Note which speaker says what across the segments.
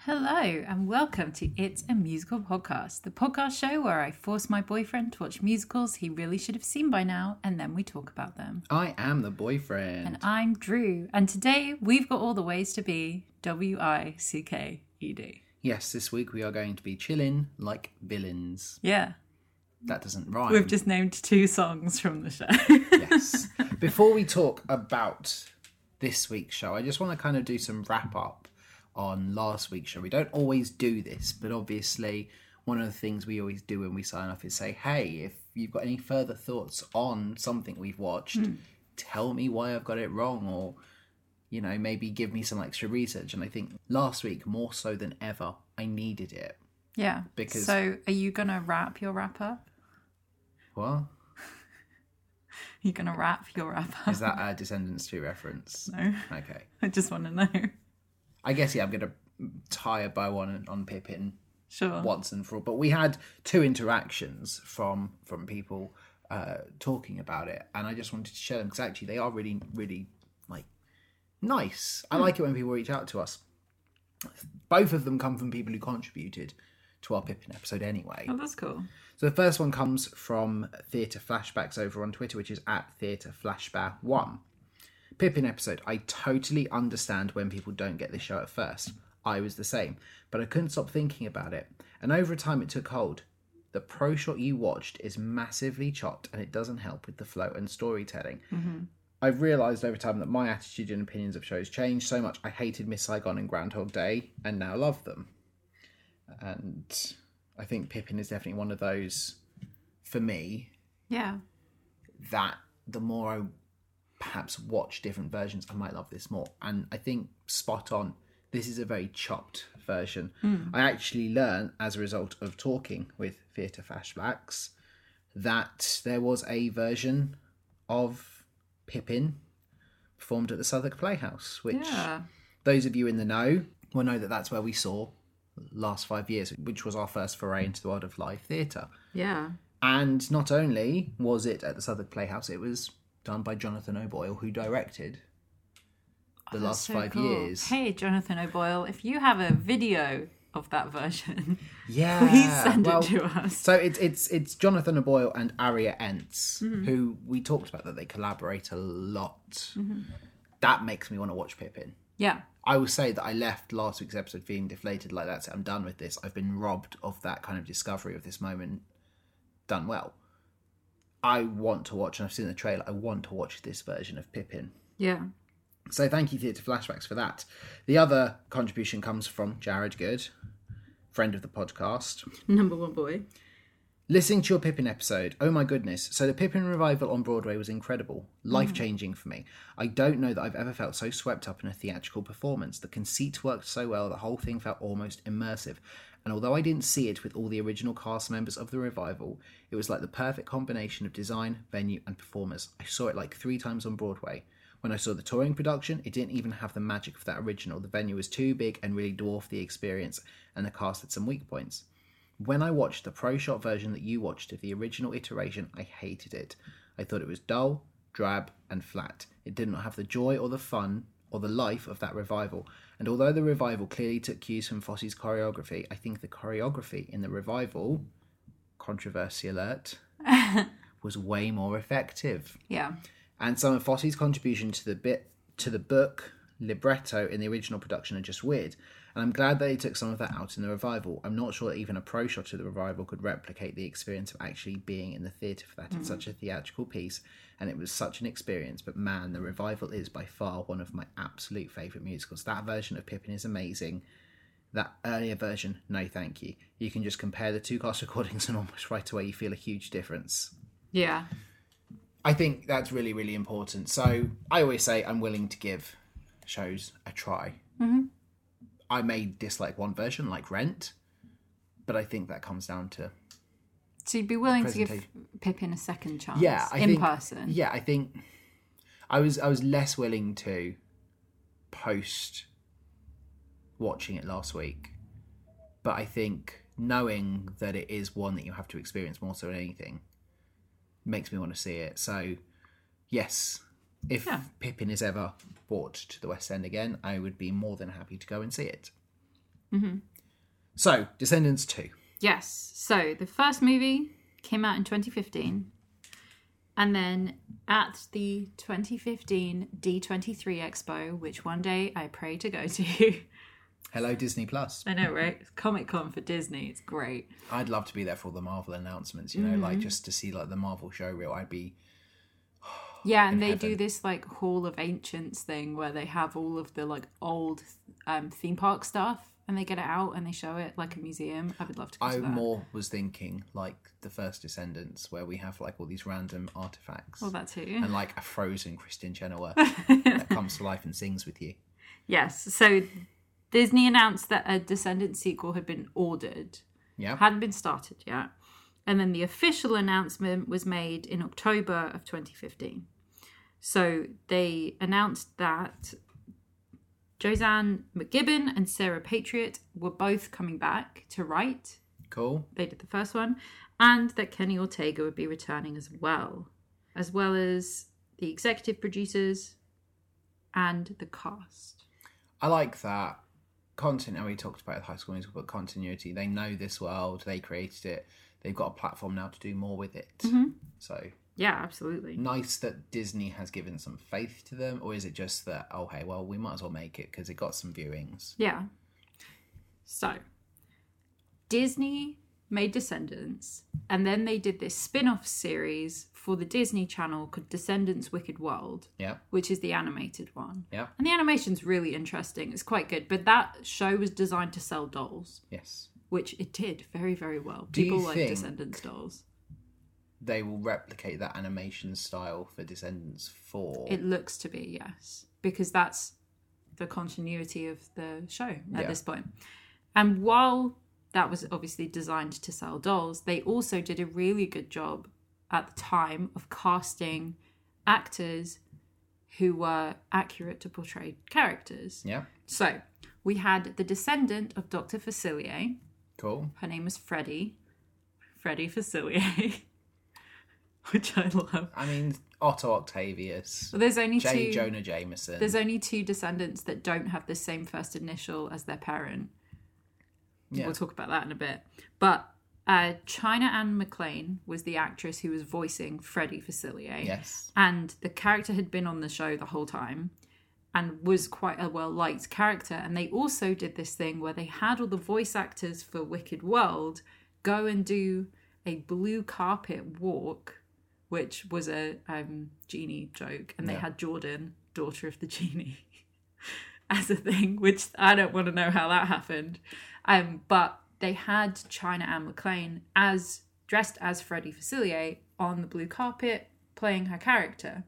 Speaker 1: Hello, and welcome to It's a Musical Podcast, the podcast show where I force my boyfriend to watch musicals he really should have seen by now, and then we talk about them.
Speaker 2: I am the boyfriend.
Speaker 1: And I'm Drew, and today we've got all the ways to be W I C K E D.
Speaker 2: yes, this week we are going to be chilling like villains.
Speaker 1: Yeah,
Speaker 2: That doesn't rhyme.
Speaker 1: we've just named two songs from the show.
Speaker 2: yes. Before we talk about this week's show, I just want to kind of do some wrap up on last week's show. We don't always do this, but obviously, one of the things we always do when we sign off is say, hey, if you've got any further thoughts on something we've watched,
Speaker 1: Hmm.
Speaker 2: tell me why I've got it wrong or. You know, maybe give me some extra research. And I think last week, more so than ever, I needed it.
Speaker 1: yeah.
Speaker 2: Because-
Speaker 1: so, are you gonna wrap your wrap up?
Speaker 2: What?
Speaker 1: Are you gonna wrap your wrap up?
Speaker 2: Is that a Descendants 2 reference?
Speaker 1: No,
Speaker 2: Okay.
Speaker 1: I just want to know.
Speaker 2: I guess, yeah, I'm going to tie a bow on, on Pippin
Speaker 1: Sure.
Speaker 2: once and for all. But we had two interactions from from people uh, talking about it, and I just wanted to share them because actually they are really, really like nice. I like it when people reach out to us. Both of them come from people who contributed to our Pippin episode anyway.
Speaker 1: Oh, that's cool.
Speaker 2: So the first one comes from Theatre Flashbacks over on Twitter, which is at Theatre Flashback One. Pippin episode. I totally understand when people don't get this show at first. I was the same, but I couldn't stop thinking about it, and over time it took hold. The pro shot you watched is massively chopped, and it doesn't help with the flow and storytelling. I've realised over time that my attitude and opinions of shows changed so much. I hated Miss Saigon and Groundhog Day, and now love them. And I think Pippin is definitely one of those for me
Speaker 1: Yeah.
Speaker 2: that the more I perhaps watch different versions, I might love this more. And I think spot on. This is a very chopped version. I actually learned as a result of talking with Theatre Flashbacks that there was a version of Pippin performed at the Southwark Playhouse, which
Speaker 1: Yeah.
Speaker 2: those of you in the know will know that that's where we saw last five years, which was our first foray into the world of live theatre.
Speaker 1: Yeah.
Speaker 2: And not only was it at the Southwark Playhouse, it was done by Jonathan O'Boyle, who directed the
Speaker 1: That's
Speaker 2: last
Speaker 1: so
Speaker 2: five
Speaker 1: cool.
Speaker 2: years.
Speaker 1: Hey, Jonathan O'Boyle, if you have a video of that version,
Speaker 2: Yeah,
Speaker 1: please send
Speaker 2: well,
Speaker 1: it to us.
Speaker 2: So it's it's it's Jonathan O'Boyle and Aria Entz,
Speaker 1: Mm-hmm.
Speaker 2: who we talked about that they collaborate a lot.
Speaker 1: Mm-hmm.
Speaker 2: That makes me want to watch Pippin.
Speaker 1: Yeah,
Speaker 2: I will say that I left last week's episode feeling deflated, like that's it, I'm done with this. I've been robbed of that kind of discovery of this moment done well. I want to watch, and I've seen the trailer, I want to watch this version of Pippin.
Speaker 1: yeah,
Speaker 2: So thank you, Theatre Flashbacks, for that. The other contribution comes from Jared Good, friend of the podcast.
Speaker 1: number one boy.
Speaker 2: Listening to your Pippin episode, oh my goodness. So, the Pippin revival on Broadway was incredible, life changing for me. I don't know that I've ever felt so swept up in a theatrical performance. The conceit worked so well, the whole thing felt almost immersive. And although I didn't see it with all the original cast members of the revival, it was like the perfect combination of design, venue, and performers. I saw it like three times on Broadway. When I saw the touring production, it didn't even have the magic of that original. The venue was too big and really dwarfed the experience, and the cast had some weak points. When I watched the pro shot version that you watched of the original iteration, I hated it. I thought it was dull, drab, and flat. It did not have the joy or the fun or the life of that revival. And although the revival clearly took cues from Fosse's choreography, I think the choreography in the revival, controversy alert, was way more effective
Speaker 1: Yeah,
Speaker 2: and some of Fosse's contribution to the bit to the book libretto in the original production are just weird. And I'm glad that they took some of that out in the revival. I'm not sure that even a pro shot of the revival could replicate the experience of actually being in the theatre for that. It's such a theatrical piece, and it was such an experience. But man, the revival is by far one of my absolute favourite musicals. That version of Pippin is amazing. That earlier version, no thank you. You can just compare the two cast recordings, and almost right away you feel a huge difference.
Speaker 1: yeah,
Speaker 2: I think that's really, really important. So I always say I'm willing to give shows a try. I may dislike one version, like Rent, but I think that comes down to
Speaker 1: so you'd be willing to give
Speaker 2: Presentation.
Speaker 1: Pippin a second chance.
Speaker 2: yeah, I
Speaker 1: in
Speaker 2: think,
Speaker 1: person.
Speaker 2: Yeah, I think I was I was less willing to post watching it last week, but I think knowing that it is one that you have to experience more so than anything makes me want to see it. So, yes, if
Speaker 1: Yeah.
Speaker 2: Pippin is
Speaker 1: Mm-hmm.
Speaker 2: ever brought to the West End again, I would be more than happy to go and see it. So, Descendants 2.
Speaker 1: Yes. So the first movie came out in 2015. And then at the 2015 D23 Expo, which one day I pray to go to,
Speaker 2: Hello, Disney Plus.
Speaker 1: I know, right? Comic Con for Disney. It's great.
Speaker 2: I'd love to be there for all the Marvel announcements, you know,
Speaker 1: Mm-hmm.
Speaker 2: like just to see like the Marvel show reel. I'd be
Speaker 1: Yeah, and
Speaker 2: in
Speaker 1: they do
Speaker 2: heaven.
Speaker 1: this like Hall of Ancients thing where they have all of the like old um, theme park stuff and they get it out and they show it like a museum. I would love to go
Speaker 2: I
Speaker 1: to that.
Speaker 2: more was thinking like the first Descendants where we have like all these random artifacts
Speaker 1: well, that too.
Speaker 2: and like a frozen Christian Chenoweth that comes to life and sings with you.
Speaker 1: Yes. So Disney announced that a Descendant sequel had been ordered,
Speaker 2: Yeah.
Speaker 1: hadn't been started yet. And then the official announcement was made in October of 2015. So they announced that Josanne McGibbon and Sarah Patriot were both coming back to write.
Speaker 2: Cool.
Speaker 1: They did the first one. And that Kenny Ortega would be returning as well, as well as the executive producers and the cast.
Speaker 2: I like that content. And we talked about the High School Musical, but continuity. They know this world. They created it. They've got a platform now to do more with it.
Speaker 1: Mm-hmm.
Speaker 2: So
Speaker 1: Yeah, absolutely.
Speaker 2: nice that Disney has given some faith to them, or is it just that oh hey, well we might as well make it because it got some viewings.
Speaker 1: Yeah. So, Disney made Descendants, and then they did this spin off series for the Disney Channel called Descendants Wicked World,
Speaker 2: Yeah.
Speaker 1: which is the animated one.
Speaker 2: Yeah.
Speaker 1: And the animation's really interesting, it's quite good, but that show was designed to sell dolls,
Speaker 2: Yes.
Speaker 1: which it did very, very well.
Speaker 2: Do you
Speaker 1: People like
Speaker 2: think-
Speaker 1: Descendants dolls.
Speaker 2: They will replicate that animation style for Descendants Four.
Speaker 1: It looks to be, yes, because that's the continuity of the show at
Speaker 2: Yeah.
Speaker 1: this point. And while that was obviously designed to sell dolls, they also did a really good job at the time of casting actors who were accurate to portray characters.
Speaker 2: Yeah.
Speaker 1: So we had the descendant of Dr. Facilier.
Speaker 2: Cool.
Speaker 1: Her name was Freddie. Freddie Facilier, which I love.
Speaker 2: I mean Otto Octavius,
Speaker 1: Well, there's only
Speaker 2: J. E
Speaker 1: two.
Speaker 2: Jonah Jameson.
Speaker 1: There's only two descendants that don't have the same first initial as their parent.
Speaker 2: Yeah.
Speaker 1: We'll talk about that in a bit. But uh, China Anne McLean was the actress who was voicing Freddie Facilier.
Speaker 2: Yes.
Speaker 1: And the character had been on the show the whole time and was quite a well liked character. And they also did this thing where they had all the voice actors for Wicked World go and do a blue carpet walk, which was a um, genie joke. And they
Speaker 2: Yeah.
Speaker 1: had Jordan, daughter of the genie, as a thing, which I don't want to know how that happened. Um, but they had China Anne McLean as dressed as Freddie Facilier on the blue carpet playing her character.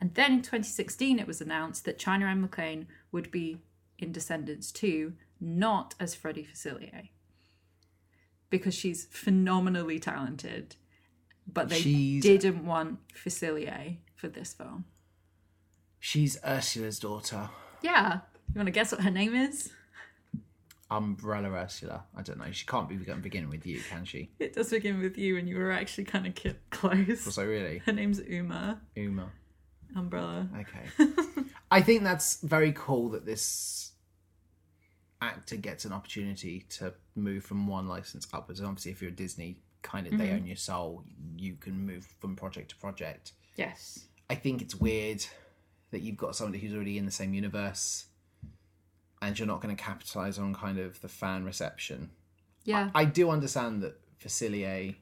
Speaker 1: And then in 2016, it was announced that China Anne McLean would be in Descendants 2, not as Freddie Facilier, because she's phenomenally talented. But they
Speaker 2: She's-
Speaker 1: didn't want Facilier for this film.
Speaker 2: She's Ursula's daughter.
Speaker 1: Yeah. You want to guess what her name is?
Speaker 2: Umbrella Ursula. I don't know. She can't be going to begin with you, can she?
Speaker 1: It does begin with you, and you were actually kind of ki- close.
Speaker 2: So really,
Speaker 1: Her name's Uma
Speaker 2: Uma.
Speaker 1: Umbrella.
Speaker 2: Okay. I think that's very cool that this actor gets an opportunity to move from one license upwards. And obviously, if you're a Disney, kind of they own your soul, you can move from project to project.
Speaker 1: Yes.
Speaker 2: I think it's weird that you've got somebody who's already in the same universe and you're not going to capitalize on kind of the fan reception.
Speaker 1: Yeah.
Speaker 2: I do understand that Facilier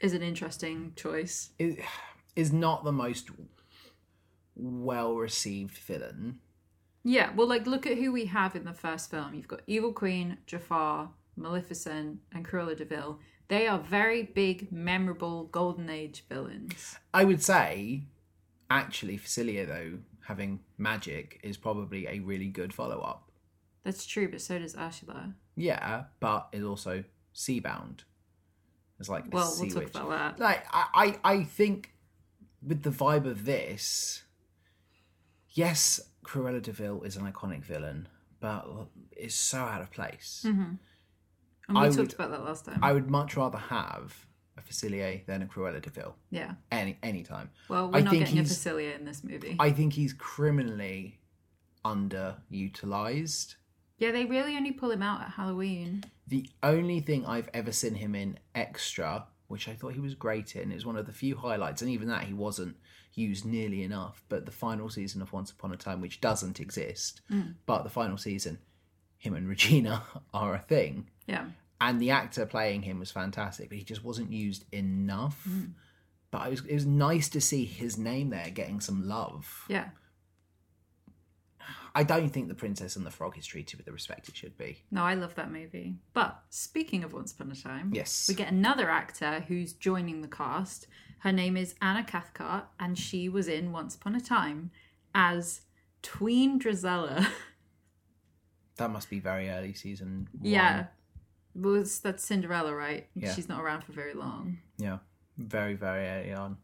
Speaker 1: Is an interesting choice.
Speaker 2: is, is not the most well received villain.
Speaker 1: Yeah. Well, like, look at who we have in the first film. You've got Evil Queen, Jafar, Maleficent, and Cruella de Vil. They are very big, memorable Golden Age villains.
Speaker 2: I would say, actually, Facilia though having magic is probably a really good follow up.
Speaker 1: That's true, but so does Ursula.
Speaker 2: Yeah, but is also sea bound. It's like a
Speaker 1: Well,
Speaker 2: sea
Speaker 1: we'll talk
Speaker 2: witch.
Speaker 1: about that.
Speaker 2: Like I, I, I think with the vibe of this, yes, Cruella de Vil is an iconic villain, but it's so out of place.
Speaker 1: Mm-hmm. And we
Speaker 2: I
Speaker 1: talked
Speaker 2: would-
Speaker 1: about that last time.
Speaker 2: I would much rather have a Facilier than a Cruella de Vil
Speaker 1: yeah.
Speaker 2: any any time.
Speaker 1: Well, we're
Speaker 2: I
Speaker 1: not
Speaker 2: think
Speaker 1: getting a
Speaker 2: he's-
Speaker 1: Facilia in this movie.
Speaker 2: I think he's criminally underutilized
Speaker 1: Yeah, they really only pull him out at Halloween.
Speaker 2: The only thing I've ever seen him in extra, which I thought he was great in, it was one of the few highlights, and even that he wasn't used nearly enough. But the final season of Once Upon a Time, which doesn't exist, but the final season, him and Regina are a thing,
Speaker 1: Yeah.
Speaker 2: and the actor playing him was fantastic, but he just wasn't used enough. But it was, it was nice to see his name there getting some love.
Speaker 1: Yeah.
Speaker 2: I don't think The Princess and the Frog is treated with the respect it should be.
Speaker 1: No, I love that movie. But speaking of Once Upon a Time,
Speaker 2: Yes.
Speaker 1: we get another actor who's joining the cast. Her name is Anna Cathcart, and she was in Once Upon a Time as Tween Drizella.
Speaker 2: That must be very early season. One.
Speaker 1: yeah. Was that's Cinderella, right?
Speaker 2: Yeah.
Speaker 1: She's not around for very long.
Speaker 2: Yeah. Very, very early on.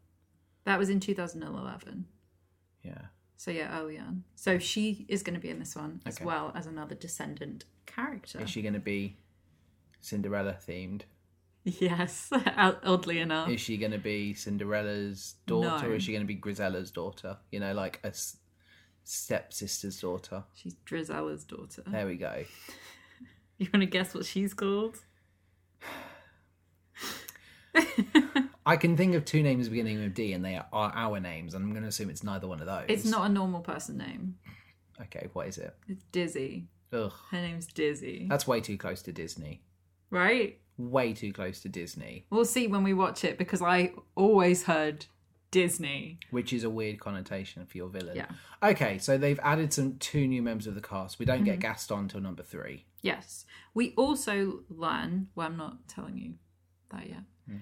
Speaker 1: That was in 2011.
Speaker 2: Yeah.
Speaker 1: So yeah, early on. So she is going to be in this one as
Speaker 2: Okay.
Speaker 1: well as another descendant character.
Speaker 2: Is she going to be Cinderella themed?
Speaker 1: Yes, oddly enough.
Speaker 2: Is she going to be Cinderella's daughter?
Speaker 1: No.
Speaker 2: Or is she going to be Grisella's daughter? You know, like a s- stepsister's daughter.
Speaker 1: She's Drizella's daughter.
Speaker 2: There we go.
Speaker 1: You want to guess what she's called?
Speaker 2: I can think of two names beginning with D, and they are our names. And I'm going to assume it's neither one of those.
Speaker 1: It's not a normal person name.
Speaker 2: Okay, what is it?
Speaker 1: It's Dizzy.
Speaker 2: Ugh,
Speaker 1: Her name's Dizzy.
Speaker 2: that's way too close to Disney.
Speaker 1: Right?
Speaker 2: Way too close to Disney,
Speaker 1: We'll see when we watch it because I always heard Disney.
Speaker 2: which is a weird connotation for your villain.
Speaker 1: Yeah.
Speaker 2: Okay, so they've added some two new members of the cast. We don't get Gaston till number three.
Speaker 1: Yes. We also learn, well, I'm not telling you that yet.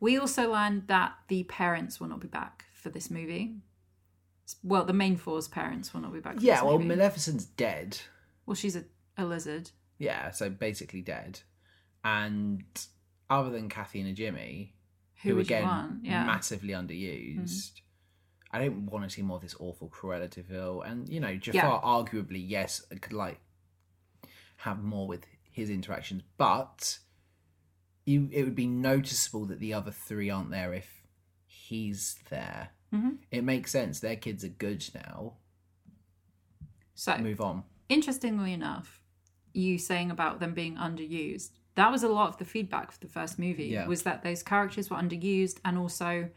Speaker 1: We also learn that the parents will not be back for this movie. S- Well, the main four's parents will not be back for
Speaker 2: Yeah,
Speaker 1: this
Speaker 2: well,
Speaker 1: movie.
Speaker 2: Maleficent's dead.
Speaker 1: well, she's a, a lizard.
Speaker 2: Yeah, so basically dead. And other than Kathy and Jimmy,
Speaker 1: Who, would
Speaker 2: again
Speaker 1: you want? Yeah. Mm-hmm.
Speaker 2: massively underused. I don't want to see more of this awful Cruella de Vil. And you know,
Speaker 1: Yeah.
Speaker 2: Jafar arguably yes could like have more with his interactions, but you it would be noticeable that the other three aren't there if he's there.
Speaker 1: Mhm.
Speaker 2: It makes sense. Their kids are good now.
Speaker 1: so,
Speaker 2: Move on.
Speaker 1: interestingly enough, you saying about them being underused, that was a lot of the feedback for the first movie
Speaker 2: Yeah.
Speaker 1: was that those characters were underused and also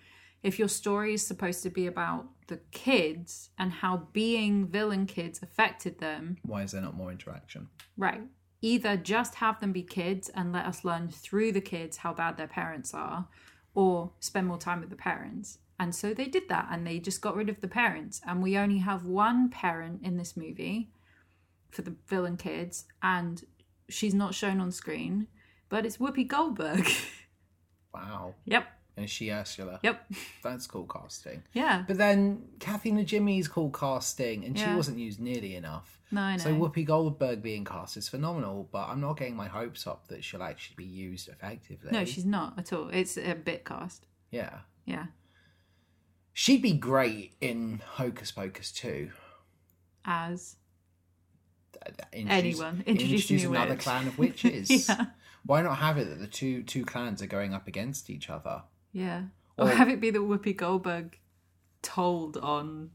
Speaker 1: if your story is supposed to be about the kids and how being villain kids affected them,
Speaker 2: Why is there not more interaction?
Speaker 1: right? Either just have them be kids and let us learn through the kids how bad their parents are, or spend more time with the parents. And so they did that and they just got rid of the parents. And we only have one parent in this movie for the villain kids, and she's not shown on screen, but it's Whoopi Goldberg.
Speaker 2: Wow.
Speaker 1: yep.
Speaker 2: And she Ursula.
Speaker 1: Yep.
Speaker 2: That's cool casting.
Speaker 1: Yeah.
Speaker 2: But then Kathy and Jimmy's cool casting and she
Speaker 1: Yeah.
Speaker 2: wasn't used nearly enough.
Speaker 1: No, I know.
Speaker 2: So Whoopi Goldberg being cast is phenomenal, but I'm not getting my hopes up that she'll actually be used effectively.
Speaker 1: no, she's not at all. It's a bit cast.
Speaker 2: yeah.
Speaker 1: Yeah.
Speaker 2: She'd be great in Hocus Pocus too.
Speaker 1: As.
Speaker 2: Introduce-
Speaker 1: Anyone. Introduce a new
Speaker 2: another
Speaker 1: witch.
Speaker 2: clan of witches.
Speaker 1: Yeah.
Speaker 2: Why not have it that the two two clans are going up against each other?
Speaker 1: Yeah. Or
Speaker 2: Or-
Speaker 1: have it be that Whoopi Goldberg told on,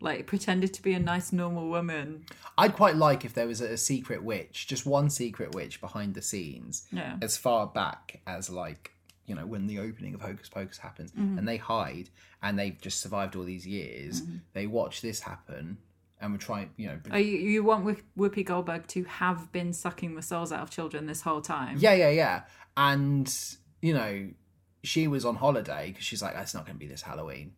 Speaker 1: like, pretended to be a nice, normal woman.
Speaker 2: I'd quite like if there was a, a secret witch, just one secret witch behind the scenes,
Speaker 1: Yeah.
Speaker 2: as far back as like you know when the opening of Hocus Pocus happens, and they hide and they've just survived all these years. They watch this happen and we try, you know,
Speaker 1: Oh, you, you want Whoop- Whoopi Goldberg to have been sucking the souls out of children this whole time?
Speaker 2: yeah, yeah, yeah, and you know, she was on holiday because she's like, it's not going to be this Halloween.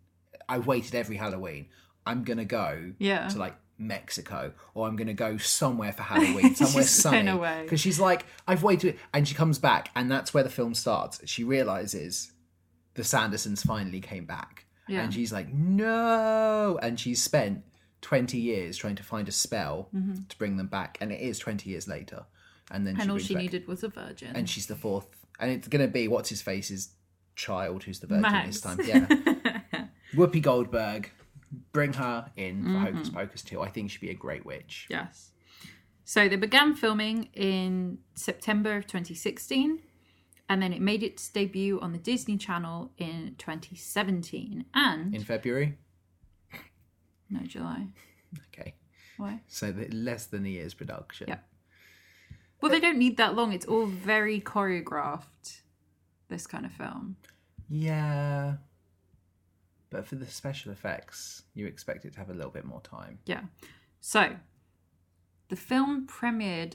Speaker 2: I waited every Halloween. I'm gonna go
Speaker 1: Yeah.
Speaker 2: to like Mexico, or I'm going to go somewhere for Halloween, somewhere
Speaker 1: She's
Speaker 2: sunny.
Speaker 1: thrown away.
Speaker 2: Because she's like, I've waited, and she comes back, and that's where the film starts. She realizes the Sandersons finally came back,
Speaker 1: Yeah.
Speaker 2: and she's like, no, and she's spent twenty years trying to find a spell to bring them back, and it is twenty years later, and then
Speaker 1: Mm-hmm. And all
Speaker 2: brings
Speaker 1: she
Speaker 2: back-
Speaker 1: needed was a virgin.
Speaker 2: and she's the fourth, and it's going to be what's his face's child who's the virgin
Speaker 1: Max.
Speaker 2: this time, yeah. Whoopi Goldberg, bring her in for
Speaker 1: Mm-hmm.
Speaker 2: Hocus Pocus 2. I think she'd be a great witch.
Speaker 1: yes. So they began filming in September of 2016, and then it made its debut on the Disney Channel in 2017. And
Speaker 2: In February?
Speaker 1: no, July.
Speaker 2: Okay.
Speaker 1: Why?
Speaker 2: So the, less than a year's production.
Speaker 1: Yep. Well, they don't need that long. It's all very choreographed. This kind of film.
Speaker 2: Yeah. But for the special effects, you expect it to have a little bit more time.
Speaker 1: Yeah. So, the film premiered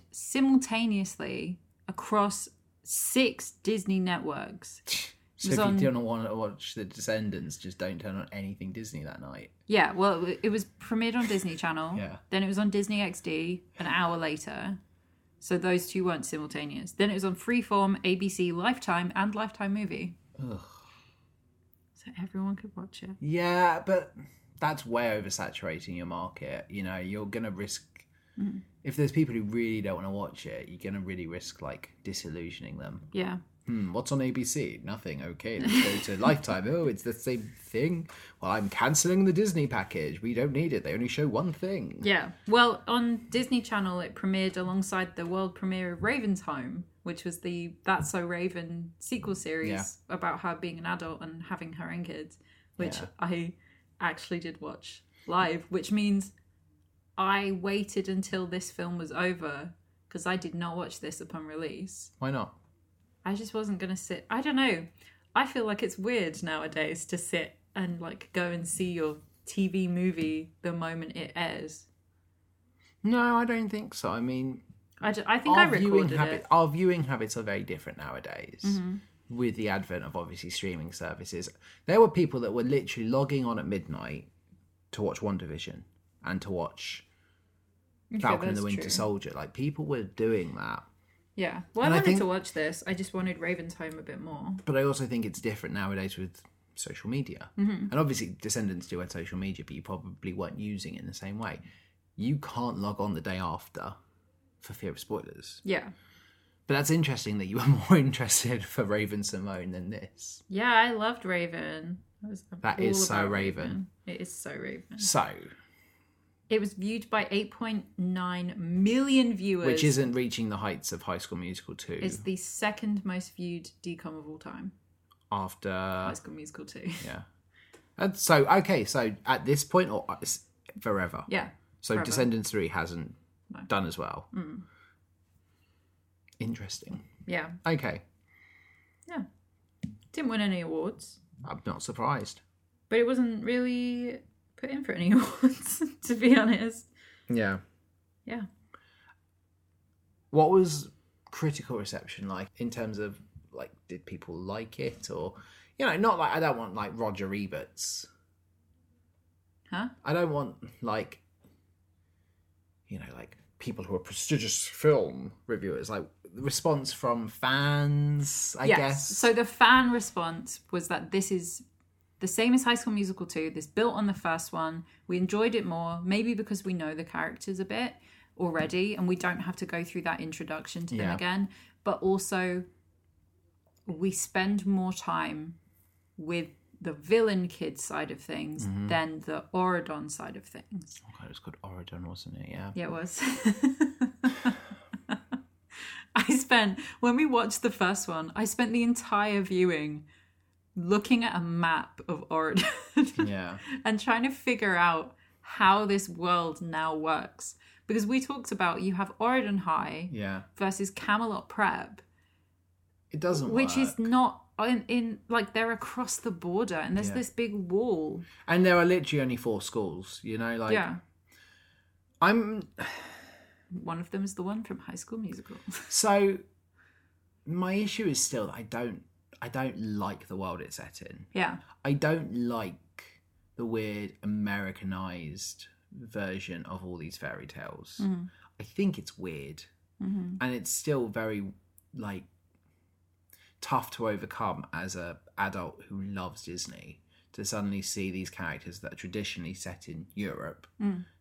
Speaker 1: simultaneously across six Disney networks.
Speaker 2: So
Speaker 1: was
Speaker 2: if
Speaker 1: on-
Speaker 2: you don't want to watch The Descendants, just don't turn on anything Disney that night.
Speaker 1: Yeah, well, it- it was premiered on Disney Channel.
Speaker 2: Yeah.
Speaker 1: Then it was on Disney XD an hour later. So those two weren't simultaneous. Then it was on Freeform, ABC, Lifetime, and Lifetime Movie.
Speaker 2: Ugh.
Speaker 1: So everyone could watch it.
Speaker 2: Yeah, but that's way oversaturating your market. You know, you're gonna risk if there's people who really don't want to watch it, you're gonna really risk like disillusioning them.
Speaker 1: Yeah.
Speaker 2: Hmm, what's on ABC? Nothing. Okay, let's go to Lifetime. Oh, it's the same thing. Well, I'm cancelling the Disney package. We don't need it. They only show one thing.
Speaker 1: Yeah. Well, on Disney Channel, it premiered alongside the world premiere of Raven's Home, which was the That's So Raven sequel series
Speaker 2: Yeah.
Speaker 1: about her being an adult and having her own kids, which
Speaker 2: Yeah.
Speaker 1: I actually did watch live, which means I waited until this film was over because I did not watch this upon release.
Speaker 2: Why not?
Speaker 1: I just wasn't going to sit. I don't know. I feel like it's weird nowadays to sit and like go and see your TV movie the moment it airs.
Speaker 2: No, I don't think so. I mean,
Speaker 1: I, ju- I think I
Speaker 2: viewing
Speaker 1: recorded it. Mm-hmm.
Speaker 2: habits, our viewing habits are very different nowadays. With the advent of obviously streaming services, there were people that were literally logging on at midnight to watch One Division and to watch
Speaker 1: Okay,
Speaker 2: Falcon and
Speaker 1: that's
Speaker 2: the Winter
Speaker 1: true.
Speaker 2: Soldier. Like people were doing that,
Speaker 1: Yeah. Well,
Speaker 2: And
Speaker 1: I
Speaker 2: I
Speaker 1: wanted
Speaker 2: think-
Speaker 1: to watch this. I just wanted Raven's Home a bit more.
Speaker 2: but I also think it's different nowadays with social media.
Speaker 1: Mm-hmm.
Speaker 2: And obviously, Descendants do have social media, but you probably weren't using it in the same way. You can't log on the day after for fear of spoilers.
Speaker 1: Yeah.
Speaker 2: But that's interesting that you were more interested for Raven Simone than this.
Speaker 1: Yeah, I loved Raven. I was
Speaker 2: That
Speaker 1: all
Speaker 2: is so
Speaker 1: about
Speaker 2: Raven.
Speaker 1: It is so Raven.
Speaker 2: So,
Speaker 1: It was viewed by 8.9 million viewers,
Speaker 2: which isn't reaching the heights of High School Musical 2
Speaker 1: It's the second most viewed DCOM of all time.
Speaker 2: after
Speaker 1: High School Musical 2.
Speaker 2: yeah. And so okay, so at this point or uh, s- forever.
Speaker 1: yeah.
Speaker 2: so
Speaker 1: forever.
Speaker 2: Descendants 3 hasn't
Speaker 1: No. Mm.
Speaker 2: done as well. Interesting.
Speaker 1: Yeah.
Speaker 2: Okay.
Speaker 1: Yeah. Didn't win any awards,
Speaker 2: I'm not surprised.
Speaker 1: but it wasn't really put in for any awards, to be honest.
Speaker 2: Yeah.
Speaker 1: Yeah.
Speaker 2: What was critical reception like in terms of like did people like it or you know, not like I don't want like Roger Ebert's
Speaker 1: Huh?
Speaker 2: I don't want like you know like people who are prestigious film reviewers like the response from fans I
Speaker 1: yes.
Speaker 2: guess
Speaker 1: So the fan response was that this is the same as High School Musical 2. This built on the first one. We enjoyed it more, maybe because we know the characters a bit already and we don't have to go through that introduction to them
Speaker 2: Yeah.
Speaker 1: again. But also, we spend more time with the villain kid side of things
Speaker 2: Mm-hmm.
Speaker 1: than the Oridon side of things.
Speaker 2: oh God, it was called Oridon wasn't it yeah
Speaker 1: Yeah, it was. I spent, when we watched the first one, I spent the entire viewing looking at a map of Oregon
Speaker 2: yeah
Speaker 1: and trying to figure out how this world now works. Because we talked about you have Oregon High
Speaker 2: yeah
Speaker 1: versus Camelot Prep,
Speaker 2: it doesn't
Speaker 1: which
Speaker 2: work.
Speaker 1: is not in, in like they're across the border and there's
Speaker 2: Yeah.
Speaker 1: this big wall.
Speaker 2: and there are literally only four schools you know like
Speaker 1: yeah.
Speaker 2: I'm
Speaker 1: One of them is the one from High School Musical.
Speaker 2: so my issue is still that I don't I don't like the world it's set in
Speaker 1: yeah.
Speaker 2: I don't like the weird Americanized version of all these fairy tales.
Speaker 1: Mm-hmm.
Speaker 2: I think it's weird. And it's still very like tough to overcome as a adult who loves Disney to suddenly see these characters that are traditionally set in Europe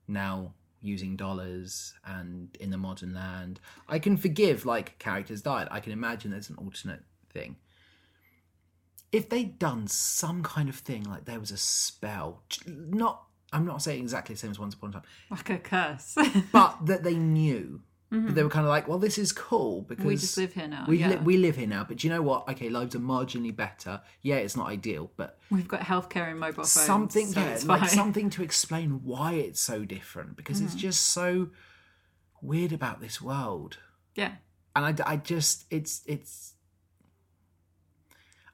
Speaker 2: now using dollars and in the modern land. I can forgive like characters died. I can imagine there's an alternate thing if they'd done some kind of thing like there was a spell not i'm not saying exactly the same as once upon a time
Speaker 1: Like a curse.
Speaker 2: but that they knew but they were kind of like well this is cool because
Speaker 1: Mm-hmm. we just live here now.
Speaker 2: we,
Speaker 1: yeah.
Speaker 2: li- we live here now but do you know what okay lives are marginally better yeah it's not ideal but
Speaker 1: We've got healthcare and mobile phones.
Speaker 2: something
Speaker 1: so
Speaker 2: yeah,
Speaker 1: it's
Speaker 2: like
Speaker 1: fine. Mm-hmm.
Speaker 2: something to explain why it's so different because it's just so weird about this world
Speaker 1: yeah,
Speaker 2: and I, I just it's it's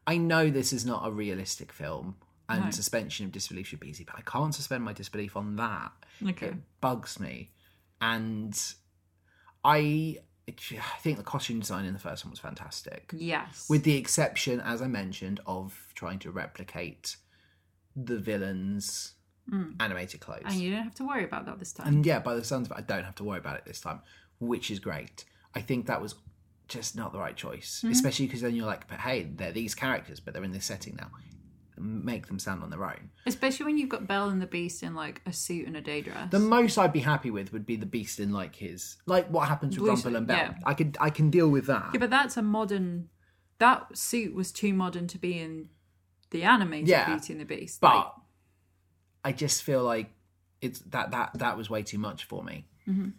Speaker 2: i know this is not a realistic film and
Speaker 1: No.
Speaker 2: suspension of disbelief should be easy but i can't suspend my disbelief on that
Speaker 1: Okay.
Speaker 2: it bugs me and i i think the costume design in the first one was fantastic
Speaker 1: Yes.
Speaker 2: with the exception as i mentioned of trying to replicate the villain's
Speaker 1: Mm.
Speaker 2: animated clothes
Speaker 1: and you don't have to worry about that this time.
Speaker 2: and yeah, by the sounds of it, I don't have to worry about it this time, which is great. I think that was just not the right choice,
Speaker 1: Hmm.
Speaker 2: especially because then you're like, but hey, they're these characters, but they're in this setting now. Make them stand on their own.
Speaker 1: Especially when you've got Belle and the Beast in like a suit and a day dress.
Speaker 2: The most I'd be happy with would be the beast in like his, like what happens with
Speaker 1: Blue
Speaker 2: Rumble
Speaker 1: suit,
Speaker 2: and Bell.
Speaker 1: yeah.
Speaker 2: I could, I can deal with that.
Speaker 1: yeah, but that's a modern. That suit was too modern to be in the animated
Speaker 2: Yeah.
Speaker 1: Beauty and the Beast.
Speaker 2: but
Speaker 1: Like,
Speaker 2: I just feel like it's that that that was way too much for me.
Speaker 1: Mm-hmm.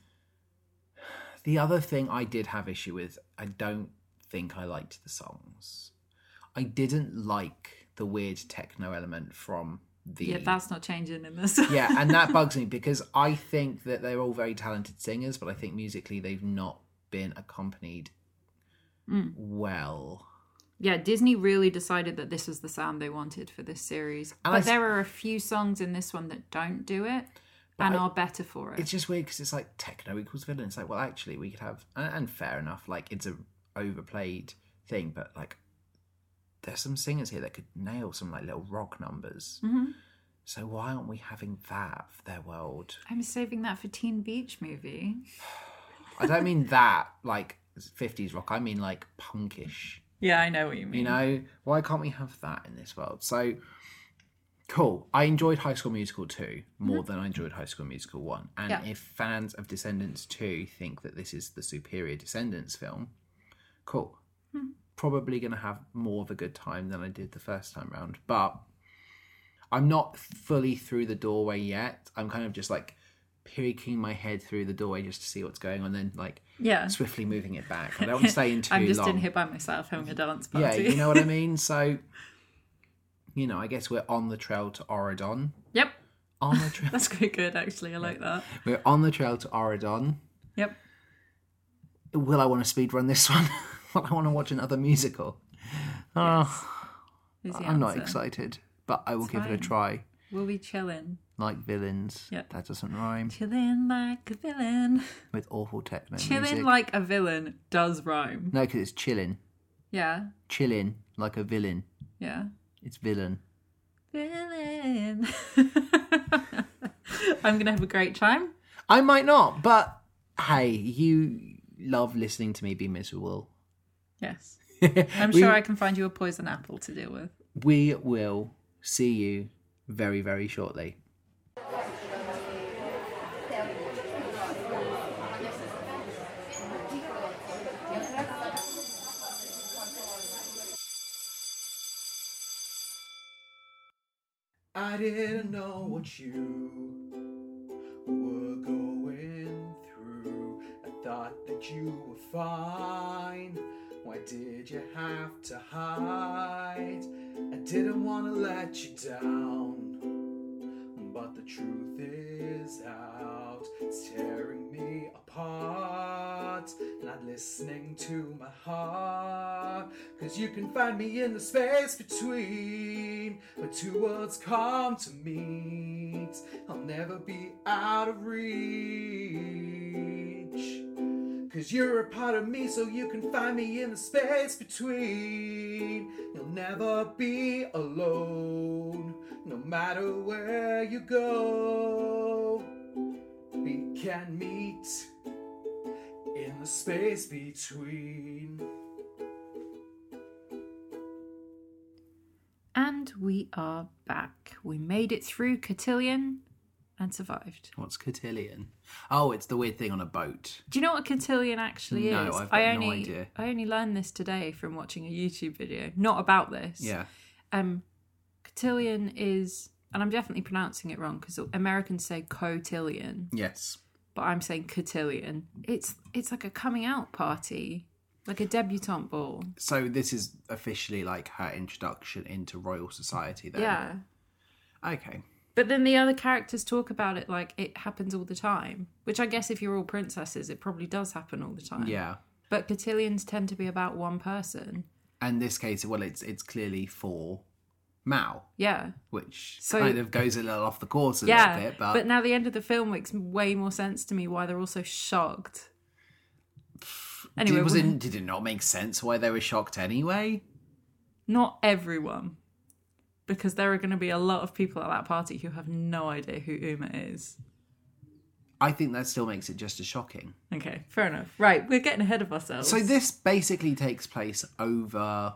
Speaker 2: The other thing I did have issue with, I don't think I liked the songs. I didn't like the weird techno element from the
Speaker 1: yeah, that's not changing in this.
Speaker 2: Yeah, and that bugs me because I think that they're all very talented singers, but I think musically they've not been accompanied well.
Speaker 1: yeah, Disney really decided that this was the sound they wanted for this series. but
Speaker 2: And I s-
Speaker 1: there are a few songs in this one that don't do it and are better for it.
Speaker 2: it's just weird because it's like techno equals villain. It's like, well, actually, we could have, and, and fair enough, like it's a overplayed thing, but like there's some singers here that could nail some like little rock numbers.
Speaker 1: Mhm.
Speaker 2: So why aren't we having that for their world?
Speaker 1: I'm saving that for Teen Beach movie.
Speaker 2: I don't mean that like 50s rock. I mean like punkish.
Speaker 1: Yeah, I know what you mean.
Speaker 2: You know, why can't we have that in this world? So cool. I enjoyed High School Musical 2 more than I enjoyed High School Musical 1. And
Speaker 1: Mm-hmm. Yeah.
Speaker 2: if fans of Descendants 2 think that this is the superior Descendants film, cool.
Speaker 1: Hmm.
Speaker 2: Probably going to have more of a good time than I did the first time round. But I'm not fully through the doorway yet. I'm kind of just like peeking my head through the doorway just to see what's going on, then like
Speaker 1: Yeah.
Speaker 2: swiftly moving it back. I don't want to stay in too
Speaker 1: I'm just
Speaker 2: long.
Speaker 1: in here by myself having a dance party.
Speaker 2: Yeah, you know what I mean? So, you know, I guess we're on the trail to Oridon.
Speaker 1: yep.
Speaker 2: On the trail.
Speaker 1: That's quite good, actually. I like that.
Speaker 2: we're on the trail to Oridon.
Speaker 1: Yep.
Speaker 2: Will I want to speedrun this one? Will I want to watch another musical? Oh,
Speaker 1: is the
Speaker 2: I'm not
Speaker 1: answer.
Speaker 2: excited, but I will give it a
Speaker 1: fine.
Speaker 2: try.
Speaker 1: We'll be chilling.
Speaker 2: Like villains.
Speaker 1: Yeah.
Speaker 2: That doesn't rhyme.
Speaker 1: Chilling like a villain.
Speaker 2: With awful techno
Speaker 1: Chilling
Speaker 2: music.
Speaker 1: like a villain does rhyme.
Speaker 2: no, because it's chillin'.
Speaker 1: Yeah.
Speaker 2: Chillin' like a villain.
Speaker 1: Yeah.
Speaker 2: It's villain.
Speaker 1: Villain. I'm going to have a great time.
Speaker 2: I might not, but hey, you love listening to me be miserable.
Speaker 1: Yes. I'm sure I can find you a poison apple to deal with.
Speaker 2: we will see you very, very shortly. I didn't know what you were going through. I thought that you were fine. Why did you have to hide? I didn't want to let you down. But the truth is out, it's tearing me apart. Not listening to my heart. Cause you can find me in the space between where two worlds come to meet. I'll never be out of reach. Cause you're a part of me, so you can find me in the space between. You'll never be alone, no matter where you go. We can meet in the space between.
Speaker 1: And we are back. We made it through Cotillion and survived.
Speaker 2: What's cotillion? Oh, it's the weird thing on a boat.
Speaker 1: Do you know what cotillion actually
Speaker 2: No,
Speaker 1: is?
Speaker 2: I've got
Speaker 1: I
Speaker 2: no
Speaker 1: only
Speaker 2: idea.
Speaker 1: I only learned this today from watching a YouTube video, not about this. Um, cotillion is, and I'm definitely pronouncing it wrong because Americans say cotillion,
Speaker 2: Yes.
Speaker 1: but I'm saying cotillion. It's it's like a coming out party, like a debutante ball.
Speaker 2: So this is officially like her introduction into royal society. Then.
Speaker 1: Yeah.
Speaker 2: Okay.
Speaker 1: But then the other characters talk about it like it happens all the time, which I guess if you're all princesses, it probably does happen all the time.
Speaker 2: Yeah.
Speaker 1: But cotillions tend to be about one person.
Speaker 2: And this case, well, it's it's clearly for Mao,
Speaker 1: Yeah.
Speaker 2: which
Speaker 1: So-
Speaker 2: kind of goes a little off the course a
Speaker 1: yeah.
Speaker 2: little bit.
Speaker 1: but... now the end of the film makes way more sense to me why they're all so shocked. Anyway,
Speaker 2: did, was
Speaker 1: we-
Speaker 2: it, did it not make sense why they were shocked anyway?
Speaker 1: not everyone. Because there are going to be a lot of people at that party who have no idea who Uma is.
Speaker 2: I think that still makes it just as shocking.
Speaker 1: Okay, fair enough. Right, we're getting ahead of ourselves.
Speaker 2: So this basically takes place over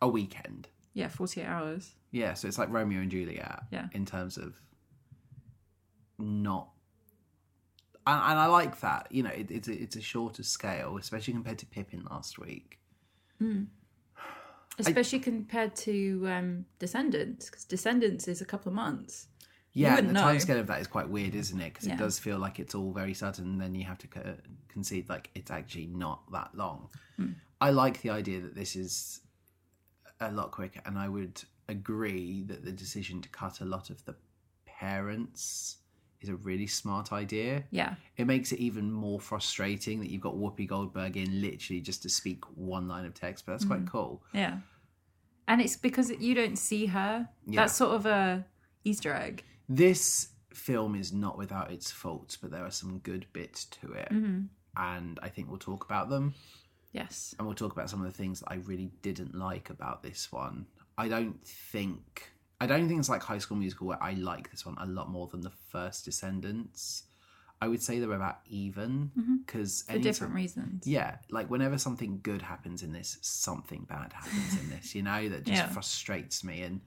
Speaker 2: a weekend.
Speaker 1: yeah, forty-eight hours.
Speaker 2: Yeah, so it's like Romeo and Juliet
Speaker 1: Yeah.
Speaker 2: in terms of not. And, and I like that. You know, it, it's, a, it's a shorter scale, especially compared to Pippin last week.
Speaker 1: especially compared to um, Descendants, because Descendants is a couple of months.
Speaker 2: Yeah, and
Speaker 1: wouldn't
Speaker 2: the
Speaker 1: know.
Speaker 2: time scale of that is quite weird, isn't it? Because
Speaker 1: Yeah.
Speaker 2: it does feel like it's all very sudden, and then you have to co- concede like it's actually not that long.
Speaker 1: Hmm.
Speaker 2: I like the idea that this is a lot quicker, and I would agree that the decision to cut a lot of the parents is a really smart idea.
Speaker 1: Yeah,
Speaker 2: It makes it even more frustrating that you've got Whoopi Goldberg in literally just to speak one line of text, but that's
Speaker 1: Hmm.
Speaker 2: quite cool.
Speaker 1: yeah, and it's because you don't see her.
Speaker 2: Yeah.
Speaker 1: That's sort of a Easter egg.
Speaker 2: this film is not without its faults, but there are some good bits to it. And I think we'll talk about them.
Speaker 1: Yes.
Speaker 2: And we'll talk about some of the things that I really didn't like about this one. I don't think. I don't think it's like High School Musical where I like this one a lot more than the first Descendants. I would say they're about even because
Speaker 1: Mm-hmm. For different reasons.
Speaker 2: yeah, like whenever something good happens in this, something bad happens in this, you know, that just
Speaker 1: Yeah.
Speaker 2: frustrates me. And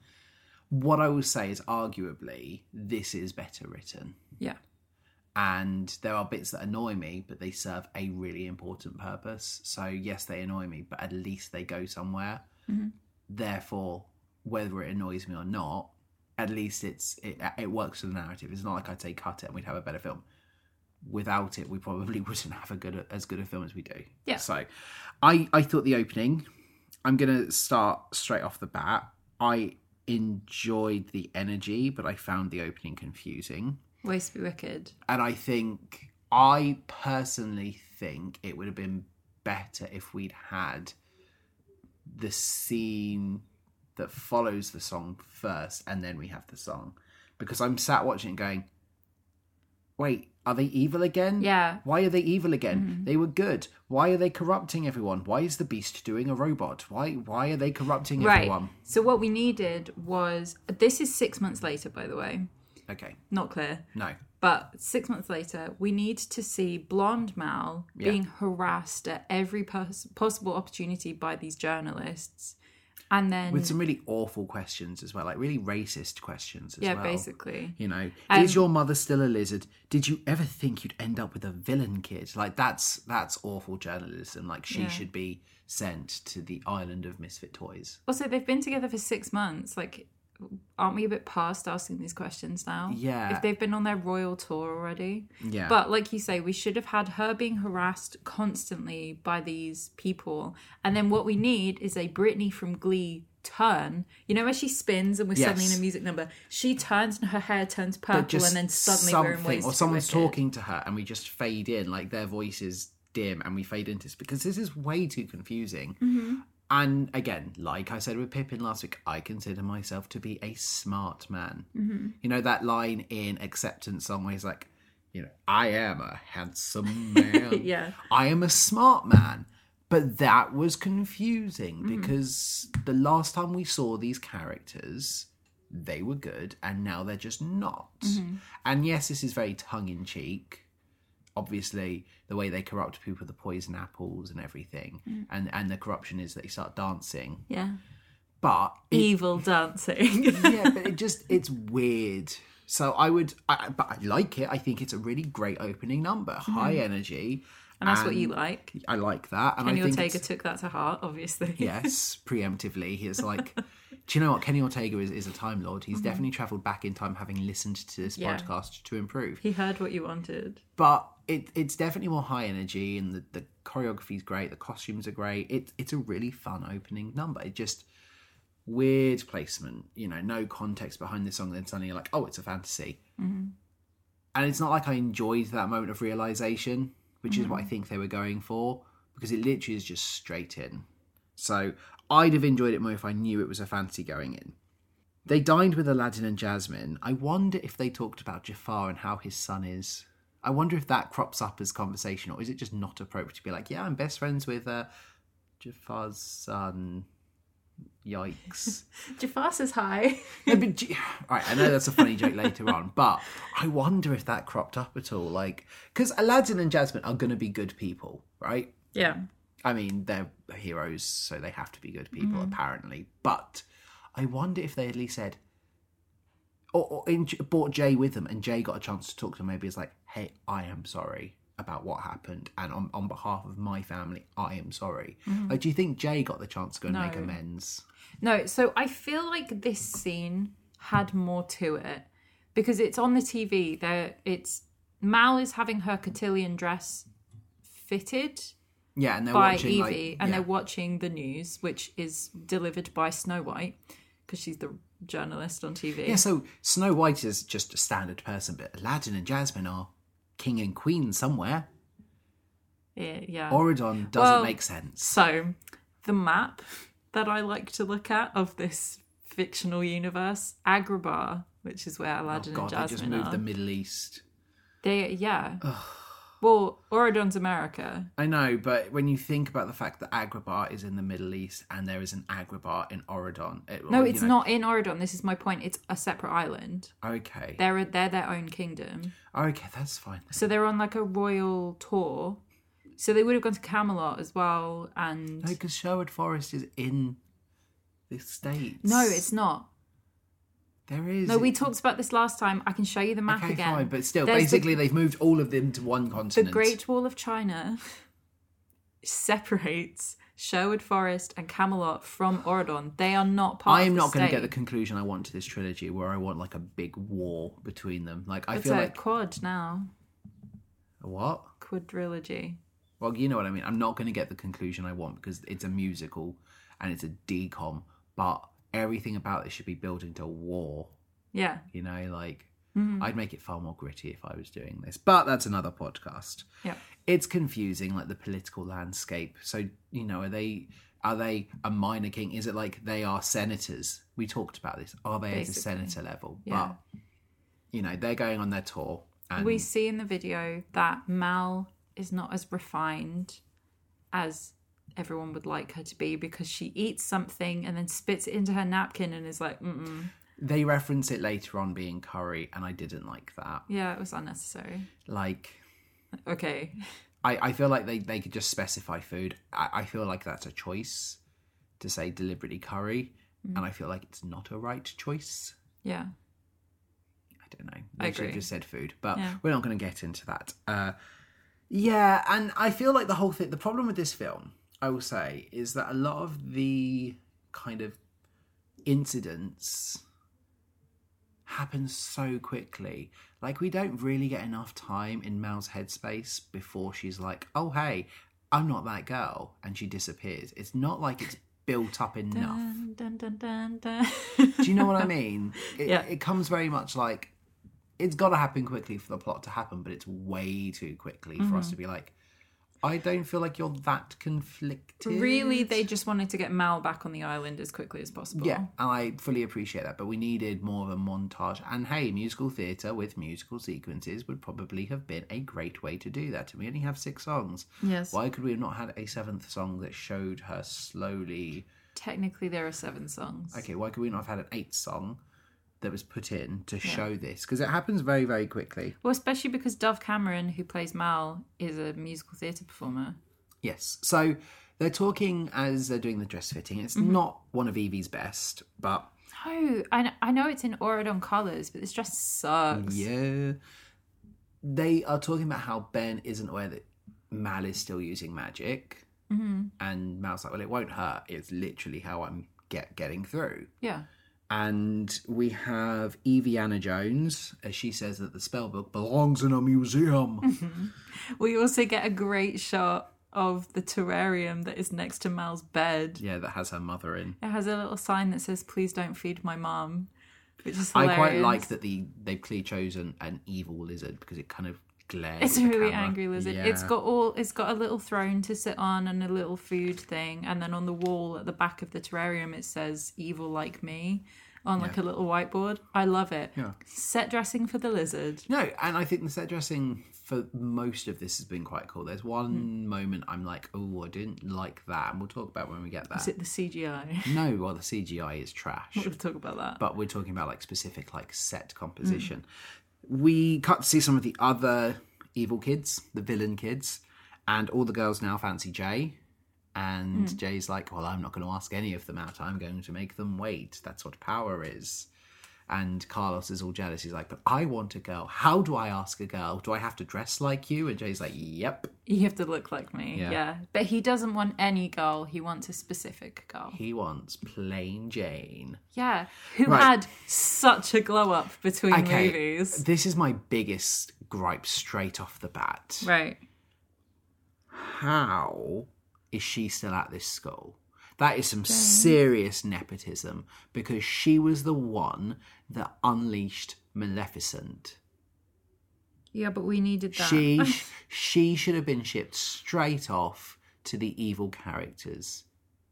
Speaker 2: what I will say is, arguably, this is better written.
Speaker 1: Yeah.
Speaker 2: And there are bits that annoy me, but they serve a really important purpose. So, yes, they annoy me, but at least they go somewhere.
Speaker 1: Mm-hmm.
Speaker 2: Therefore, whether it annoys me or not, at least it's it, it works for the narrative. It's not like I'd say cut it and we'd have a better film without it, we probably wouldn't have a good as good a film as we do.
Speaker 1: Yeah.
Speaker 2: So, I I thought the opening. I'm gonna start straight off the bat. I enjoyed the energy, but I found the opening confusing,
Speaker 1: Ways to be wicked.
Speaker 2: and I think I personally think it would have been better if we'd had the scene that follows the song first, and then we have the song, because I'm sat watching it going. Wait, are they evil again?
Speaker 1: Yeah. Mm-hmm.
Speaker 2: Why are they evil again? They were good. Why are they corrupting everyone? Why is the beast doing a robot? Why why are they corrupting
Speaker 1: Right.
Speaker 2: everyone?
Speaker 1: So what we needed was this is six months later, by the way.
Speaker 2: Okay.
Speaker 1: Not clear.
Speaker 2: No.
Speaker 1: But six months later, we need to see blonde Mal
Speaker 2: Yeah.
Speaker 1: being harassed at every pos- possible opportunity by these journalists, and then
Speaker 2: With some really awful questions as well, like really racist questions as
Speaker 1: yeah,
Speaker 2: well.
Speaker 1: basically,
Speaker 2: You know,
Speaker 1: Um,
Speaker 2: is your mother still a lizard? Did you ever think you'd end up with a villain kid? Like that's that's awful journalism. Like she
Speaker 1: Yeah.
Speaker 2: should be sent to the island of misfit toys.
Speaker 1: Also, they've been together for six months. Like, aren't we a bit past asking these questions now?
Speaker 2: Yeah.
Speaker 1: If they've been on their royal tour already.
Speaker 2: Yeah.
Speaker 1: But, like you say, we should have had her being harassed constantly by these people. And then what we need is a Britney from Glee turn. You know, where she spins and we're suddenly in
Speaker 2: Yes.
Speaker 1: a music number? She turns and her hair turns purple and then suddenly we're in ways
Speaker 2: or
Speaker 1: to be
Speaker 2: someone's
Speaker 1: wicked.
Speaker 2: talking to her and we just fade in like their voice is dim and we fade into this because this is way too confusing
Speaker 1: Mm-hmm.
Speaker 2: and again like i said with pippin last week i consider myself to be a smart man
Speaker 1: Mm-hmm.
Speaker 2: you know that line in acceptance song where he's like you know i am a handsome man
Speaker 1: Yeah.
Speaker 2: i am a smart man but that was confusing because the last time we saw these characters they were good and now they're just not. And yes, this is very tongue in cheek. Obviously, the way they corrupt people with the poison apples and everything, and and the corruption is that they start dancing.
Speaker 1: Yeah.
Speaker 2: But it,
Speaker 1: Evil dancing.
Speaker 2: yeah, but it just it's weird. So I would, I, I- but I like it. I think it's a really great opening number, high energy,
Speaker 1: and that's what you like.
Speaker 2: I like that. And
Speaker 1: Kenny
Speaker 2: I think
Speaker 1: Ortega
Speaker 2: it's-
Speaker 1: took that to heart, obviously.
Speaker 2: yes, preemptively. He's like, do you know what? Kenny Ortega is, is a time lord. He's definitely travelled back in time, having listened to this
Speaker 1: Mm-hmm. Yeah.
Speaker 2: podcast to improve.
Speaker 1: He heard what you wanted.
Speaker 2: But it, it's definitely more high energy, and the, the choreography is great. The costumes are great. It, it's a really fun opening number. It just weird placement. You know, no context behind the song. Then suddenly you're like, oh, it's a fantasy. And it's not like I enjoyed that moment of realization, which is what I think they were going for. because it literally is just straight in. So I'd have enjoyed it more if I knew it was a fancy going in. They dined with Aladdin and Jasmine. I wonder if they talked about Jafar and how his son is. I wonder if that crops up as conversation, or is it just not appropriate to be like, yeah, I'm best friends with uh, Jafar's son? Yikes.
Speaker 1: Jafar says hi.
Speaker 2: No, but do you- all right, I know that's a funny joke later on, but I wonder if that cropped up at all. Like, because Aladdin and Jasmine are going to be good people, right?
Speaker 1: Yeah.
Speaker 2: I mean, they're heroes, so they have to be good people,
Speaker 1: Mm-hmm.
Speaker 2: apparently. But I wonder if they at least said, or, or in, brought Jay with them, and Jay got a chance to talk to him. Maybe it's like, hey, I am sorry about what happened, and on, on behalf of my family, I am sorry. Like, do you think Jay got the chance to go and make
Speaker 1: Mm-hmm. No.
Speaker 2: amends?
Speaker 1: No, so I feel like this scene had more to it because it's on the TV. There, it's Mal is having her cotillion dress fitted
Speaker 2: Yeah, and they're
Speaker 1: by
Speaker 2: watching
Speaker 1: Evie,
Speaker 2: like,
Speaker 1: and
Speaker 2: yeah.
Speaker 1: they're watching the news, which is delivered by Snow White because she's the journalist on TV.
Speaker 2: Yeah, so Snow White is just a standard person, but Aladdin and Jasmine are king and queen somewhere.
Speaker 1: Yeah, yeah.
Speaker 2: Oridon doesn't
Speaker 1: Uh, Well-
Speaker 2: make sense.
Speaker 1: So, the map that I like to look at of this fictional universe, Agrabah, which is where Aladdin
Speaker 2: Oh, God,
Speaker 1: and
Speaker 2: they just
Speaker 1: Jasmine
Speaker 2: moved
Speaker 1: are.
Speaker 2: the Middle East.
Speaker 1: They, yeah. well, Oridon's America.
Speaker 2: I know, but when you think about the fact that Agrabah is in the Middle East and there is an Agrabah in Oridon, it-
Speaker 1: No,
Speaker 2: or, you
Speaker 1: it's
Speaker 2: know-
Speaker 1: not in Oridon. This is my point. It's a separate island.
Speaker 2: Okay,
Speaker 1: They're a, they're their own kingdom.
Speaker 2: okay, that's fine.
Speaker 1: So they're on like a royal tour. So they would have gone to Camelot as well, and
Speaker 2: No, because Sherwood Forest is in the states.
Speaker 1: no, it's not.
Speaker 2: there is.
Speaker 1: No, we talked about this last time. I can show you the map
Speaker 2: okay,
Speaker 1: again.
Speaker 2: fine, but still,
Speaker 1: There's the-
Speaker 2: basically, they've moved all of them to one
Speaker 1: the
Speaker 2: continent.
Speaker 1: Great Wall of China separates Sherwood Forest and Camelot from Oridon. They are not part.
Speaker 2: I am
Speaker 1: of the
Speaker 2: not going to
Speaker 1: state.
Speaker 2: get the conclusion I want to this trilogy, where I want like a big war between them. Like I
Speaker 1: It's
Speaker 2: feel
Speaker 1: a
Speaker 2: like
Speaker 1: quad now,
Speaker 2: what?
Speaker 1: quadrilogy.
Speaker 2: Well, you know what I mean. I'm not going to get the conclusion I want because it's a musical and it's a decom, but everything about it should be built into war.
Speaker 1: Yeah,
Speaker 2: You know, like
Speaker 1: Mm.
Speaker 2: I'd make it far more gritty if I was doing this, but that's another podcast.
Speaker 1: yeah.
Speaker 2: It's confusing, like the political landscape. So you know, are they? Are they a minor king? Is it like they are senators? We talked about this. Are they at a
Speaker 1: Basically.
Speaker 2: senator level?
Speaker 1: Yeah.
Speaker 2: But you know they're going on their tour and
Speaker 1: we see in the video that Mal is not as refined as everyone would like her to be because she eats something and then spits it into her napkin and is like, mm
Speaker 2: they reference it later on being curry and i didn't like that
Speaker 1: yeah, it was unnecessary.
Speaker 2: like
Speaker 1: Okay.
Speaker 2: i, I feel like they, they could just specify food I, I feel like that's a choice to say deliberately curry and i feel like it's not a right choice
Speaker 1: Yeah.
Speaker 2: i don't know
Speaker 1: I
Speaker 2: they should have
Speaker 1: agree.
Speaker 2: just said food but
Speaker 1: Yeah.
Speaker 2: we're not going to get into that uh, yeah and i feel like the whole thing the problem with this film i will say is that a lot of the kind of incidents happens so quickly. Like we don't really get enough time in Mel's headspace before she's like, "Oh hey, I'm not that girl," and she disappears. It's not like it's built up enough.
Speaker 1: Dun, dun, dun, dun, dun.
Speaker 2: Do you know what I mean? It,
Speaker 1: Yeah.
Speaker 2: it comes very much like it's got to happen quickly for the plot to happen, but it's way too quickly for
Speaker 1: Mm-hmm.
Speaker 2: us to be like, "I don't feel like you're that conflicted."
Speaker 1: really, they just wanted to get Mal back on the island as quickly as possible.
Speaker 2: Yeah, and I fully appreciate that, but we needed more of a montage. And hey, musical theatre with musical sequences would probably have been a great way to do that. And we only have six songs.
Speaker 1: Yes.
Speaker 2: Why could we have not had a seventh song that showed her slowly?
Speaker 1: Technically, there are seven songs.
Speaker 2: Okay, why could we not have had an eighth song that was put in to show this? Because it happens very, very quickly.
Speaker 1: Well, especially because Dove Cameron, who plays Mal, is a musical theatre performer.
Speaker 2: Yes. So they're talking as they're doing the dress fitting. It's not one of Evie's best, but
Speaker 1: No, I, kn- I know it's in Oridon colours, but this dress sucks.
Speaker 2: Yeah. They are talking about how Ben isn't aware that Mal is still using magic. Mm-hmm. And Mal's like, well, it won't hurt. It's literally how I'm get getting through.
Speaker 1: Yeah.
Speaker 2: And we have Evie Anna Jones, as she says that the spell book belongs in a museum.
Speaker 1: We also get a great shot of the terrarium that is next to Mal's bed.
Speaker 2: yeah, that has her mother in.
Speaker 1: It has a little sign that says, please don't feed my mum, which is
Speaker 2: I quite
Speaker 1: hilarious.
Speaker 2: like that the they've clearly chosen an evil lizard because it kind of glares.
Speaker 1: It's
Speaker 2: at
Speaker 1: a
Speaker 2: the
Speaker 1: really
Speaker 2: camera.
Speaker 1: angry lizard.
Speaker 2: Yeah.
Speaker 1: It's got all. It's got a little throne to sit on and a little food thing, and then on the wall at the back of the terrarium it says "Evil like me" on like a little whiteboard. I love it.
Speaker 2: Yeah.
Speaker 1: Set dressing for the lizard.
Speaker 2: No, and I think the set dressing for most of this has been quite cool. There's
Speaker 1: Hmm.
Speaker 2: one moment I'm like, oh, I didn't like that, and we'll talk about when we get
Speaker 1: Is
Speaker 2: that.
Speaker 1: it the CGI?
Speaker 2: No, well, the CGI is trash.
Speaker 1: we'll talk about that.
Speaker 2: but we're talking about like specific like set composition. We cut to see some of the other evil kids, the villain kids, and all the girls now fancy Jay. And Jay's like, "Well, I'm not going to ask any of them out. I'm going to make them wait. That's what power is." And Carlos is all jealous. He's like, "But I want a girl. How do I ask a girl? Do I have to dress like you?" And Jay's like, "Yep."
Speaker 1: You have to look like me.
Speaker 2: Yeah.
Speaker 1: Yeah. But he doesn't want any girl. He wants a specific girl.
Speaker 2: He wants plain Jane.
Speaker 1: Yeah. Who
Speaker 2: Right.
Speaker 1: had such a glow up between movies.
Speaker 2: this is my biggest gripe straight off the bat.
Speaker 1: Right.
Speaker 2: how is she still at this school? That is some serious nepotism because she was the one that unleashed Maleficent.
Speaker 1: Yeah, but we needed that.
Speaker 2: She she should have been shipped straight off to the evil characters.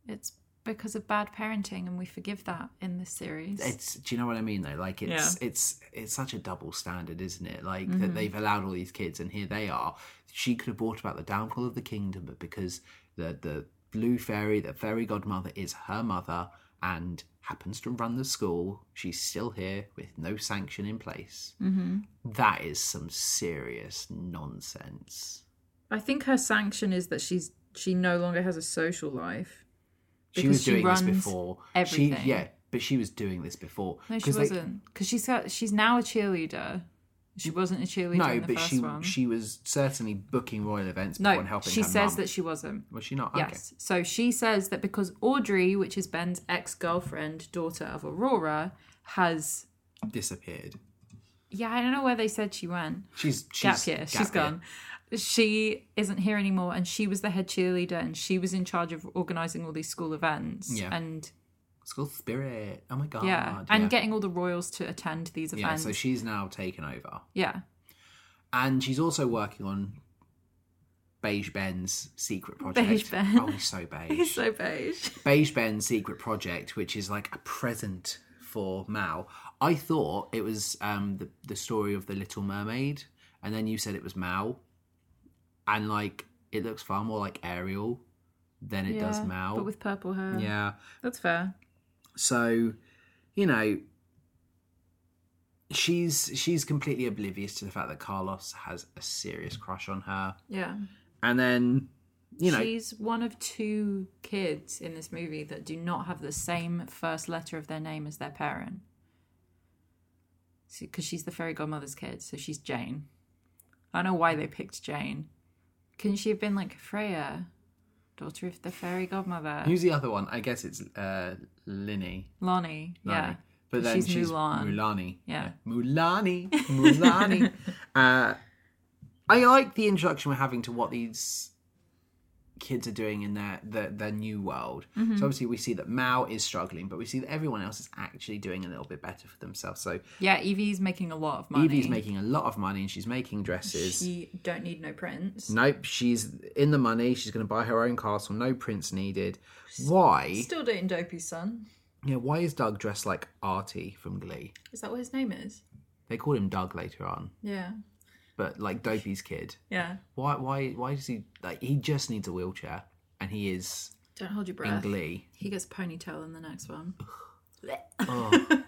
Speaker 1: It's because of bad parenting, and we forgive that in this series.
Speaker 2: It's do you know what I mean though? Like it's it's it's such a double standard, isn't it? Like
Speaker 1: Mm-hmm.
Speaker 2: that they've allowed all these kids and here they are. She could have brought about the downfall of the kingdom, but because the the blue fairy, the fairy godmother, is her mother and happens to run the school, she's still here with no sanction in place.
Speaker 1: Mm-hmm.
Speaker 2: That is some serious nonsense.
Speaker 1: I think her sanction is that she's she no longer has a social life.
Speaker 2: she was
Speaker 1: Because she
Speaker 2: doing this
Speaker 1: runs
Speaker 2: before.
Speaker 1: everything.
Speaker 2: She yeah, but she was doing this before.
Speaker 1: No, she
Speaker 2: 'Cause they-
Speaker 1: wasn't. Because she's got, she's now a cheerleader. She wasn't a cheerleader
Speaker 2: No,
Speaker 1: in the
Speaker 2: but
Speaker 1: first
Speaker 2: she
Speaker 1: one.
Speaker 2: she was certainly booking royal events before
Speaker 1: no,
Speaker 2: and helping
Speaker 1: she
Speaker 2: her
Speaker 1: says
Speaker 2: mum.
Speaker 1: that she wasn't.
Speaker 2: Was she not?
Speaker 1: Yes. So she says that because Audrey, which is Ben's ex girlfriend, daughter of Aurora, has.
Speaker 2: Okay. Disappeared.
Speaker 1: Yeah, I don't know where they said she went.
Speaker 2: She's she's
Speaker 1: Gap year.
Speaker 2: gap
Speaker 1: She's gone. She isn't here anymore. And she was the head cheerleader and she was in charge of organizing all these school events.
Speaker 2: Yeah.
Speaker 1: And
Speaker 2: School spirit. Oh my god.
Speaker 1: yeah, and getting all the royals to attend these
Speaker 2: yeah.
Speaker 1: events.
Speaker 2: So she's now taken over,
Speaker 1: yeah.
Speaker 2: and she's also working on Beige Ben's secret project.
Speaker 1: Beige Ben.
Speaker 2: Oh, he's so beige.
Speaker 1: He's so beige.
Speaker 2: Beige Ben's secret project, which is like a present for Mal. I thought it was um, the the story of the Little Mermaid, and then you said it was Mal, and like it looks far more like Ariel than it does Mal.
Speaker 1: But with purple hair.
Speaker 2: yeah,
Speaker 1: That's fair.
Speaker 2: so you know she's she's completely oblivious to the fact that Carlos has a serious crush on her,
Speaker 1: Yeah.
Speaker 2: and then you know
Speaker 1: She's one of two kids in this movie that do not have the same first letter of their name as their parent. Because she's the fairy godmother's kid, so she's Jane. I don't know why they picked Jane. Couldn't she have been like Freya, daughter of the fairy godmother?
Speaker 2: who's the other one? I guess it's uh, Linny.
Speaker 1: Lonnie, yeah.
Speaker 2: Lani. But then she's,
Speaker 1: She's Mulan.
Speaker 2: Mulani.
Speaker 1: Yeah.
Speaker 2: Mulani. Mulani. uh, I like the introduction we're having to what these kids are doing in their their, their new world. So obviously we see that Mao is struggling, but we see that everyone else is actually doing a little bit better for themselves. So
Speaker 1: Yeah, Evie's making a lot of money.
Speaker 2: Evie's making a lot of money and she's making dresses.
Speaker 1: She don't need no prints.
Speaker 2: Nope, she's in the money. She's going to buy her own castle. No prince needed. Why?
Speaker 1: Still dating Dopey's son.
Speaker 2: Yeah, why is Doug dressed like Artie from Glee?
Speaker 1: Is that what his name is?
Speaker 2: They call him Doug later on.
Speaker 1: Yeah.
Speaker 2: but like Dopey's kid.
Speaker 1: Yeah.
Speaker 2: Why why why does he like he just needs a wheelchair and he is
Speaker 1: Don't hold your
Speaker 2: in
Speaker 1: breath.
Speaker 2: glee.
Speaker 1: He gets ponytail in the next one.
Speaker 2: Oh.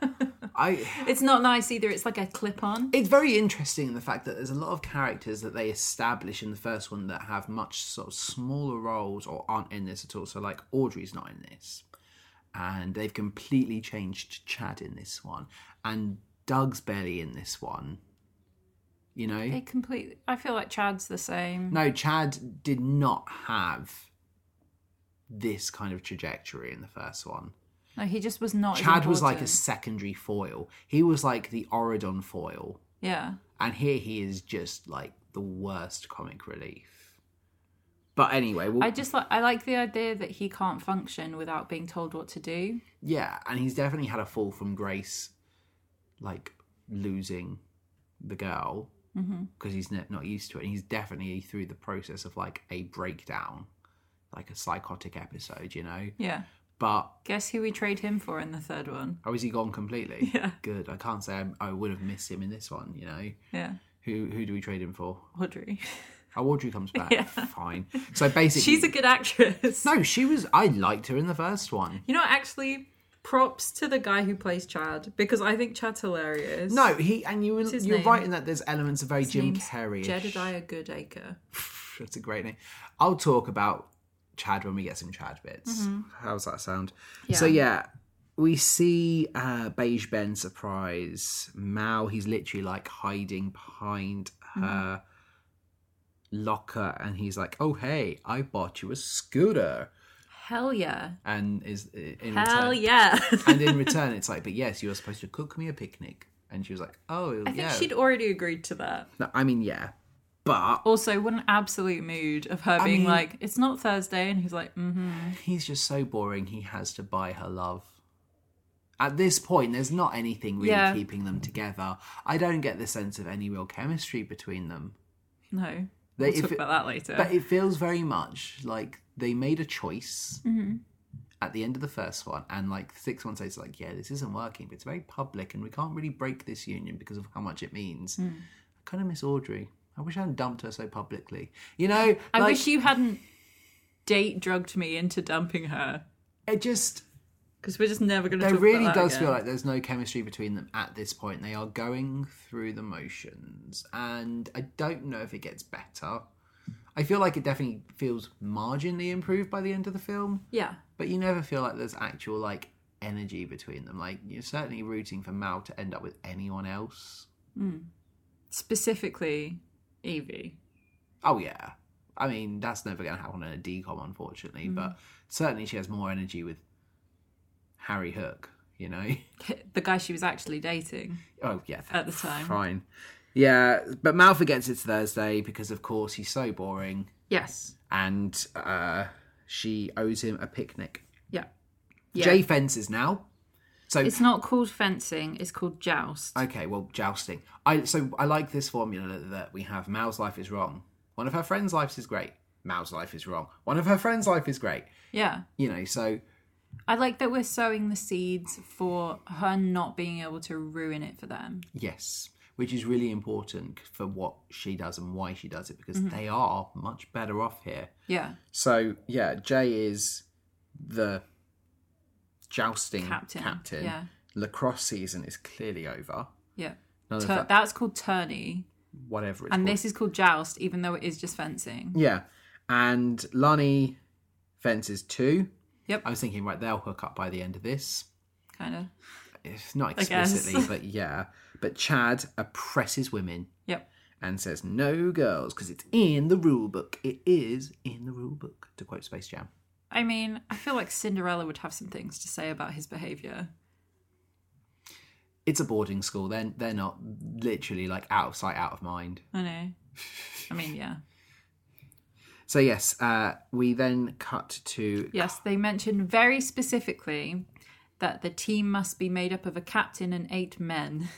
Speaker 2: I
Speaker 1: It's not nice either. It's like a clip on.
Speaker 2: it's very interesting the fact that there's a lot of characters that they establish in the first one that have much sort of smaller roles or aren't in this at all. So like Audrey's not in this. And they've completely changed Chad in this one. And Doug's barely in this one. You know?
Speaker 1: They completely. I feel like Chad's the same.
Speaker 2: No, Chad did not have this kind of trajectory in the first one.
Speaker 1: No, he just was not. as
Speaker 2: Chad was like a
Speaker 1: important.
Speaker 2: secondary foil. He was like the Oridon foil.
Speaker 1: Yeah.
Speaker 2: And here he is just like the worst comic relief. But anyway, well,
Speaker 1: I just like. I like the idea that he can't function without being told what to do.
Speaker 2: yeah, and he's definitely had a fall from grace, like losing the girl.
Speaker 1: Mm-hmm.
Speaker 2: because he's n- not used to it. And he's definitely through the process of like a breakdown, like a psychotic episode, you know.
Speaker 1: Yeah.
Speaker 2: But
Speaker 1: Guess who we trade him for in the third one?
Speaker 2: oh, is he gone completely?
Speaker 1: Yeah.
Speaker 2: Good. I can't say I'm, I would have missed him in this one, you know.
Speaker 1: Yeah.
Speaker 2: Who who do we trade him for?
Speaker 1: Audrey.
Speaker 2: Oh, Audrey comes back.
Speaker 1: Yeah.
Speaker 2: Fine. So basically,
Speaker 1: She's a good actress.
Speaker 2: no. She was. I liked her in the first one.
Speaker 1: You know, actually, props to the guy who plays Chad because I think Chad's hilarious.
Speaker 2: No, he and you were
Speaker 1: his
Speaker 2: you're
Speaker 1: name?
Speaker 2: right in that there's elements of very Jim
Speaker 1: name's
Speaker 2: Carrey.
Speaker 1: Jedediah Goodacre.
Speaker 2: That's a great name. I'll talk about Chad when we get some Chad bits.
Speaker 1: Mm-hmm.
Speaker 2: How's that sound? So yeah, we see uh, Beige Ben surprise Mao. He's literally like hiding behind
Speaker 1: Mm-hmm.
Speaker 2: her locker, and he's like, "Oh hey, I bought you a scooter,"
Speaker 1: Hell yeah.
Speaker 2: and is in
Speaker 1: Hell
Speaker 2: return,
Speaker 1: yeah.
Speaker 2: and in return, it's like, "But yes, you were supposed to cook me a picnic," and she was like, "Oh
Speaker 1: I think
Speaker 2: yeah."
Speaker 1: she'd already agreed to that.
Speaker 2: No, I mean, yeah, but
Speaker 1: Also, what an absolute mood of her being
Speaker 2: mean-
Speaker 1: like, it's not Thursday. And he's like, mm hmm.
Speaker 2: he's just so boring he has to buy her love at this point there's not anything really
Speaker 1: Yeah.
Speaker 2: keeping them together i don't get the sense of any real chemistry between them
Speaker 1: No.
Speaker 2: They-
Speaker 1: We'll
Speaker 2: if
Speaker 1: talk
Speaker 2: it-
Speaker 1: about that later.
Speaker 2: but it feels very much like they made a choice
Speaker 1: Mm-hmm.
Speaker 2: at the end of the first one and like six months later it's like yeah this isn't working but it's very public and we can't really break this union because of how much it means
Speaker 1: Mm.
Speaker 2: i kind of miss audrey i wish i hadn't dumped her so publicly you know
Speaker 1: I
Speaker 2: like,
Speaker 1: wish you hadn't date drugged me into dumping her
Speaker 2: it just
Speaker 1: because we're just never going to
Speaker 2: There
Speaker 1: talk
Speaker 2: really
Speaker 1: about that
Speaker 2: does
Speaker 1: again.
Speaker 2: feel like there's no chemistry between them at this point. They are going through the motions, and I don't know if it gets better. I feel like it definitely feels marginally improved by the end of the film,
Speaker 1: Yeah.
Speaker 2: but you never feel like there's actual like energy between them. Like you're certainly rooting for Mal to end up with anyone else.
Speaker 1: Specifically, Evie.
Speaker 2: Oh yeah, I mean that's never going to happen in a decom, unfortunately.
Speaker 1: Mm.
Speaker 2: But certainly she has more energy with Harry Hook. You know.
Speaker 1: The guy she was actually dating.
Speaker 2: Oh yeah,
Speaker 1: At the time.
Speaker 2: Fine. Yeah, but Mal forgets it's Thursday because, of course, he's so boring,
Speaker 1: Yes.
Speaker 2: and uh, she owes him a picnic.
Speaker 1: Yeah. Yeah.
Speaker 2: Jay fences now. So
Speaker 1: It's not called fencing, it's called joust.
Speaker 2: okay, well, jousting. I so I like this formula that we have. Mal's life is wrong. One of her friends' lives is great. Mal's life is wrong. One of her friends' life is great.
Speaker 1: yeah.
Speaker 2: You know, so
Speaker 1: I like that we're sowing the seeds for her not being able to ruin it for them.
Speaker 2: yes, which is really important for what she does and why she does it because
Speaker 1: Mm-hmm.
Speaker 2: they are much better off here.
Speaker 1: Yeah.
Speaker 2: So yeah, Jay is the jousting captain.
Speaker 1: Captain, yeah.
Speaker 2: Lacrosse season is clearly over.
Speaker 1: Yeah.
Speaker 2: None
Speaker 1: Tur-
Speaker 2: of that,
Speaker 1: that's called tourney.
Speaker 2: whatever it's
Speaker 1: And
Speaker 2: called.
Speaker 1: this is called joust, even though it is just fencing.
Speaker 2: Yeah, and Lonnie fences two.
Speaker 1: Yep.
Speaker 2: I was thinking, right, they'll hook up by the end of this.
Speaker 1: Kind of.
Speaker 2: If not
Speaker 1: guess.
Speaker 2: explicitly, but yeah. But Chad oppresses women
Speaker 1: Yep.
Speaker 2: and says no girls because it's in the rule book. It is in the rule book, to quote Space Jam.
Speaker 1: I mean, I feel like Cinderella would have some things to say about his behavior.
Speaker 2: It's a boarding school. Then they're, not literally like out of sight, out of mind.
Speaker 1: I know. I mean, yeah.
Speaker 2: So yes, uh, we then cut to
Speaker 1: Yes, they mentioned very specifically that the team must be made up of a captain and eight men,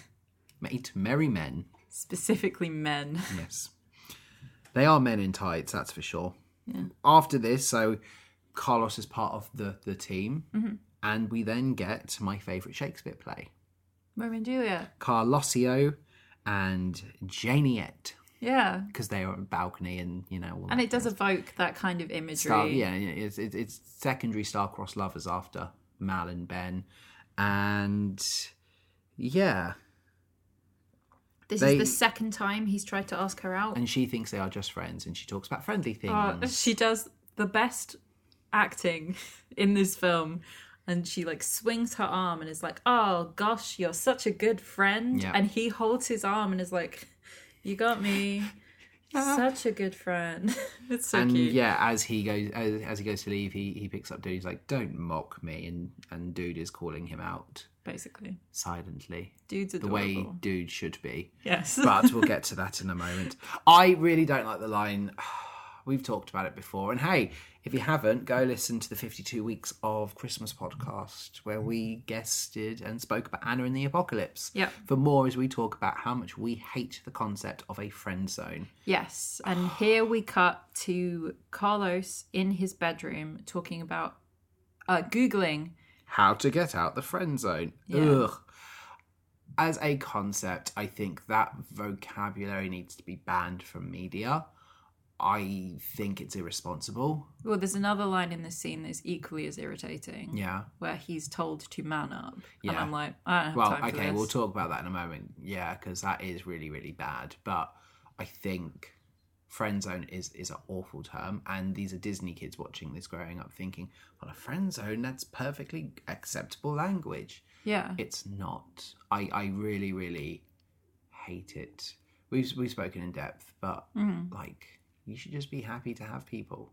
Speaker 2: eight merry men.
Speaker 1: specifically men.
Speaker 2: Yes, they are men in tights, that's for sure. After this, so Carlos is part of the the team,
Speaker 1: Mm-hmm.
Speaker 2: and we then get my favourite Shakespeare play,
Speaker 1: Romeo and Juliet.
Speaker 2: Carlosio and Janiette,
Speaker 1: Yeah.
Speaker 2: because they are on a balcony and you know all
Speaker 1: And
Speaker 2: that
Speaker 1: it does evoke that kind of imagery.
Speaker 2: Star, yeah, yeah, it's, it's, it's secondary star-crossed lovers after Mal and Ben, and yeah,
Speaker 1: This
Speaker 2: They-
Speaker 1: is the second time he's tried to ask her out.
Speaker 2: and she thinks they are just friends, and she talks about friendly things.
Speaker 1: Uh, she does the best acting in this film. And she like swings her arm and is like, "Oh gosh, you're such a good friend."
Speaker 2: Yeah.
Speaker 1: And he holds his arm and is like, "You got me, such a good friend." it's so
Speaker 2: and
Speaker 1: cute.
Speaker 2: yeah, as he goes as, as he goes to leave, he, he picks up dude. He's like, "Don't mock me," and and dude is calling him out
Speaker 1: Basically,
Speaker 2: silently,
Speaker 1: dude's
Speaker 2: the way
Speaker 1: adorable.
Speaker 2: dude should be.
Speaker 1: yes,
Speaker 2: But we'll get to that in a moment. I really don't like the line. We've talked about it before. And hey, if you haven't, go listen to the 52 Weeks of Christmas podcast where we guested and spoke about Anna in the Apocalypse.
Speaker 1: Yep.
Speaker 2: For more, as we talk about how much we hate the concept of a friend zone.
Speaker 1: Yes, and here we cut to Carlos in his bedroom talking about uh, googling.
Speaker 2: How to get out the friend zone.
Speaker 1: Yeah.
Speaker 2: Ugh. As a concept, I think that vocabulary needs to be banned from media. I think it's irresponsible.
Speaker 1: Well, there's another line in this scene that's equally as irritating,
Speaker 2: Yeah.
Speaker 1: where he's told to man up, and
Speaker 2: Yeah.
Speaker 1: I'm like, I don't have
Speaker 2: Well,
Speaker 1: time for
Speaker 2: okay,
Speaker 1: this.
Speaker 2: we'll talk about that in a moment. Yeah, because that is really, really bad. But I think friend zone is is an awful term, and these are Disney kids watching this growing up, thinking, "Well, a friend zone that's perfectly acceptable language."
Speaker 1: yeah,
Speaker 2: It's not. I I really, really hate it. We've we've spoken in depth, but
Speaker 1: Mm.
Speaker 2: like you should just be happy to have people.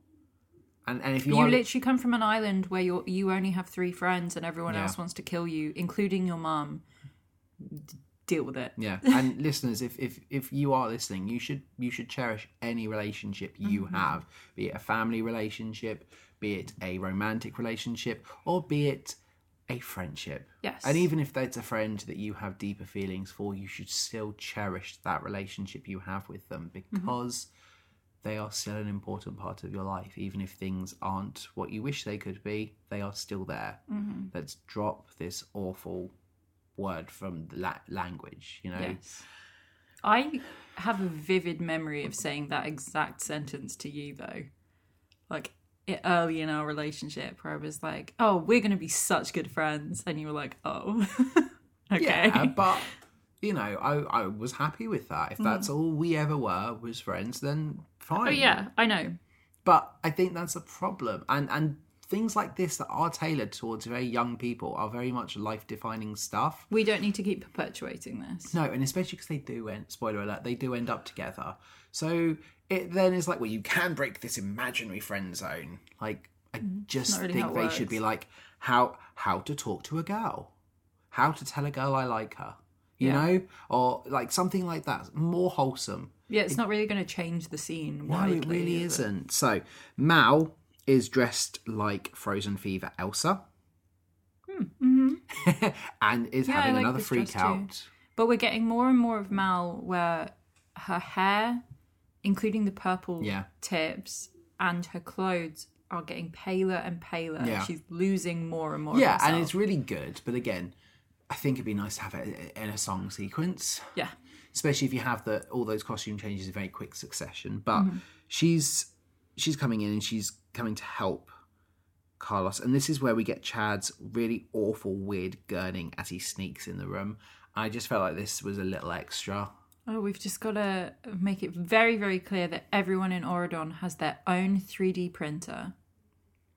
Speaker 2: And and if you,
Speaker 1: you,
Speaker 2: are
Speaker 1: literally come from an island where you you only have three friends, and everyone
Speaker 2: Yeah.
Speaker 1: else wants to kill you, including your mum. D- deal with it.
Speaker 2: Yeah, and listeners, if if if you are listening, you should you should cherish any relationship you have, be it a family relationship, be it a romantic relationship, or be it a friendship.
Speaker 1: Yes,
Speaker 2: And even if that's a friend that you have deeper feelings for, you should still cherish that relationship you have with them
Speaker 1: Mm-hmm.
Speaker 2: because they are still an important part of your life. Even if things aren't what you wish they could be, they are still there.
Speaker 1: Mm-hmm.
Speaker 2: Let's drop this awful word from the la- language, you know?
Speaker 1: Yes. I have a vivid memory of saying that exact sentence to you though. Like it, early in our relationship where I was like, "Oh, we're going to be such good friends." And you were like, "Oh." okay. Mm-hmm.
Speaker 2: Yeah, but you know, I, I was happy with that. If that's all we ever were was friends, then fine.
Speaker 1: oh yeah, I know.
Speaker 2: But I think that's a problem. And and things like this that are tailored towards very young people are very much life defining stuff.
Speaker 1: We don't need to keep perpetuating this.
Speaker 2: No, and especially because they do end spoiler alert, they do end up together. So it then is like, well, you can break this imaginary friend zone. Like I just
Speaker 1: Mm, not really how
Speaker 2: think
Speaker 1: it
Speaker 2: they should be
Speaker 1: works.
Speaker 2: like how how to talk to a girl. How to tell a girl I like her. You
Speaker 1: Yeah.
Speaker 2: know? Or like something like that. More wholesome.
Speaker 1: Yeah, it's not really going to change the scene widely.
Speaker 2: No, it really
Speaker 1: is it?
Speaker 2: isn't. So Mal is dressed like Frozen Fever Elsa. and is
Speaker 1: Mm-hmm. Yeah, I
Speaker 2: having
Speaker 1: like
Speaker 2: another
Speaker 1: this
Speaker 2: freak
Speaker 1: dress too.
Speaker 2: out.
Speaker 1: But we're getting more and more of Mal where her hair, including the purple
Speaker 2: Yeah.
Speaker 1: tips and her clothes, are getting paler and paler.
Speaker 2: Yeah.
Speaker 1: She's losing more and more.
Speaker 2: Yeah,
Speaker 1: of
Speaker 2: and
Speaker 1: herself.
Speaker 2: it's really good. But again, I think it'd be nice to have it in a song sequence.
Speaker 1: yeah,
Speaker 2: especially if you have the all those costume changes in very quick succession. But
Speaker 1: Mm-hmm.
Speaker 2: she's she's coming in and she's coming to help Carlos, and this is where we get Chad's really awful, weird gurning as he sneaks in the room. I just felt like this was a little extra.
Speaker 1: Oh, we've just got to make it very, very clear that everyone in Oridon has their own 3D printer.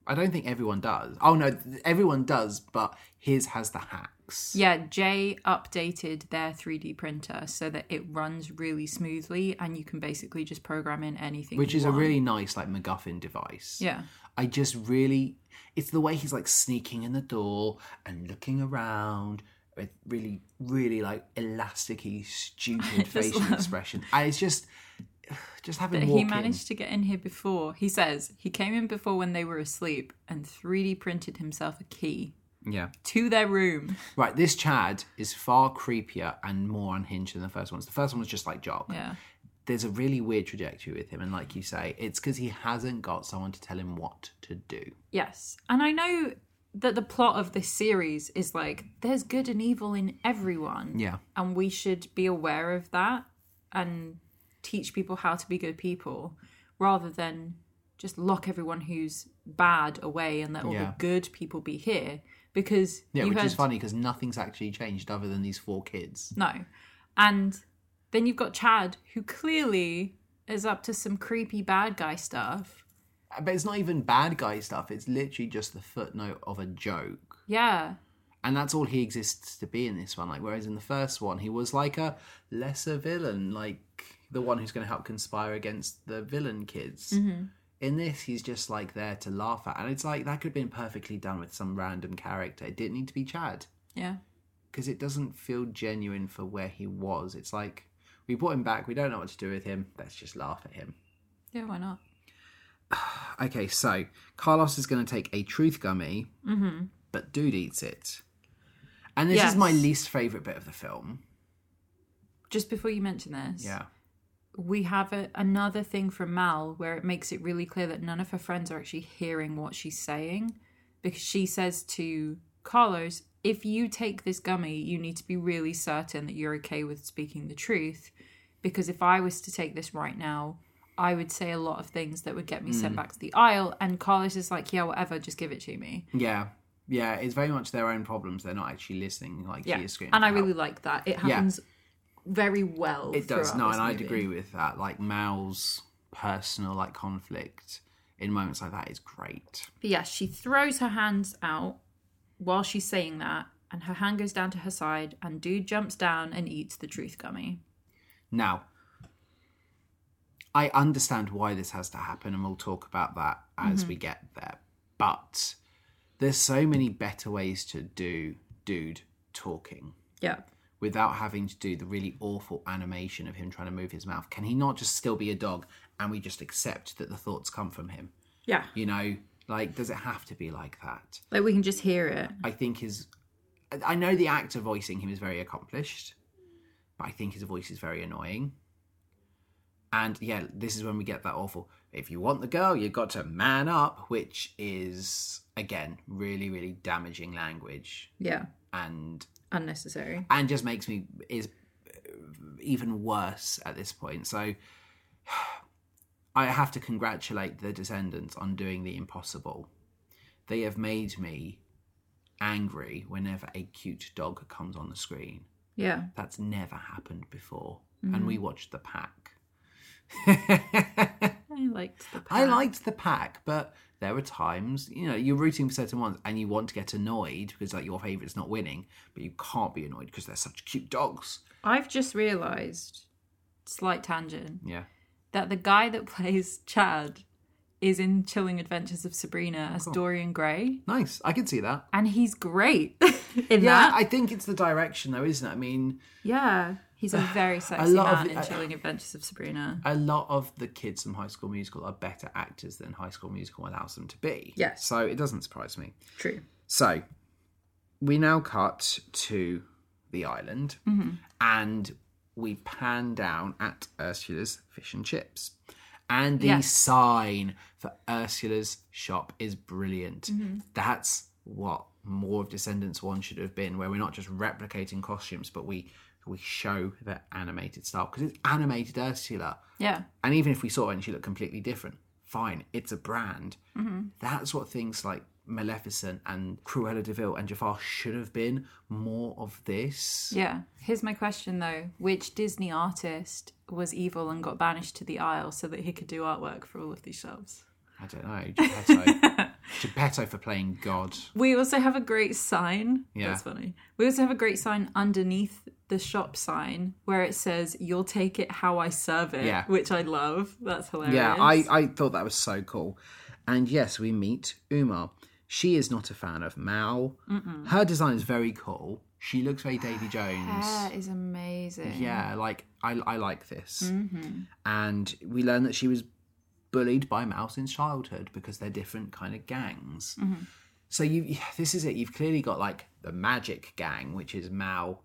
Speaker 2: I don't think everyone does. Oh no, th- everyone does, but his has the hacks.
Speaker 1: Yeah, Jay updated their 3D printer so that it runs really smoothly and you can basically just program in anything.
Speaker 2: Which
Speaker 1: you
Speaker 2: is a
Speaker 1: want.
Speaker 2: really nice like MacGuffin device.
Speaker 1: Yeah.
Speaker 2: I just really it's the way he's like sneaking in the door and looking around with really, really like elasticy, stupid facial expression. And it's just just having
Speaker 1: But
Speaker 2: walk
Speaker 1: he managed to get in here before. He says he came in before when they were asleep and 3D printed himself a key
Speaker 2: in. Yeah.
Speaker 1: to their room.
Speaker 2: Right, this Chad is far creepier and more unhinged than the first ones. The first one was just like Jock.
Speaker 1: Yeah.
Speaker 2: There's a really weird trajectory with him, and like you say, it's because he hasn't got someone to tell him what to do.
Speaker 1: Yes. And I know that the plot of this series is like there's good and evil in everyone.
Speaker 2: Yeah.
Speaker 1: And we should be aware of that and teach people how to be good people rather than just lock everyone who's bad away and let all
Speaker 2: Yeah.
Speaker 1: the good people be here. Because
Speaker 2: Yeah,
Speaker 1: you
Speaker 2: which
Speaker 1: heard
Speaker 2: is funny because nothing's actually changed other than these four kids.
Speaker 1: No. And then you've got Chad, who clearly is up to some creepy bad guy stuff.
Speaker 2: But it's not even bad guy stuff. It's literally just the footnote of a joke.
Speaker 1: Yeah.
Speaker 2: And that's all he exists to be in this one. Like, whereas in the first one, he was like a lesser villain, like the one who's going to help conspire against the villain kids. In this, he's just like there to laugh at. And it's like that could have been perfectly done with some random character. It didn't need to be Chad
Speaker 1: Yeah.
Speaker 2: because it doesn't feel genuine for where he was. It's like we brought him back, we don't know what to do with him. Let's just laugh at him.
Speaker 1: Yeah, why not?
Speaker 2: Okay, so Carlos is going to take a truth gummy, but dude eats it. And this is my
Speaker 1: Mm-hmm. Yes.
Speaker 2: least favorite bit of the film.
Speaker 1: Just before you mention this,
Speaker 2: Yeah.
Speaker 1: we have a, another thing from Mal where it makes it really clear that none of her friends are actually hearing what she's saying because she says to Carlos, if you take this gummy, you need to be really certain that you're okay with speaking the truth. Because if I was to take this right now, I would say a lot of things that would get me sent back to the aisle. And Carlos is like, yeah, whatever, just give it to me.
Speaker 2: Yeah. Yeah, it's very much their own problems. They're not actually listening. Like
Speaker 1: Yeah.
Speaker 2: she is screaming.
Speaker 1: And I
Speaker 2: for help.
Speaker 1: really like that. It happens very well.
Speaker 2: It does.
Speaker 1: throughout
Speaker 2: No,
Speaker 1: this
Speaker 2: and I'd
Speaker 1: movie.
Speaker 2: agree with that. Like Mal's personal like conflict in moments like that is great.
Speaker 1: But yeah, she throws her hands out while she's saying that, and her hand goes down to her side, and dude jumps down and eats the truth gummy.
Speaker 2: Now, I understand why this has to happen, and we'll talk about that as we get there. But there's so many better ways to do dude talking
Speaker 1: Yeah.
Speaker 2: without having to do the really awful animation of him trying to move his mouth. Can he not just still be a dog and we just accept that the thoughts come from him?
Speaker 1: Yeah.
Speaker 2: You know, like, does it have to be like that?
Speaker 1: Like we can just hear it.
Speaker 2: I think is I- I know the actor voicing him is very accomplished, but I think his voice is very annoying. And yeah, this is when we get that awful. If you want the girl, you've got to man up, which is again really, really damaging language,
Speaker 1: Yeah.
Speaker 2: and
Speaker 1: Unnecessary.
Speaker 2: and just makes me is even worse at this point. So I have to congratulate the Descendants on doing the impossible. They have made me angry whenever a cute dog comes on the screen.
Speaker 1: Yeah.
Speaker 2: That's never happened before. And we watched The Pack.
Speaker 1: I liked the
Speaker 2: I
Speaker 1: pack.
Speaker 2: liked The Pack, but there are times, you know, you're rooting for certain ones and you want to get annoyed because, like, your favourite's not winning, but you can't be annoyed because they're such cute dogs.
Speaker 1: I've just realised, slight tangent,
Speaker 2: Yeah.
Speaker 1: that the guy that plays Chad is in Chilling Adventures of Sabrina as Dorian Gray.
Speaker 2: Nice. I can see that.
Speaker 1: And he's great in
Speaker 2: Yeah,
Speaker 1: that.
Speaker 2: I think it's the direction though, isn't it? I mean,
Speaker 1: Yeah. He's a very sexy
Speaker 2: lot of
Speaker 1: man
Speaker 2: the-
Speaker 1: in
Speaker 2: I-
Speaker 1: Chilling Adventures of Sabrina.
Speaker 2: a lot of the kids from High School Musical are better actors than High School Musical allows them to be.
Speaker 1: Yes.
Speaker 2: So it doesn't surprise me.
Speaker 1: True.
Speaker 2: So we now cut to the island and we pan down at Ursula's fish and chips. And the
Speaker 1: Yes.
Speaker 2: sign for Ursula's shop is brilliant. That's what more of Descendants 1 should have been, where we're not just replicating costumes, but we we show their animated style because it's animated Ursula.
Speaker 1: Yeah.
Speaker 2: And even if we saw her and she looked completely different, fine, it's a brand. That's what things like Maleficent and Cruella de Vil and Jafar should have been more of this.
Speaker 1: Yeah. Here's my question though Which Disney artist was evil and got banished to the Isle so that he could do artwork for all of these shelves?
Speaker 2: I don't know, Geppetto. Geppetto for playing God.
Speaker 1: We also have a great sign.
Speaker 2: Yeah.
Speaker 1: That's funny. We also have a great sign underneath the shop sign where it says, You'll take it how I serve it,
Speaker 2: Yeah.
Speaker 1: which I love. That's hilarious.
Speaker 2: Yeah, I, I thought that was so cool. And yes, we meet Umar. She is not a fan of Mao. Her design is very cool. She looks very Davy Jones.
Speaker 1: That is amazing. Mm-hmm.
Speaker 2: Yeah, like I, I like this. And we learn that she was bullied by Mouse in childhood because they're different kind of gangs. So you, yeah, this is it. You've clearly got like the magic gang, which is Mao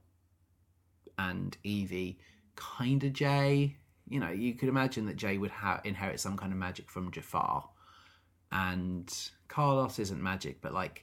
Speaker 2: and Evie, kind of Jay. You know, you could imagine that Jay would ha- inherit some kind of magic from Jafar, and Carlos isn't magic, but like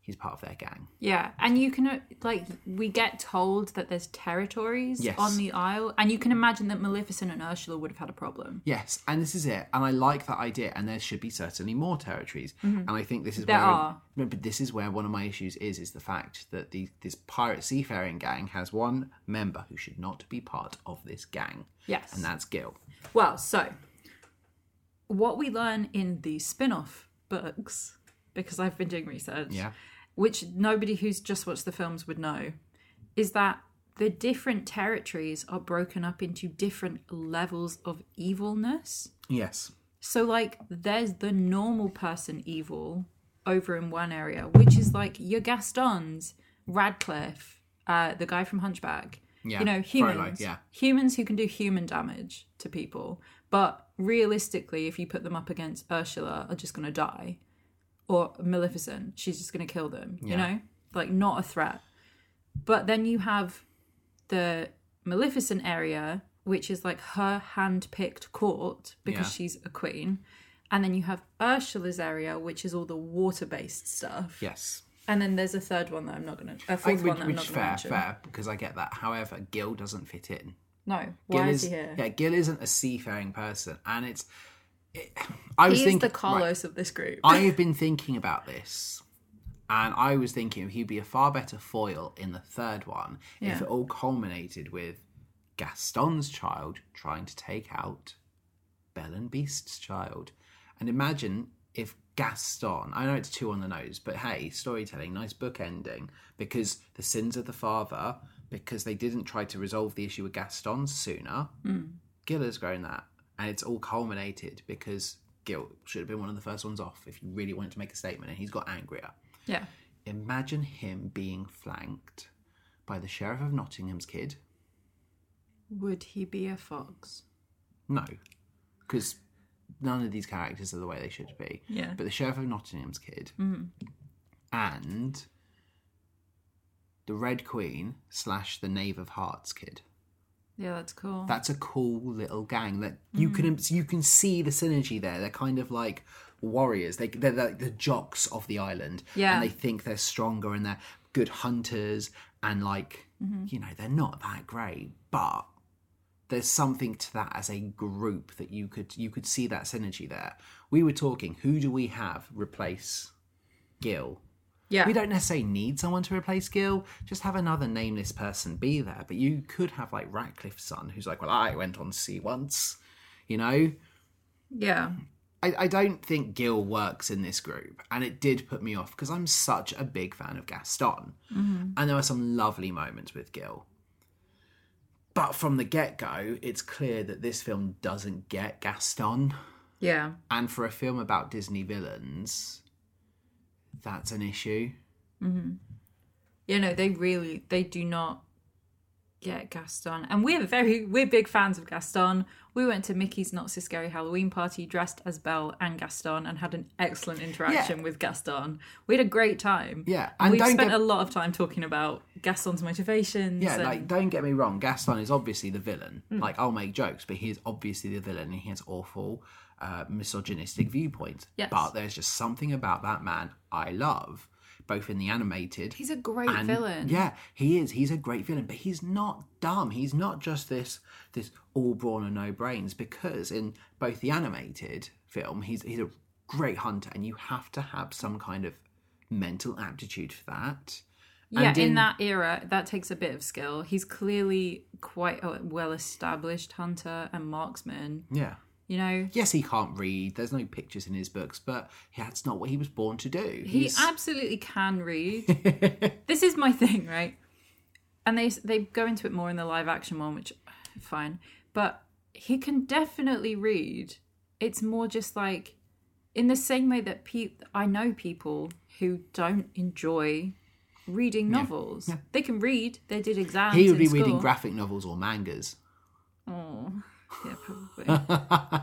Speaker 2: he's part of their gang.
Speaker 1: Yeah, and you can uh, like we get told that there's territories
Speaker 2: Yes.
Speaker 1: on the Isle, and you can imagine that Maleficent and Ursula would have had a problem.
Speaker 2: Yes, and this is it. And I like that idea. And there should be certainly more territories. And I think this is
Speaker 1: Mm-hmm. There
Speaker 2: where
Speaker 1: are.
Speaker 2: No, but this is where one of my issues is is the fact that the this pirate seafaring gang has one member who should not be part of this gang,
Speaker 1: Yes.
Speaker 2: and that's Gil.
Speaker 1: Well, so what we learn in the spin-off books, because I've been doing research,
Speaker 2: Yeah.
Speaker 1: which nobody who's just watched the films would know, is that the different territories are broken up into different levels of evilness.
Speaker 2: Yes.
Speaker 1: So like there's the normal person evil over in one area, which is like your Gaston's, Radcliffe, uh, the guy from Hunchback.
Speaker 2: Yeah,
Speaker 1: You know,
Speaker 2: Frollo,
Speaker 1: humans.
Speaker 2: yeah.
Speaker 1: Humans who can do human damage to people. But realistically, if you put them up against Ursula, are just going to die, or Maleficent, she's just going to kill them. You
Speaker 2: Yeah.
Speaker 1: know, like not a threat. But then you have the Maleficent area, which is like her hand-picked court because
Speaker 2: Yeah.
Speaker 1: she's a queen, and then you have Ursula's area, which is all the water-based stuff.
Speaker 2: Yes.
Speaker 1: And then there's a third one that I'm not going to. A
Speaker 2: I
Speaker 1: fourth
Speaker 2: think
Speaker 1: one
Speaker 2: which,
Speaker 1: that
Speaker 2: which
Speaker 1: I'm not going
Speaker 2: is
Speaker 1: to
Speaker 2: fair,
Speaker 1: mention.
Speaker 2: fair, because I get that. However, Gil doesn't fit in.
Speaker 1: No,
Speaker 2: Gil
Speaker 1: why is,
Speaker 2: is,
Speaker 1: he here?
Speaker 2: yeah, Gil isn't a seafaring person, and it's. It, I was
Speaker 1: He is
Speaker 2: thinking
Speaker 1: the
Speaker 2: right,
Speaker 1: Carlos of this group.
Speaker 2: I have been thinking about this, and I was thinking he'd be a far better foil in the third one if
Speaker 1: Yeah.
Speaker 2: it all culminated with Gaston's child trying to take out Belle and Beast's child. And imagine if Gaston, I know it's two on the nose, but hey, storytelling, nice book ending, because the sins of the father, because they didn't try to resolve the issue with Gaston sooner, Gil has grown that, and it's all culminated because Gil should have been one of the first ones off if you really wanted to make a statement, and he's got angrier.
Speaker 1: yeah.
Speaker 2: Imagine him being flanked by the sheriff of Nottingham's kid.
Speaker 1: Would he be a fox?
Speaker 2: No, because none of these characters are the way they should be.
Speaker 1: Yeah. Mm-hmm.
Speaker 2: But the sheriff of Nottingham's kid and the Red Queen slash the Knave of Hearts kid.
Speaker 1: Yeah, that's cool.
Speaker 2: that's a cool little gang that you can you can see the synergy there. They're kind of like warriors. They they're like the jocks of the island,
Speaker 1: Yeah.
Speaker 2: and they think they're stronger and they're good hunters and like you know they're not that great, but there's something to that as a group that you could you could see that synergy there. We were talking, who do we have replace Gil?
Speaker 1: yeah.
Speaker 2: We don't necessarily need someone to replace Gil. Just have another nameless person be there. But you could have like Ratcliffe's son, who's like, well, I went on sea once. You know,
Speaker 1: yeah.
Speaker 2: I, I don't think Gil works in this group, and it did put me off because I'm such a big fan of Gaston, and there are some lovely moments with Gil. But from the get go, it's clear that this film doesn't get Gaston.
Speaker 1: Yeah.
Speaker 2: And for a film about Disney villains, that's an issue.
Speaker 1: You know, they really they do not get Gaston. And we're very we're big fans of Gaston. We went to Mickey's Not So Scary Halloween party dressed as Belle and Gaston and had an excellent interaction with Gaston. We had a great time.
Speaker 2: Yeah,
Speaker 1: And
Speaker 2: and
Speaker 1: we
Speaker 2: don't
Speaker 1: spent
Speaker 2: get-
Speaker 1: a lot of time talking about Gaston's motivations.
Speaker 2: Yeah,
Speaker 1: and-
Speaker 2: like don't get me wrong, Gaston is obviously the villain.
Speaker 1: Hmm.
Speaker 2: Like I'll make jokes, but he is obviously the villain, and he has awful uh, misogynistic viewpoints.
Speaker 1: Yes.
Speaker 2: But there's just something about that man I love, both in the animated.
Speaker 1: he's a great
Speaker 2: and-
Speaker 1: villain.
Speaker 2: Yeah, he is. He's a great villain, but he's not dumb. He's not just this this all brawn and no brains. Because in both the animated film, he's he's a great hunter, and you have to have some kind of mental aptitude for that.
Speaker 1: Yeah,
Speaker 2: And
Speaker 1: in,
Speaker 2: in-
Speaker 1: that era, that takes a bit of skill. He's clearly quite a well established hunter and marksman,
Speaker 2: Yeah.
Speaker 1: you know?
Speaker 2: yes, he can't read. There's no pictures in his books, but that's not what he was born to do.
Speaker 1: He absolutely can read. this is my thing, right? And they they go into it more in the live action one, which fine, but he can definitely read. It's more just like in the same way that pe- I know people who don't enjoy reading novels. They can read. They did exams.
Speaker 2: he would
Speaker 1: in
Speaker 2: be
Speaker 1: school.
Speaker 2: reading graphic novels or mangas.
Speaker 1: Oh, yeah, probably.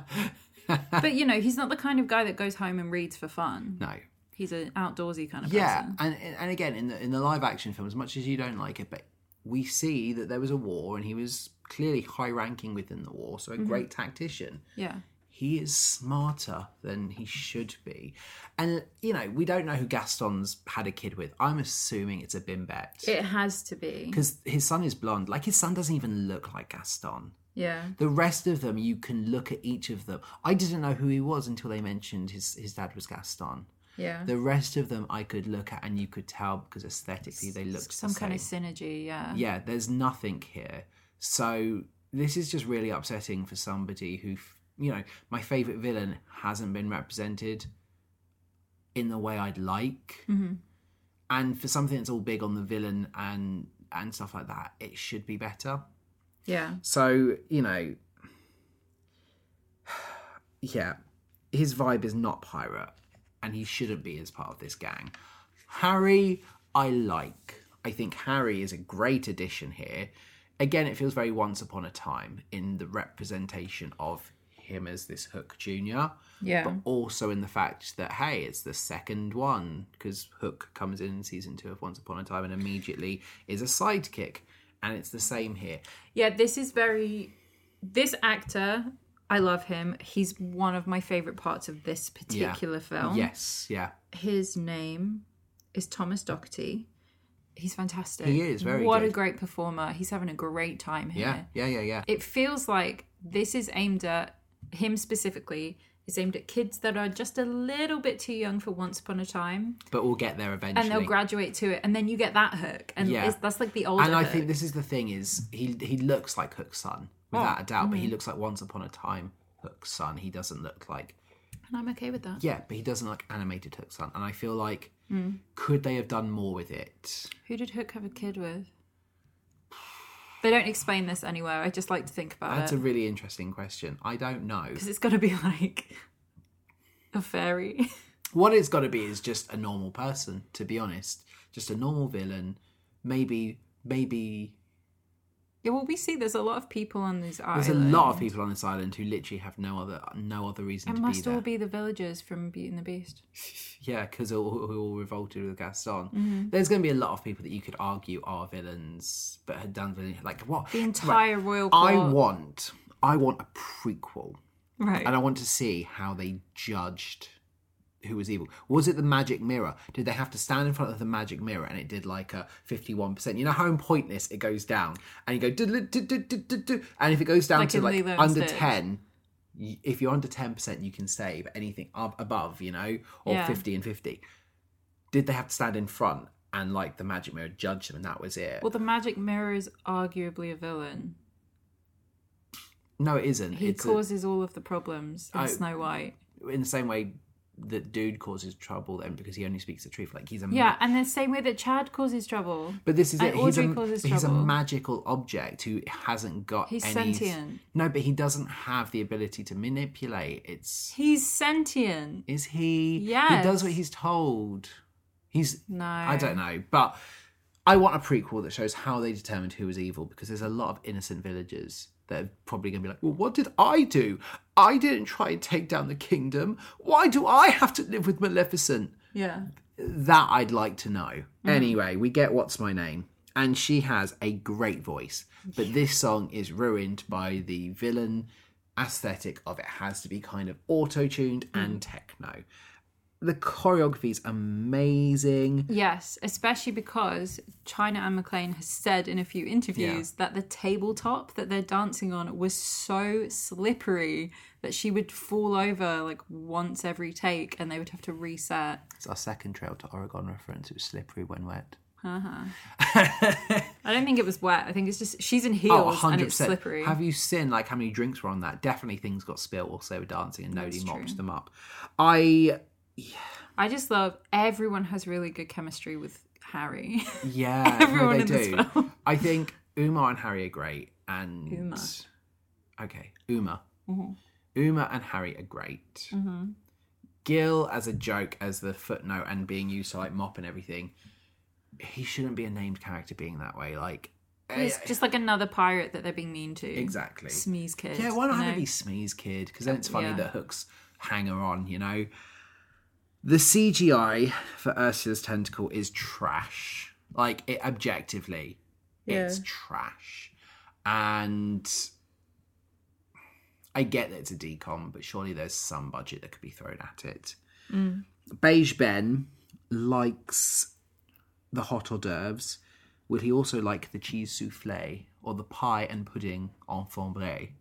Speaker 1: but you know, he's not the kind of guy that goes home and reads for fun.
Speaker 2: No.
Speaker 1: He's an outdoorsy kind of
Speaker 2: Yeah,
Speaker 1: person.
Speaker 2: and and again in the in the live action film, as much as you don't like it, but we see that there was a war and he was clearly high ranking within the war, so a
Speaker 1: Mm-hmm.
Speaker 2: great tactician.
Speaker 1: Yeah,
Speaker 2: He is smarter than he should be, and you know we don't know who Gaston's had a kid with. I'm assuming it's a Bimbet
Speaker 1: it has to be.
Speaker 2: because his son is blonde. Like his son doesn't even look like Gaston.
Speaker 1: Yeah,
Speaker 2: The rest of them, you can look at each of them. I didn't know who he was until they mentioned his, his dad was Gaston.
Speaker 1: yeah.
Speaker 2: The rest of them, I could look at and you could tell because aesthetically they looked
Speaker 1: Some
Speaker 2: the
Speaker 1: kind of
Speaker 2: same.
Speaker 1: synergy. Yeah.
Speaker 2: Yeah, there's nothing here. So this is just really upsetting for somebody who, f- you know, my favorite villain hasn't been represented in the way I'd like, and for something that's all big on the villain and and stuff like that, it should be better.
Speaker 1: yeah.
Speaker 2: So, you know, yeah, his vibe is not pirate, and he shouldn't be as part of this gang. Harry, I like. I think Harry is a great addition here. Again, it feels very once upon a time in the representation of him as this Hook Junior,
Speaker 1: Yeah.
Speaker 2: but also in the fact that hey, it's the second one because Hook comes in in season two of Once Upon a Time and immediately is a sidekick, and it's the same here.
Speaker 1: Yeah, this is very. This actor, I love him. He's one of my favorite parts of this
Speaker 2: Yeah.
Speaker 1: particular film.
Speaker 2: Yes, yeah,
Speaker 1: His name is Thomas Doherty. He's fantastic.
Speaker 2: He is very
Speaker 1: What a
Speaker 2: good.
Speaker 1: great performer. He's having a great time here.
Speaker 2: yeah, yeah, yeah, yeah.
Speaker 1: It feels like this is aimed at him specifically. Is aimed at kids that are just a little bit too young for Once Upon a Time,
Speaker 2: But we'll get there eventually.
Speaker 1: and they'll graduate to it, and then you get that hook, and
Speaker 2: Yeah.
Speaker 1: it's, that's like the older.
Speaker 2: and I
Speaker 1: hook.
Speaker 2: think this is the thing: is he he looks like Hook's son
Speaker 1: Oh,
Speaker 2: without a doubt, but
Speaker 1: mm.
Speaker 2: he looks like Once Upon a Time Hook's son. He doesn't look like
Speaker 1: and I'm okay with that.
Speaker 2: yeah, but he doesn't look animated Hook's son. And I feel like
Speaker 1: Mm.
Speaker 2: could they have done more with it?
Speaker 1: Who did Hook have a kid with? They don't explain this anywhere. I just like to think about
Speaker 2: That's
Speaker 1: it
Speaker 2: a really interesting question. I don't know.
Speaker 1: because it's got to be like a fairy.
Speaker 2: What it's got to be is just a normal person, to be honest, just a normal villain. Maybe maybe
Speaker 1: yeah, well, we see there's a lot of people on these islands.
Speaker 2: there's a lot of people on this island who literally have no other no other reason
Speaker 1: It
Speaker 2: to be
Speaker 1: must
Speaker 2: there.
Speaker 1: all be the villagers from Beauty and the Beast.
Speaker 2: Yeah, because all, who all revolted with Gaston.
Speaker 1: Mm-hmm.
Speaker 2: There's going to be a lot of people that you could argue are villains, but had done villain like what
Speaker 1: The entire royal court.
Speaker 2: I want, I want a prequel,
Speaker 1: right.
Speaker 2: and I want to see how they judged who was evil. Was it the magic mirror? Did they have to stand in front of the magic mirror and it did like a fifty-one percent? You know how in pointless it goes down, and you go do do do do do do, and if it goes down
Speaker 1: Like
Speaker 2: to
Speaker 1: in
Speaker 2: like
Speaker 1: Lilo and
Speaker 2: under
Speaker 1: Stitch.
Speaker 2: ten, y- if you're under 10% you can save anything up above you know or
Speaker 1: Yeah.
Speaker 2: 50 and 50 did they have to stand in front and like the magic mirror judge them and that was it
Speaker 1: well, the magic mirror is arguably a villain.
Speaker 2: no it isn't
Speaker 1: He
Speaker 2: it's a-
Speaker 1: causes all of the problems in
Speaker 2: I-
Speaker 1: Snow White.
Speaker 2: in the same way that dude causes trouble then because he only speaks the truth like he's a ma-
Speaker 1: Yeah, and the same way that Chad causes trouble.
Speaker 2: but this is
Speaker 1: And
Speaker 2: it he's a,
Speaker 1: Audrey causes
Speaker 2: he's a
Speaker 1: trouble.
Speaker 2: magical object who hasn't got
Speaker 1: He's
Speaker 2: any
Speaker 1: sentient.
Speaker 2: no but he doesn't have the ability to manipulate it's
Speaker 1: He's sentient.
Speaker 2: is he he
Speaker 1: Yes.
Speaker 2: does what he's told he's
Speaker 1: No.
Speaker 2: I don't know, but I want a prequel that shows how they determined who was evil because there's a lot of innocent villagers that are probably going to be like, well, what did I do? I didn't try and take down the kingdom. Why do I have to live with Maleficent?
Speaker 1: Yeah.
Speaker 2: That I'd like to know.
Speaker 1: Hmm.
Speaker 2: Anyway, we get What's My Name, and she has a great voice, but this song is ruined by the villain aesthetic of it has to be kind of auto tuned
Speaker 1: Hmm.
Speaker 2: and techno. The choreography is amazing.
Speaker 1: Yes, especially because China and McLean has said in a few interviews that the tabletop that they're dancing on was so slippery that she would fall over like once every take and they would have to reset.
Speaker 2: It's our second Trail to Oregon reference. It was slippery when wet.
Speaker 1: I don't think it was wet. I think it's just she's in
Speaker 2: Oh,
Speaker 1: heels and
Speaker 2: 100
Speaker 1: it's
Speaker 2: percent.
Speaker 1: slippery.
Speaker 2: Have you seen like how many drinks were on that? Definitely things got spilled whilst they were dancing, and nobody mopped them up. I
Speaker 1: I just love everyone has really good chemistry with Harry.
Speaker 2: yeah,
Speaker 1: Everyone
Speaker 2: no,
Speaker 1: in
Speaker 2: they
Speaker 1: this
Speaker 2: do.
Speaker 1: film.
Speaker 2: I think Uma and Harry are great, and
Speaker 1: Uma.
Speaker 2: Okay, Uma.
Speaker 1: Mm-hmm.
Speaker 2: Uma and Harry are great. Gil as a joke, as the footnote, and being used to like mop and everything. He shouldn't be a named character being that way. Like eh,
Speaker 1: He's just like another pirate that they're being mean to.
Speaker 2: exactly.
Speaker 1: Smee's kid.
Speaker 2: Yeah, why not
Speaker 1: you
Speaker 2: have it
Speaker 1: know?
Speaker 2: be Smee's kid? Because then it's funny
Speaker 1: yeah.
Speaker 2: that Hook's hanger on, you know? The CGI for Ursula's tentacle is trash. Like, it objectively, it's
Speaker 1: Yeah.
Speaker 2: trash. And I get that it's a decom, but surely there's some budget that could be thrown at it.
Speaker 1: Mm.
Speaker 2: Beige Ben likes the hot hors d'oeuvres. Will he also like the cheese souffle or the pie and pudding en fombre?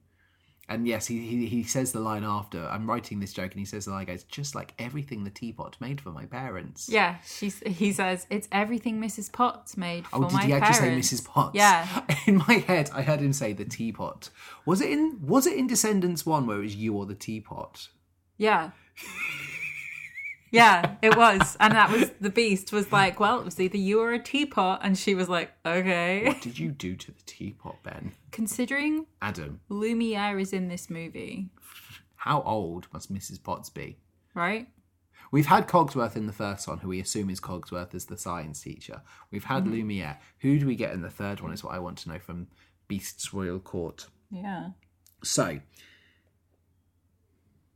Speaker 2: And yes, he, he he says the line after. I'm writing this joke, and he says the line goes just like everything the teapot made for my parents.
Speaker 1: Yeah, she's, he says it's everything Mrs. Potts made for
Speaker 2: Oh, did
Speaker 1: my
Speaker 2: he
Speaker 1: parents.
Speaker 2: actually say Mrs. Potts?
Speaker 1: Yeah,
Speaker 2: In my head, I heard him say the teapot. Was it in Was it in Descendants One where it was you or the teapot?
Speaker 1: yeah, yeah. It was, and that was the beast was like, well, it was either you or a teapot, and she was like, okay.
Speaker 2: What did you do to the teapot, Ben?
Speaker 1: Considering
Speaker 2: Adam,
Speaker 1: Lumiere is in this movie,
Speaker 2: how old must Mrs. Potts be?
Speaker 1: right?
Speaker 2: We've had Cogsworth in the first one, who we assume is Cogsworth as the science teacher. We've had Lumiere. Who do we get in the third one? Is what I want to know from Beast's Royal Court.
Speaker 1: Yeah.
Speaker 2: So,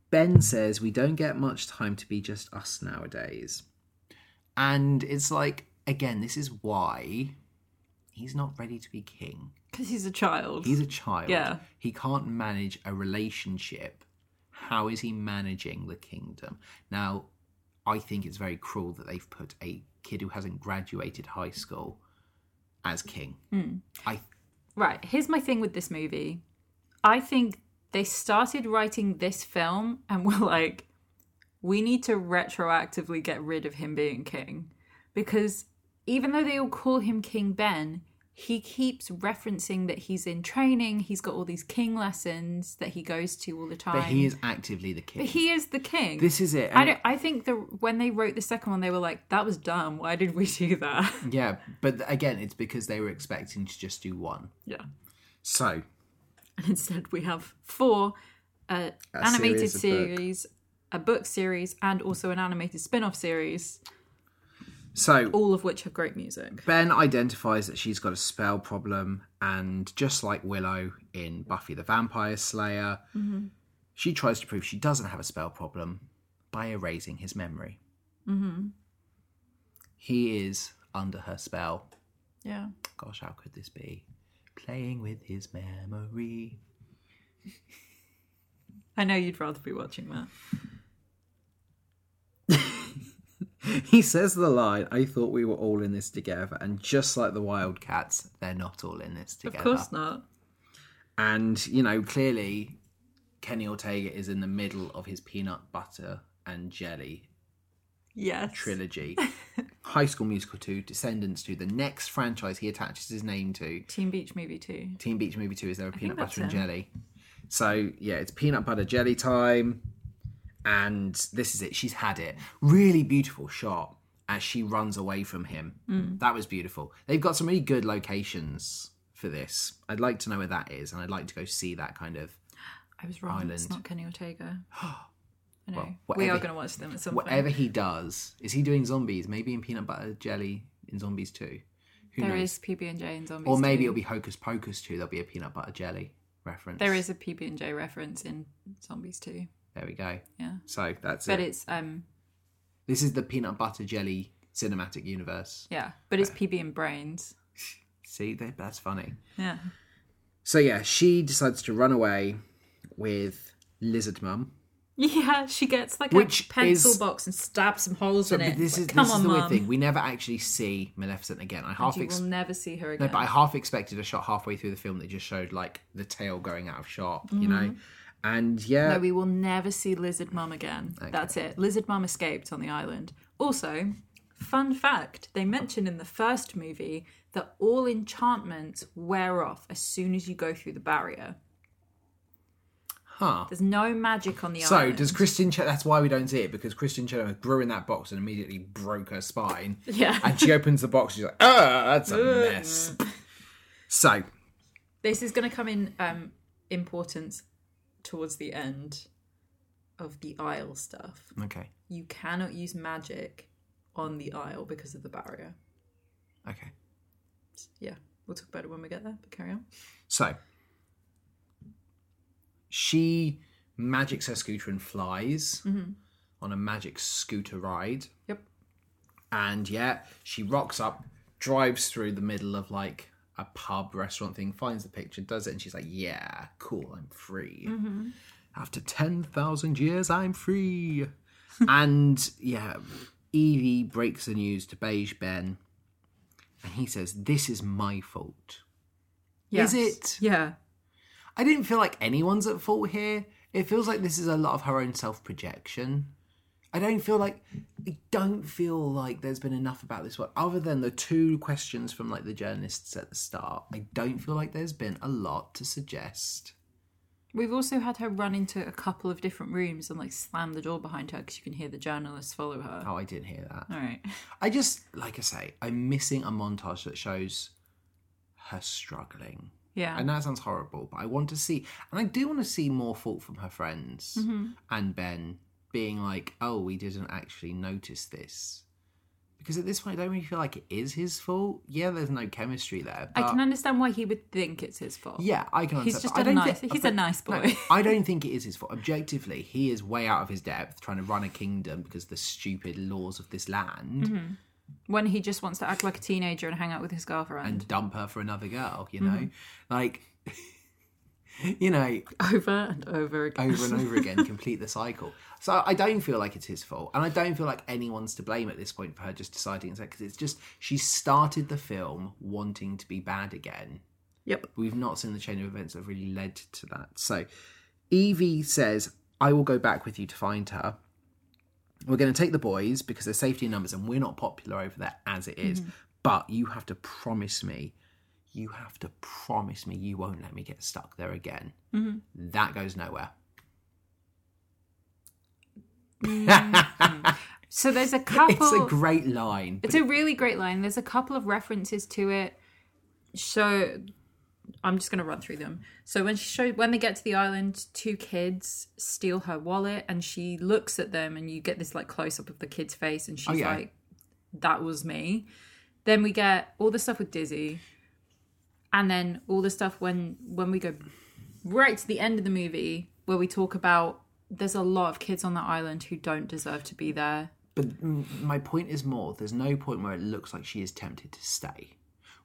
Speaker 2: Ben says we don't get much time to be just us nowadays. And it's like, again, this is why he's not ready to be king.
Speaker 1: Because he's a child.
Speaker 2: He's a child.
Speaker 1: Yeah.
Speaker 2: He can't manage a relationship. How is he managing the kingdom? Now, I think it's very cruel that they've put a kid who hasn't graduated high school as king.
Speaker 1: Hmm.
Speaker 2: I
Speaker 1: Right, here's my thing with this movie. I think they started writing this film and were like, we need to retroactively get rid of him being king. Because even though they all call him King Ben, he keeps referencing that he's in training, he's got all these king lessons that he goes to all the time.
Speaker 2: but he is actively the king.
Speaker 1: But he is the king.
Speaker 2: this is it.
Speaker 1: I don't I think the when they wrote the second one they were like, that was dumb. Why did we do that?
Speaker 2: Yeah, but th- again, it's because they were expecting to just do one.
Speaker 1: yeah.
Speaker 2: So
Speaker 1: And instead, we have four uh, animated
Speaker 2: series, a book.
Speaker 1: series, a book series, and also an animated spin off series,
Speaker 2: So
Speaker 1: all of which have great music.
Speaker 2: Ben identifies that she's got a spell problem, and just like Willow in Buffy the Vampire Slayer,
Speaker 1: Mm-hmm.
Speaker 2: she tries to prove she doesn't have a spell problem by erasing his memory.
Speaker 1: Mm-hmm.
Speaker 2: He is under her spell.
Speaker 1: Yeah.
Speaker 2: Gosh, how could this be? Playing with his memory.
Speaker 1: I know you'd rather be watching that.
Speaker 2: He says the line, I thought we were all in this together. And just like the Wildcats, they're not all in this
Speaker 1: Of
Speaker 2: together.
Speaker 1: course not.
Speaker 2: And, you know, clearly Kenny Ortega is in the middle of his peanut butter and jelly
Speaker 1: Yes.
Speaker 2: trilogy. High School Musical 2, Descendants 2, the next franchise he attaches his name to.
Speaker 1: Teen Beach Movie 2.
Speaker 2: Teen Beach Movie 2 is there a peanut
Speaker 1: that's
Speaker 2: butter and jelly. So, yeah, it's peanut butter jelly time. And this is it. She's had it. Really beautiful shot as she runs away from him. That was beautiful. They've got some really good locations for this. I'd like to know where that is. And I'd like to go see that kind of
Speaker 1: I was wrong. It's
Speaker 2: Island.
Speaker 1: not Kenny Ortega. I know. we
Speaker 2: whatever-
Speaker 1: are going to watch them at some point.
Speaker 2: whatever he does. Is he doing zombies? Maybe in peanut butter jelly in zombies too. Who
Speaker 1: There
Speaker 2: knows?
Speaker 1: is PB&J in Zombies
Speaker 2: or maybe
Speaker 1: 2.
Speaker 2: it'll be Hocus Pocus too. There'll be a peanut butter jelly reference.
Speaker 1: There is a PB&J reference in Zombies 2.
Speaker 2: There we go.
Speaker 1: Yeah.
Speaker 2: So that's
Speaker 1: But
Speaker 2: it.
Speaker 1: it's, um,
Speaker 2: This is the peanut butter jelly cinematic universe.
Speaker 1: yeah. But it's PB and Brains.
Speaker 2: See, they- that's funny.
Speaker 1: Yeah.
Speaker 2: So yeah, she decides to run away with Lizard Mum.
Speaker 1: Yeah, she gets like
Speaker 2: Which
Speaker 1: a pencil
Speaker 2: is-
Speaker 1: box and stabs some holes in
Speaker 2: But
Speaker 1: it.
Speaker 2: this
Speaker 1: Like,
Speaker 2: is
Speaker 1: come
Speaker 2: this
Speaker 1: on,
Speaker 2: is the
Speaker 1: mum.
Speaker 2: weird thing. We never actually see Maleficent again. I half
Speaker 1: You
Speaker 2: ex-
Speaker 1: will never see her
Speaker 2: No,
Speaker 1: again.
Speaker 2: but I half expected a shot halfway through the film that just showed like the tail going out of shot, you know. And yeah,
Speaker 1: Mm-hmm. No, we will never see Lizard Mum again. That's it. Lizard Mum escaped on the island. Also, fun fact: they mention in the first movie that all enchantments wear off as soon as you go through the barrier.
Speaker 2: huh.
Speaker 1: There's no magic on the
Speaker 2: So
Speaker 1: island.
Speaker 2: does Kristen? Ch- that's why we don't see it because Kristen Chenoweth grew in that box and immediately broke her spine.
Speaker 1: Yeah.
Speaker 2: and she opens the box. She's like, "Ah, that's a mess." So
Speaker 1: this is going to come in um, importance towards the end of the Isle stuff.
Speaker 2: okay,
Speaker 1: you cannot use magic on the Isle because of the barrier.
Speaker 2: okay.
Speaker 1: Yeah, we'll talk about it when we get there, but carry on.
Speaker 2: So she magics her scooter and flies on a magic scooter ride.
Speaker 1: Yep.
Speaker 2: And yeah, she rocks up, drives through the middle of like a pub restaurant thing, finds the picture, does it, and she's like, "Yeah, cool, I'm free. After ten thousand years, I'm free." and yeah, Evie breaks the news to Beige Ben, and he says, "This is my fault." Is it?
Speaker 1: Yeah.
Speaker 2: I didn't feel like anyone's at fault here. It feels like this is a lot of her own self projection. I don't feel like I don't feel like there's been enough about this one other than the two questions from like the journalists at the start. I don't feel like there's been a lot to suggest.
Speaker 1: We've also had her run into a couple of different rooms and like slam the door behind her because you can hear the journalists follow her.
Speaker 2: Oh, I didn't hear that.
Speaker 1: All right.
Speaker 2: I just like I say, I'm missing a montage that shows her struggling.
Speaker 1: Yeah.
Speaker 2: I know it sounds horrible, but I want to see, and I do want to see more fault from her friends
Speaker 1: Mm-hmm.
Speaker 2: and Ben being like, "Oh, we didn't actually notice this," Because at this point, I don't really feel like it is his fault. Yeah, there's no chemistry there.
Speaker 1: I
Speaker 2: but-
Speaker 1: can understand why he would think it's his fault.
Speaker 2: uh, Yeah, I can.
Speaker 1: He's
Speaker 2: understand-
Speaker 1: just
Speaker 2: I
Speaker 1: a
Speaker 2: don't
Speaker 1: nice.
Speaker 2: thi-
Speaker 1: he's a nice
Speaker 2: No,
Speaker 1: boy.
Speaker 2: I don't think it is his fault. Objectively, he is way out of his depth trying to run a kingdom because of the stupid laws of this land
Speaker 1: Mm-hmm. when he just wants to act like a teenager and hang out with his girlfriend.
Speaker 2: and dump her for another girl, you
Speaker 1: Mm-hmm.
Speaker 2: know? Like, you know,
Speaker 1: over and over again.
Speaker 2: over and over again, complete the cycle. So I don't feel like it's his fault. And I don't feel like anyone's to blame at this point for her just deciding it's because it's just she started the film wanting to be bad again.
Speaker 1: Yep.
Speaker 2: We've not seen the chain of events that really led to that. So Evie says, I will go back with you to find her. We're going to take the boys because they're safety in numbers and we're not popular over there as it is. But you have to promise me, you have to promise me you won't let me get stuck there again. That goes nowhere.
Speaker 1: So there's a couple.
Speaker 2: It's a great line.
Speaker 1: It's a really great line. There's a couple of references to it. So I'm just going to run through them. So when she showed when they get to the island, two kids steal her wallet and she looks at them and you get this like close up of the kid's face and she's
Speaker 2: yeah.
Speaker 1: like that was me. Then we get all the stuff with Dizzy and then all the stuff when when we go right to the end of the movie where we talk about there's a lot of kids on the island who don't deserve to be there.
Speaker 2: But mm, my point is more. There's no point where it looks like she is tempted to stay,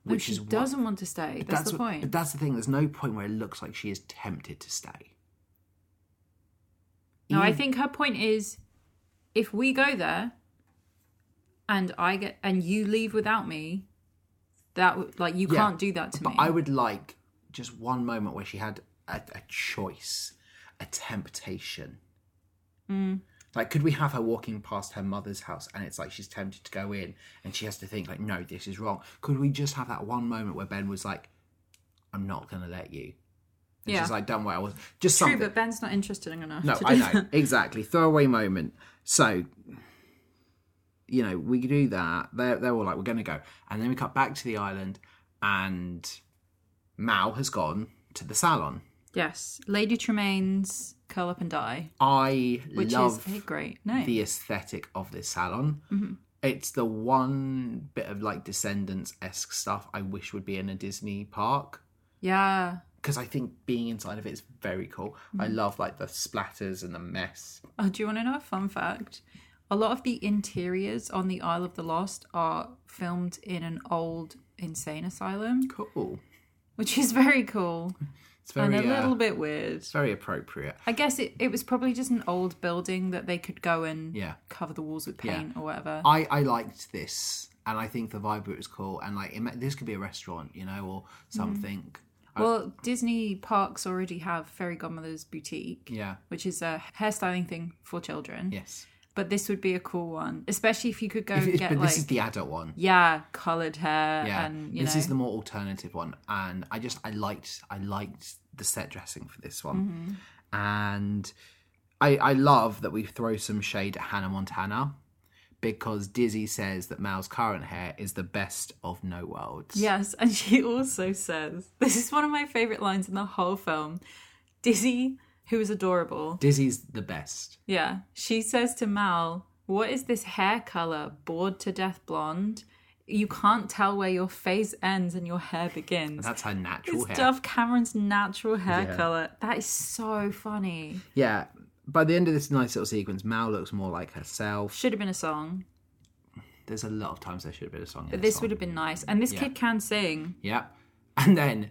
Speaker 2: which
Speaker 1: She
Speaker 2: is what-
Speaker 1: doesn't want to stay. That's, the
Speaker 2: what-
Speaker 1: point.
Speaker 2: But that's the thing. There's no point where it looks like she is tempted to stay.
Speaker 1: No, I
Speaker 2: Ev-
Speaker 1: think her point is if we go there and I get and you leave without me, that would like you
Speaker 2: Yeah,
Speaker 1: can't do that to
Speaker 2: But
Speaker 1: me.
Speaker 2: I would like just one moment where she had a, a choice, a temptation.
Speaker 1: Mm.
Speaker 2: Like, could we have her walking past her mother's house and it's like she's tempted to go in and she has to think, like, no, this is wrong? Could we just have that one moment where Ben was like, I'm not going to let you? And
Speaker 1: Yeah.
Speaker 2: she's like, don't worry, I was. Just
Speaker 1: True,
Speaker 2: something.
Speaker 1: but Ben's not interested enough.
Speaker 2: No,
Speaker 1: to
Speaker 2: I
Speaker 1: do
Speaker 2: know.
Speaker 1: that.
Speaker 2: exactly. Throwaway moment. So, you know, we do that. They're, they're all like, we're going to go. And then we cut back to the island, and Mal has gone to the salon.
Speaker 1: Yes, Lady Tremaine's curl up and die,
Speaker 2: I
Speaker 1: which
Speaker 2: love
Speaker 1: is a great name. Mm-hmm.
Speaker 2: the aesthetic of this salon. It's the one bit of like Descendants esque stuff I wish would be in a Disney park.
Speaker 1: yeah,
Speaker 2: Because I think being inside of it is very cool. I
Speaker 1: Mm-hmm.
Speaker 2: love like the splatters and the mess.
Speaker 1: Oh, do you want to know a fun fact? A lot of the interiors on the Isle of the Lost are filmed in an old insane asylum,
Speaker 2: Cool.
Speaker 1: which is very cool
Speaker 2: It's very,
Speaker 1: and a
Speaker 2: uh,
Speaker 1: little bit weird.
Speaker 2: it's very appropriate.
Speaker 1: I guess it, it was probably just an old building that they could go and
Speaker 2: Yeah.
Speaker 1: cover the walls with paint or whatever.
Speaker 2: I, I liked this, and I think the vibe of it was cool. And like, ima- this could be a restaurant, you know,
Speaker 1: Mm-hmm.
Speaker 2: or something. I-
Speaker 1: well, Disney parks already have Fairy Godmother's Boutique,
Speaker 2: yeah.
Speaker 1: which is a hairstyling thing for children.
Speaker 2: Yes.
Speaker 1: But this would be a cool one, especially if you could go and
Speaker 2: It's-
Speaker 1: get
Speaker 2: but
Speaker 1: like,
Speaker 2: this is the adult one.
Speaker 1: yeah, coloured hair
Speaker 2: Yeah.
Speaker 1: and, you
Speaker 2: This
Speaker 1: know.
Speaker 2: is the more alternative one, and I just I liked I liked the set dressing for this
Speaker 1: Mm-hmm.
Speaker 2: one, and I I love that we throw some shade at Hannah Montana. Because Dizzy says that Mal's current hair is the best of no worlds.
Speaker 1: Yes, and she also says, this is one of my favourite lines in the whole film. Dizzy, who is adorable,
Speaker 2: Dizzy's the best.
Speaker 1: Yeah. She says to Mal, What is this hair colour? Bored to death blonde? You can't tell where your face ends and your hair begins.
Speaker 2: That's her natural
Speaker 1: It's
Speaker 2: hair.
Speaker 1: Dove Cameron's natural hair
Speaker 2: Yeah.
Speaker 1: colour. That is so funny.
Speaker 2: Yeah. By the end of this nice little sequence, Mal looks more like herself.
Speaker 1: Should have been a song.
Speaker 2: There's a lot of times there should have been a song. in
Speaker 1: But
Speaker 2: this
Speaker 1: this would have been nice. And this kid can sing.
Speaker 2: Yep. And then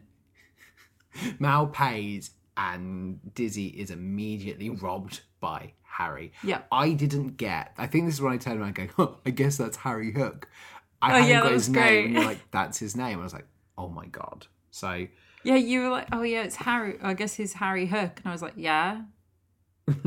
Speaker 2: Mal pays, and Dizzy is immediately robbed by Harry.
Speaker 1: Yeah.
Speaker 2: I didn't get. I think this is when I turned around and go, oh, I guess that's Harry Hook. I
Speaker 1: Oh,
Speaker 2: haven't
Speaker 1: yeah,
Speaker 2: got
Speaker 1: that
Speaker 2: his
Speaker 1: was
Speaker 2: name.
Speaker 1: great.
Speaker 2: And you're like, that's his name. I was like, oh my God. So,
Speaker 1: Yeah, you were like, Oh yeah, it's Harry I guess he's Harry Hook. And I was like, Yeah.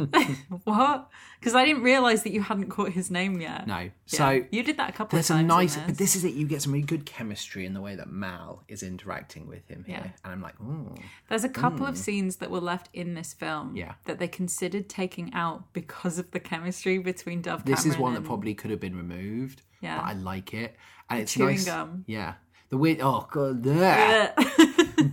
Speaker 1: what? Because I didn't realise that you hadn't caught his name yet.
Speaker 2: no.
Speaker 1: Yeah.
Speaker 2: So,
Speaker 1: you did that a couple
Speaker 2: There's
Speaker 1: of
Speaker 2: a
Speaker 1: times. in
Speaker 2: nice,
Speaker 1: this.
Speaker 2: but this is it. You get some really good chemistry in the way that Mal is interacting with him here,
Speaker 1: Yeah.
Speaker 2: and I'm like, "Hmm." ooh,
Speaker 1: There's a couple of scenes that were left in this film
Speaker 2: Yeah.
Speaker 1: that they considered taking out because of the chemistry between Dove
Speaker 2: this is
Speaker 1: Cameron
Speaker 2: one that
Speaker 1: and-
Speaker 2: probably could have been removed.
Speaker 1: Yeah.
Speaker 2: but I like it, and it's
Speaker 1: chewing
Speaker 2: nice.
Speaker 1: gum.
Speaker 2: Yeah, the weird. Oh god, bleh.
Speaker 1: Ugh.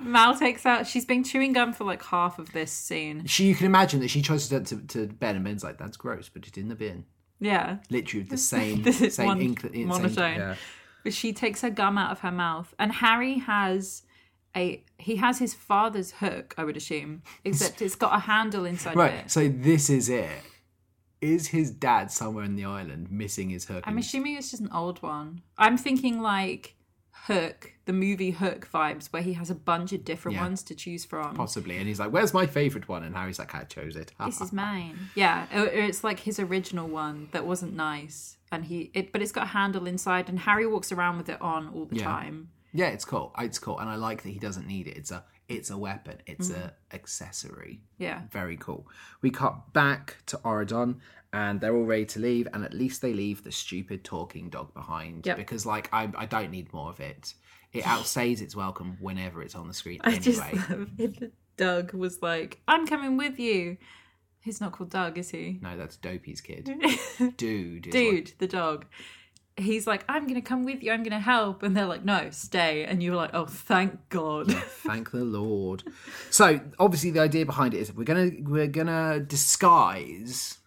Speaker 1: Mal takes out. She's been chewing gum for like half of this scene.
Speaker 2: she, you can imagine that she tries to, to to Ben, and Ben's like, "That's gross," but it's in the bin.
Speaker 1: Yeah.
Speaker 2: Literally the same,
Speaker 1: This is
Speaker 2: same
Speaker 1: one-
Speaker 2: ink, same-
Speaker 1: monotone.
Speaker 2: yeah.
Speaker 1: But she takes her gum out of her mouth, and Harry has a he has his father's hook, I would assume, except it's got a handle inside of
Speaker 2: Right.
Speaker 1: it.
Speaker 2: So this is it. Is his dad somewhere in the island missing his hook?
Speaker 1: I'm
Speaker 2: and-
Speaker 1: assuming it's just an old one. I'm thinking like Hook, the movie Hook vibes, where he has a bunch of different
Speaker 2: Yeah.
Speaker 1: ones to choose from.
Speaker 2: possibly. And he's like, "Where's my favorite one?" And Harry's like, "I chose it." Ah,
Speaker 1: This is mine. Yeah, or or it's like his original one that wasn't nice, and he it, but it's got a handle inside, and Harry walks around with it on all the
Speaker 2: Yeah.
Speaker 1: time.
Speaker 2: yeah, it's cool. It's cool, and I like that he doesn't need it. It's a it's a weapon.
Speaker 1: Mm.
Speaker 2: It's a accessory.
Speaker 1: Yeah,
Speaker 2: Very cool. We cut back to Oridon and they're all ready to leave, and at least they leave the stupid talking dog behind.
Speaker 1: Yep.
Speaker 2: Because, like, I, I don't need more of it. It outstays its welcome whenever it's on the screen
Speaker 1: I
Speaker 2: anyway.
Speaker 1: just Doug was like, "I'm coming with you." He's not called Doug, is he?
Speaker 2: No, that's Dopey's kid. Dude. is what-
Speaker 1: Dude, the dog. He's like, "I'm gonna come with you. I'm gonna help," and they're like, "No, stay." And you're like, "Oh, thank God."
Speaker 2: Thank the Lord. So obviously the idea behind it is we're gonna we're gonna disguise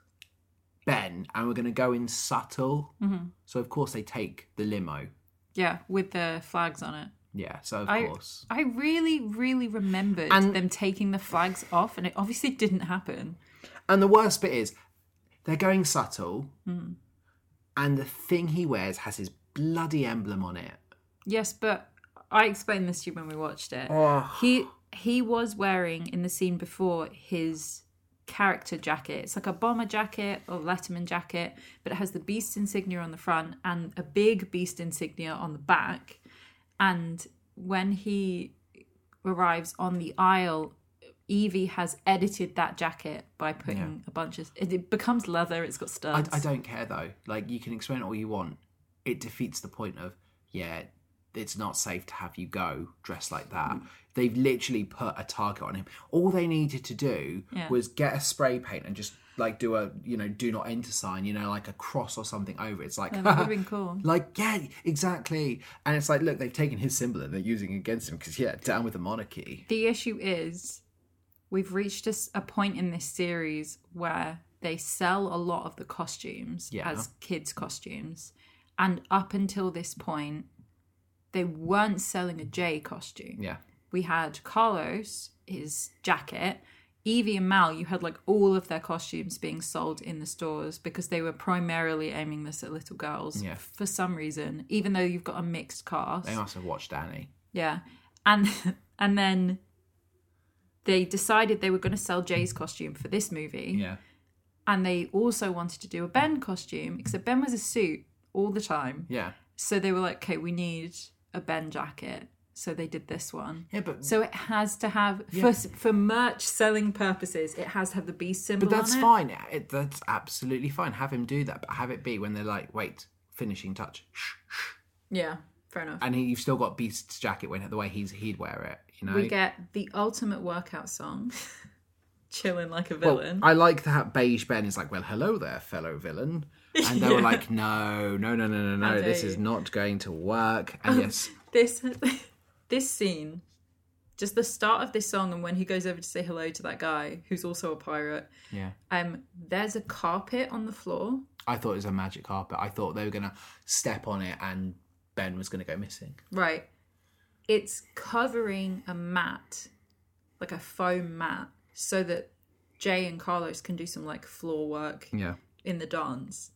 Speaker 2: Ben and we're gonna go in subtle.
Speaker 1: Mm-hmm.
Speaker 2: So of course they take the limo.
Speaker 1: yeah, with the flags on it.
Speaker 2: Yeah. So of
Speaker 1: I-
Speaker 2: course.
Speaker 1: I really, really remembered
Speaker 2: And-
Speaker 1: them taking the flags off, and it obviously didn't happen.
Speaker 2: And the worst bit is they're going subtle,
Speaker 1: Hmm.
Speaker 2: and the thing he wears has his bloody emblem on it.
Speaker 1: Yes, but I explained this to you when we watched it.
Speaker 2: Oh.
Speaker 1: He he was wearing in the scene before his character jacket. It's like a bomber jacket or Letterman jacket, but it has the beast insignia on the front and a big beast insignia on the back. And when he arrives on the aisle, Evie has edited that jacket by putting a bunch of. It, it becomes leather. It's got
Speaker 2: I,
Speaker 1: studs.
Speaker 2: I don't care though. Like you can explain it all you want. It defeats the point of yeah, it's not safe to have you go dressed like that.
Speaker 1: Hmm.
Speaker 2: They've literally put a target on him. All they needed to do
Speaker 1: Yeah.
Speaker 2: was get a spray paint and just like do a you know do not enter sign. You know like a cross or something over. it. It's like
Speaker 1: Yeah, that would have been cool.
Speaker 2: like yeah exactly. And it's like look they've taken his symbol and they're using it against him because yeah down with the monarchy.
Speaker 1: The issue is we've reached a, s- a point in this series where they sell a lot of the costumes
Speaker 2: Yeah.
Speaker 1: as kids' costumes. And up until this point, they weren't selling a J costume.
Speaker 2: Yeah.
Speaker 1: We had Carlos, his jacket. Evie and Mal, you had like all of their costumes being sold in the stores because they were primarily aiming this at little girls
Speaker 2: Yeah.
Speaker 1: for some reason, even though you've got a mixed cast.
Speaker 2: They must have watched Annie.
Speaker 1: Yeah. And and then they decided they were going to sell Jay's costume for this movie.
Speaker 2: Yeah.
Speaker 1: And they also wanted to do a Ben costume, except Ben was a suit all the time.
Speaker 2: Yeah.
Speaker 1: So they were like, okay, we need a Ben jacket. So they did this one.
Speaker 2: Yeah, but
Speaker 1: So it has to have for for merch selling purposes. It has to have the beast symbol.
Speaker 2: But that's
Speaker 1: on it.
Speaker 2: fine. It, that's absolutely fine. Have him do that, but have it be when they're like, wait, finishing touch. Shh, shh.
Speaker 1: Yeah, fair enough.
Speaker 2: And he, you've still got Beast's jacket when the way he's he'd wear it. You know.
Speaker 1: we get the ultimate workout song, chilling like a
Speaker 2: Well,
Speaker 1: villain.
Speaker 2: I like that beige Ben is like, well, hello there, fellow villain. And they were like, no, no, no, no, no,
Speaker 1: How
Speaker 2: no.
Speaker 1: dare
Speaker 2: This
Speaker 1: you."
Speaker 2: is not going to work. And yes,
Speaker 1: this this scene just the start of this song and when he goes over to say hello to that guy who's also a pirate
Speaker 2: yeah.
Speaker 1: um there's a carpet on the floor
Speaker 2: I thought it was a magic carpet. I thought they were gonna step on it and Ben was gonna go missing.
Speaker 1: right it's covering a mat like a foam mat so that jay and carlos can do some like floor work
Speaker 2: Yeah.
Speaker 1: in the dance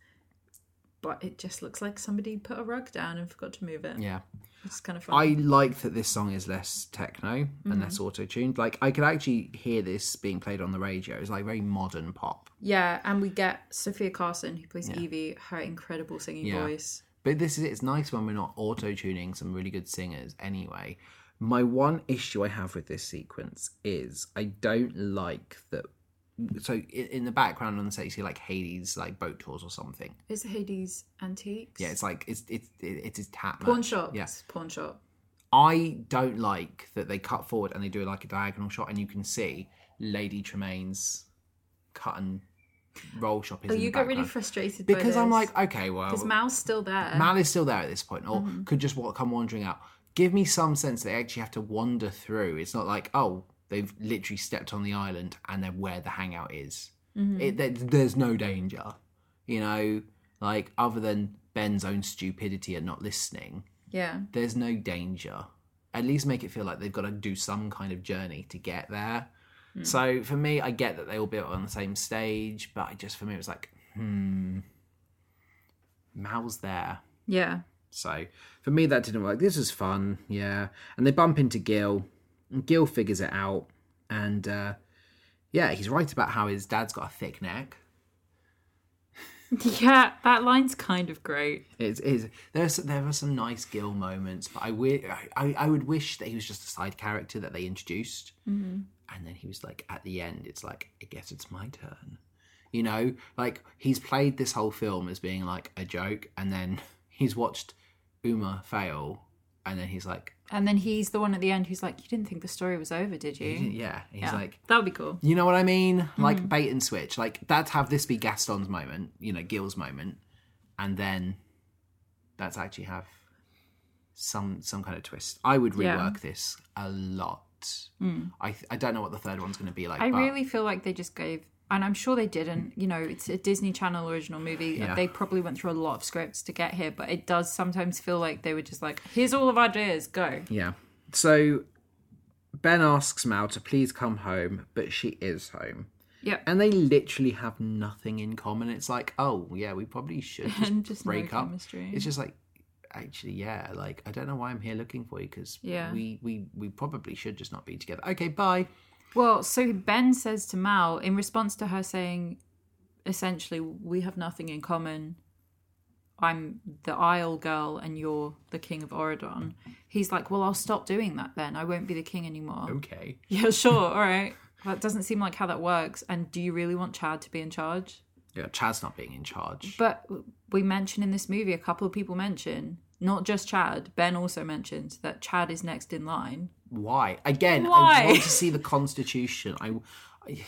Speaker 1: but it just looks like somebody put a rug down and forgot to move it
Speaker 2: Yeah.
Speaker 1: it's kind of
Speaker 2: I
Speaker 1: funny
Speaker 2: like that this song is less techno and less auto tuned. Like I could actually hear this being played on the radio. It's like very modern pop.
Speaker 1: yeah and we get sophia carson who plays evie her incredible singing
Speaker 2: Yeah.
Speaker 1: voice
Speaker 2: But this is it's nice when we're not auto tuning some really good singers anyway. My one issue I have with this sequence is I don't like that. So i- in the background on the set, you see like Hades like boat tours or something.
Speaker 1: Is Hades Antiques?
Speaker 2: Yeah, it's like it's it's it's his tap.
Speaker 1: Pawn
Speaker 2: match.
Speaker 1: shop.
Speaker 2: Yeah.
Speaker 1: Yes, pawn shop.
Speaker 2: I don't like that they cut forward and they do like a diagonal shot, and you can see Lady Tremaine's cut and roll shop is.
Speaker 1: Oh,
Speaker 2: in
Speaker 1: you
Speaker 2: the
Speaker 1: got really
Speaker 2: background.
Speaker 1: frustrated by
Speaker 2: because I'm
Speaker 1: this.
Speaker 2: like, oh. okay, well,
Speaker 1: because Mal's still there.
Speaker 2: Mal is still there at this point, or
Speaker 1: Mm-hmm.
Speaker 2: could just walk, come wandering out. Give me some sense they actually have to wander through. It's not like oh, they've literally
Speaker 1: Mm-hmm.
Speaker 2: stepped on the island and they're where the hangout is. It, there, there's no danger. You know, like other than Ben's own stupidity and not listening,
Speaker 1: Yeah.
Speaker 2: there's no danger. At least make it feel like they've got to do some kind of journey to get there. So for me, I get that they all be on the same stage, but I just for me it was like, hmm, Mal's there.
Speaker 1: Yeah.
Speaker 2: So for me, that didn't work. This was fun, yeah. And they bump into Gil, and Gil figures it out, and uh, yeah, he's right about how his dad's got a thick neck.
Speaker 1: Yeah, that line's kind of great.
Speaker 2: It's is there's there are some nice Gil moments, but I wi- I, I would wish that he was just a side character that they introduced, and then he was like at the end, it's like I guess it's my turn, you know, like he's played this whole film as being like a joke, and then he's watched Uma fail, and then he's like
Speaker 1: And then he's the one at the end who's like, You didn't think the story was over, did you?
Speaker 2: yeah, he's
Speaker 1: Eh? Yeah.
Speaker 2: like
Speaker 1: that would be cool.
Speaker 2: You know what I mean?
Speaker 1: Hmm.
Speaker 2: Like bait and switch. Like that's have this be Gaston's moment, you know, Gil's moment, and then that's actually have some some kind of twist. I would rework
Speaker 1: Yeah. Hmm.
Speaker 2: this a lot. I th- I don't know what the third one's going to be like.
Speaker 1: I
Speaker 2: but
Speaker 1: really feel like they just gave, and I'm sure they didn't. You know, it's a Disney Channel original movie.
Speaker 2: Yeah.
Speaker 1: They probably went through a lot of scripts to get here, but it does sometimes feel like they were just like, here's all of our ideas, go.
Speaker 2: yeah. So Ben asks Mal to please come home, but she is home,
Speaker 1: Yep.
Speaker 2: and they literally have nothing in common. It's like, oh yeah, we probably should just,
Speaker 1: And just no
Speaker 2: break up.
Speaker 1: chemistry.
Speaker 2: It's just like, actually, yeah, like I don't know why I'm here looking for you because
Speaker 1: Yeah.
Speaker 2: we we we probably should just not be together. Okay, bye.
Speaker 1: Well, so Ben says to Mal in response to her saying, essentially, we have nothing in common. I'm the Isle girl and you're the king of Oridon. He's like, well, I'll stop doing that then. I won't be the king anymore.
Speaker 2: Okay.
Speaker 1: Yeah, sure. All right. That doesn't seem like how that works. And do you really want Chad to be in charge?
Speaker 2: Yeah, Chad's not being in charge.
Speaker 1: But we mention in this movie, a couple of people mention, not just Chad, Ben also mentions that Chad is next in line.
Speaker 2: Why? Again,
Speaker 1: Why?
Speaker 2: I want to see the Constitution. I, I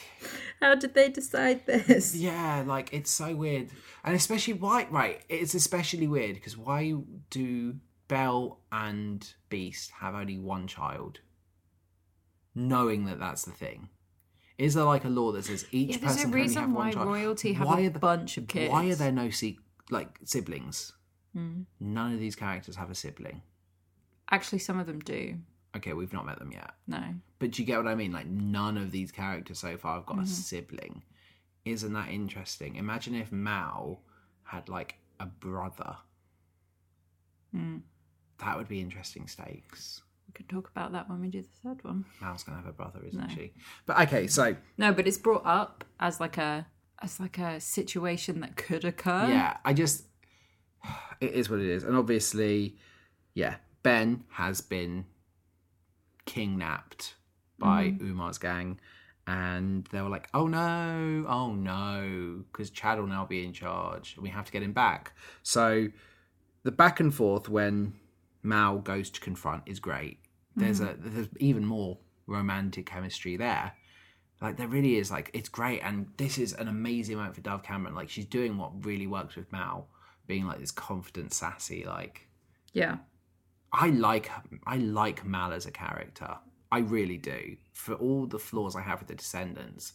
Speaker 1: How did they decide this?
Speaker 2: yeah, like it's so weird, and especially why? Right, it's especially weird because why do Belle and Beast have only one child? Knowing that that's the thing, is there like a law that says each
Speaker 1: Yeah, there's a
Speaker 2: person can only have
Speaker 1: reason
Speaker 2: one
Speaker 1: why
Speaker 2: child?
Speaker 1: royalty have
Speaker 2: Why
Speaker 1: a
Speaker 2: are the-
Speaker 1: bunch of kids. Hmm.
Speaker 2: Why are there no se- like siblings? None of these characters have a sibling.
Speaker 1: Actually, some of them do.
Speaker 2: Okay, we've not met them yet,
Speaker 1: No.
Speaker 2: but do you get what I mean? Like none of these characters so far have got a sibling. Isn't that interesting? Imagine if Mao had like a brother. That would be interesting stakes.
Speaker 1: Hmm. We can talk about that when we do the third one.
Speaker 2: Mao's gonna have a brother, isn't she? But okay, so
Speaker 1: No, but it's brought up as like a as like a situation that could occur.
Speaker 2: yeah, I just it is what it is, and obviously, yeah, Ben has been kidnapped by Umar's gang, and they were like, "Oh no, oh no," because Chad will now be in charge, and we have to get him back. So the back and forth when Mao goes to confront is great. There's a there's even more romantic chemistry there. Like there really is like it's great and this is an amazing moment for Dove Cameron. Like she's doing what really works with Mao, being like this confident, sassy, like
Speaker 1: Yeah.
Speaker 2: I like I like Mal as a character. I really do. For all the flaws I have with the Descendants,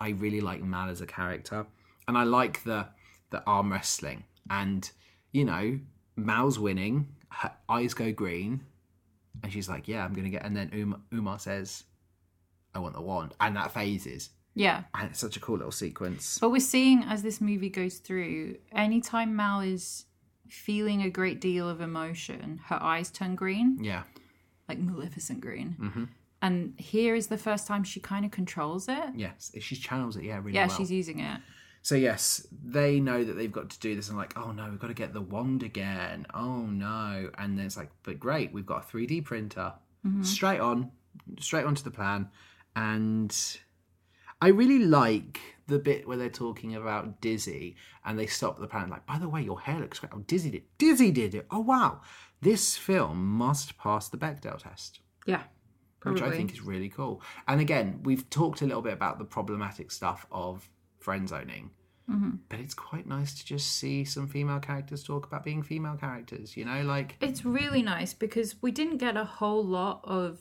Speaker 2: I really like Mal as a character, and I like the the arm wrestling. And you know, Mal's winning. Her eyes go green, and she's like, "Yeah, I'm gonna get." And then Uma, Umar says, "I want the wand," and that phases.
Speaker 1: Yeah.
Speaker 2: And it's such a cool little sequence.
Speaker 1: But we're seeing as this movie goes through, anytime Mal is feeling a great deal of emotion, her eyes turn green,
Speaker 2: Yeah,
Speaker 1: like maleficent green.
Speaker 2: Mm-hmm.
Speaker 1: And here is the first time she kind of controls it.
Speaker 2: yes, she channels it. Yeah, really.
Speaker 1: Yeah,
Speaker 2: well.
Speaker 1: she's using it.
Speaker 2: So yes, they know that they've got to do this, and like, oh no, we've got to get the wand again. Oh no, and then it's like, but great, we've got a three D printer
Speaker 1: Mm-hmm.
Speaker 2: straight on, straight onto the plan, and I really like the bit where they're talking about Dizzy, and they stop the plan. Like, by the way, your hair looks great. Oh, Dizzy did, Dizzy did it. Oh wow, this film must pass the Bechdel test
Speaker 1: Yeah. Probably.
Speaker 2: which I think is really cool. And again, we've talked a little bit about the problematic stuff of friend zoning, but it's quite nice to just see some female characters talk about being female characters. You know, like
Speaker 1: It's really nice because we didn't get a whole lot of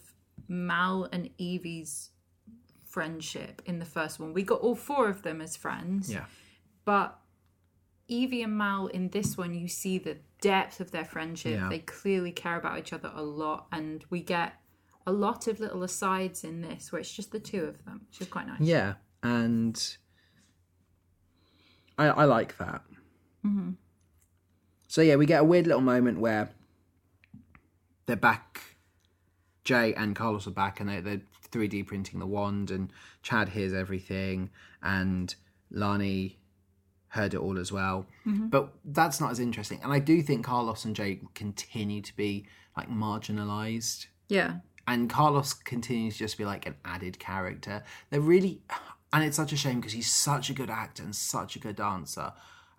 Speaker 1: Mal and Evie's friendship in the first one. We got all four of them as friends,
Speaker 2: yeah,
Speaker 1: but Evie and Mal in this one, you see the depth of their friendship.
Speaker 2: Yeah.
Speaker 1: They clearly care about each other a lot, and we get a lot of little asides in this where it's just the two of them, which is quite nice.
Speaker 2: Yeah, and I I like that. Mm-hmm. So yeah, we get a weird little moment where they're back. Jay and Carlos are back, and they they're three D printing the wand, and Chad hears everything, and Lani heard it all as well. But that's not as interesting, and I do think Carlos and Jay continue to be like marginalized
Speaker 1: Yeah.
Speaker 2: and Carlos continues to just be like an added character. They're really, and it's such a shame because he's such a good actor and such a good dancer.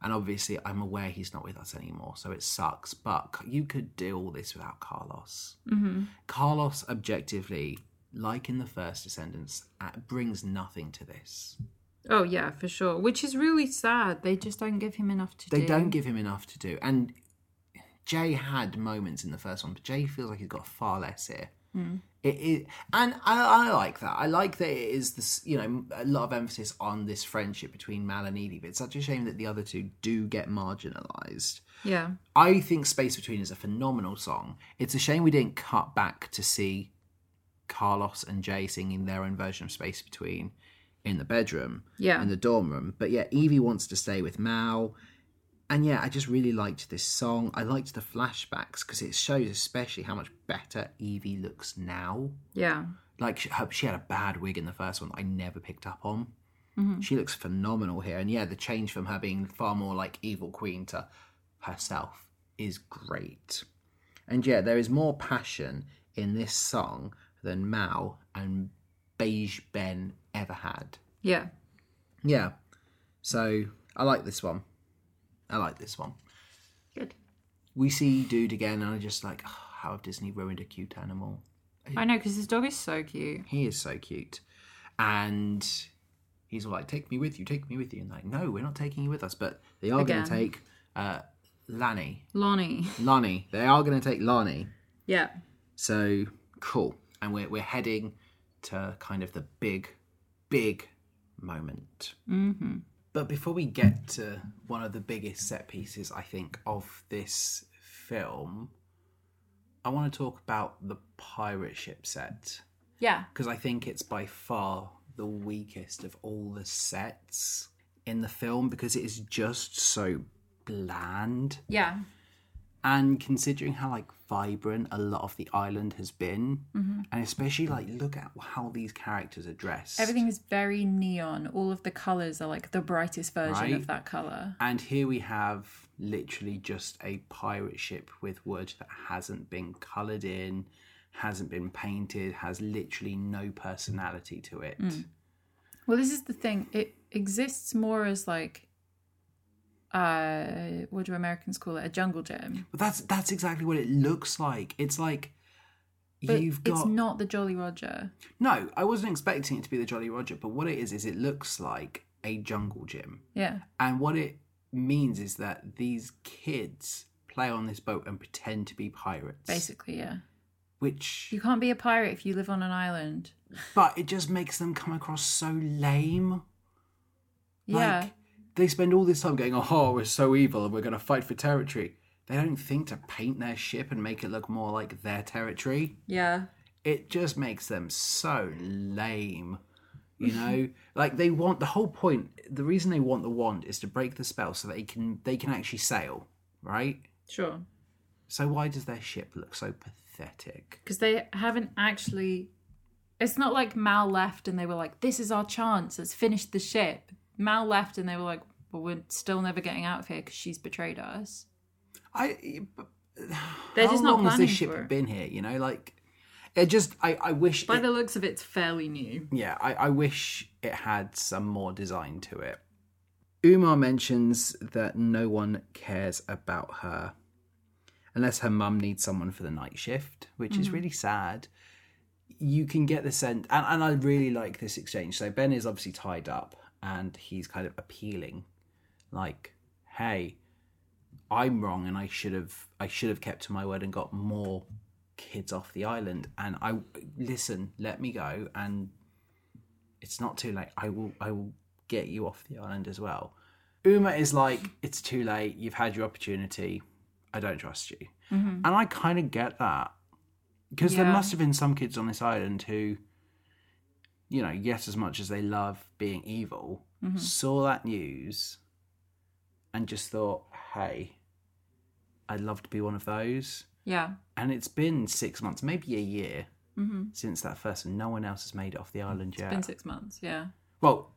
Speaker 2: And obviously, I'm aware he's not with us anymore, so it sucks. But c- you could do all this without Carlos.
Speaker 1: Mm-hmm.
Speaker 2: Carlos, objectively, like in the first Descendants, uh, brings nothing to this.
Speaker 1: Oh yeah, for sure. Which is really sad. They just don't give him enough to
Speaker 2: They
Speaker 1: do.
Speaker 2: don't give him enough to do. And Jay had moments in the first one, but Jay feels like he's got far less here. It is, and I, I like that. I like that it is this, you know, a lot of emphasis on this friendship between Mal and Edie. But it's such a shame that the other two do get marginalised.
Speaker 1: Yeah.
Speaker 2: I think Space Between is a phenomenal song. It's a shame we didn't cut back to see Carlos and Jay singing their own version of Space Between in the bedroom,
Speaker 1: Yeah.
Speaker 2: in the dorm room. But yeah, Evie wants to stay with Mal. And yeah, I just really liked this song. I liked the flashbacks because it shows especially how much better Evie looks now.
Speaker 1: Yeah.
Speaker 2: Like she, her, she had a bad wig in the first one that I never picked up on. She looks phenomenal here, and yeah, the change from her being far more like evil queen to herself is great. And yeah, there is more passion in this song than Mao and Beige Ben ever had.
Speaker 1: Yeah.
Speaker 2: Yeah, so I like this one. I like this one.
Speaker 1: Good.
Speaker 2: We see Dude again, and I just like, "Oh, how have Disney ruined a cute animal?
Speaker 1: I know because this dog is so cute.
Speaker 2: He is so cute. And he's all like, take me with you, take me with you. And like, no, we're not taking you with us. But they are going
Speaker 1: Again.
Speaker 2: to take uh, Lani.
Speaker 1: Lonnie.
Speaker 2: Lani. They are going to take Lani.
Speaker 1: Yeah.
Speaker 2: So cool. And we're, we're heading to kind of the big, big moment. Mm-hmm. But before we get to one of the biggest set pieces, I think, of this film, I want to talk about the pirate ship set
Speaker 1: Yeah.
Speaker 2: because I think it's by far the weakest of all the sets in the film because it is just so bland.
Speaker 1: Yeah.
Speaker 2: And considering how like vibrant a lot of the island has been,
Speaker 1: Mm-hmm.
Speaker 2: and especially like look at how these characters are dressed.
Speaker 1: Everything is very neon. All of the colors are like the brightest version
Speaker 2: Right.
Speaker 1: of that color.
Speaker 2: And here we have literally just a pirate ship with wood that hasn't been coloured in, hasn't been painted, has literally no personality to it.
Speaker 1: Mm. Well, this is the thing. It exists more as like, uh, what do Americans call it? A jungle gym.
Speaker 2: But that's that's exactly what it looks like. It's like
Speaker 1: But
Speaker 2: you've
Speaker 1: it's
Speaker 2: got
Speaker 1: not the Jolly Roger.
Speaker 2: no. I wasn't expecting it to be the Jolly Roger, but what it is is it looks like a jungle gym,
Speaker 1: Yeah.
Speaker 2: and what it means is that these kids play on this boat and pretend to be pirates.
Speaker 1: Basically, yeah.
Speaker 2: Which,
Speaker 1: You can't be a pirate if you live on an island.
Speaker 2: but it just makes them come across so lame.
Speaker 1: Yeah.
Speaker 2: Like they spend all this time going, "Oh, we're so evil, and we're going to fight for territory." They don't think to paint their ship and make it look more like their territory.
Speaker 1: yeah.
Speaker 2: it just makes them so lame you know like they want the whole point the reason they want the wand is to break the spell so they can they can actually sail right
Speaker 1: Sure.
Speaker 2: so why does their ship look so pathetic
Speaker 1: because they haven't actually. It's not like Mal left and they were like, "This is our chance. Let's finish the ship." Mal left and they were like, "Well, we're still never getting out of here because she's betrayed us."
Speaker 2: i
Speaker 1: They're
Speaker 2: how
Speaker 1: just not
Speaker 2: long has
Speaker 1: planning
Speaker 2: this ship
Speaker 1: for it.
Speaker 2: been here you know like it just i i wish
Speaker 1: By
Speaker 2: it-
Speaker 1: the looks of it, it's fairly new.
Speaker 2: yeah I, I wish it had some more design to it umar mentions that no one cares about her unless her mum needs someone for the night shift which is really sad you can get the sense and, and i really like this exchange so ben is obviously tied up and he's kind of appealing like hey i'm wrong and i should have i should have kept to my word and got more kids off the island and i listen let me go and it's not too late i will i will get you off the island as well Uma is like, it's too late. You've had your opportunity. I don't trust you.
Speaker 1: Mm-hmm.
Speaker 2: And I kind of get that because there
Speaker 1: Yeah.
Speaker 2: must have been some kids on this island who, you know, yet as much as they love being evil,
Speaker 1: Mm-hmm.
Speaker 2: saw that news and just thought, hey, I'd love to be one of those.
Speaker 1: Yeah.
Speaker 2: And it's been six months, maybe a year since that first, and no one else has made it off the island yet.
Speaker 1: Mm-hmm. Been six months. Yeah.
Speaker 2: Well,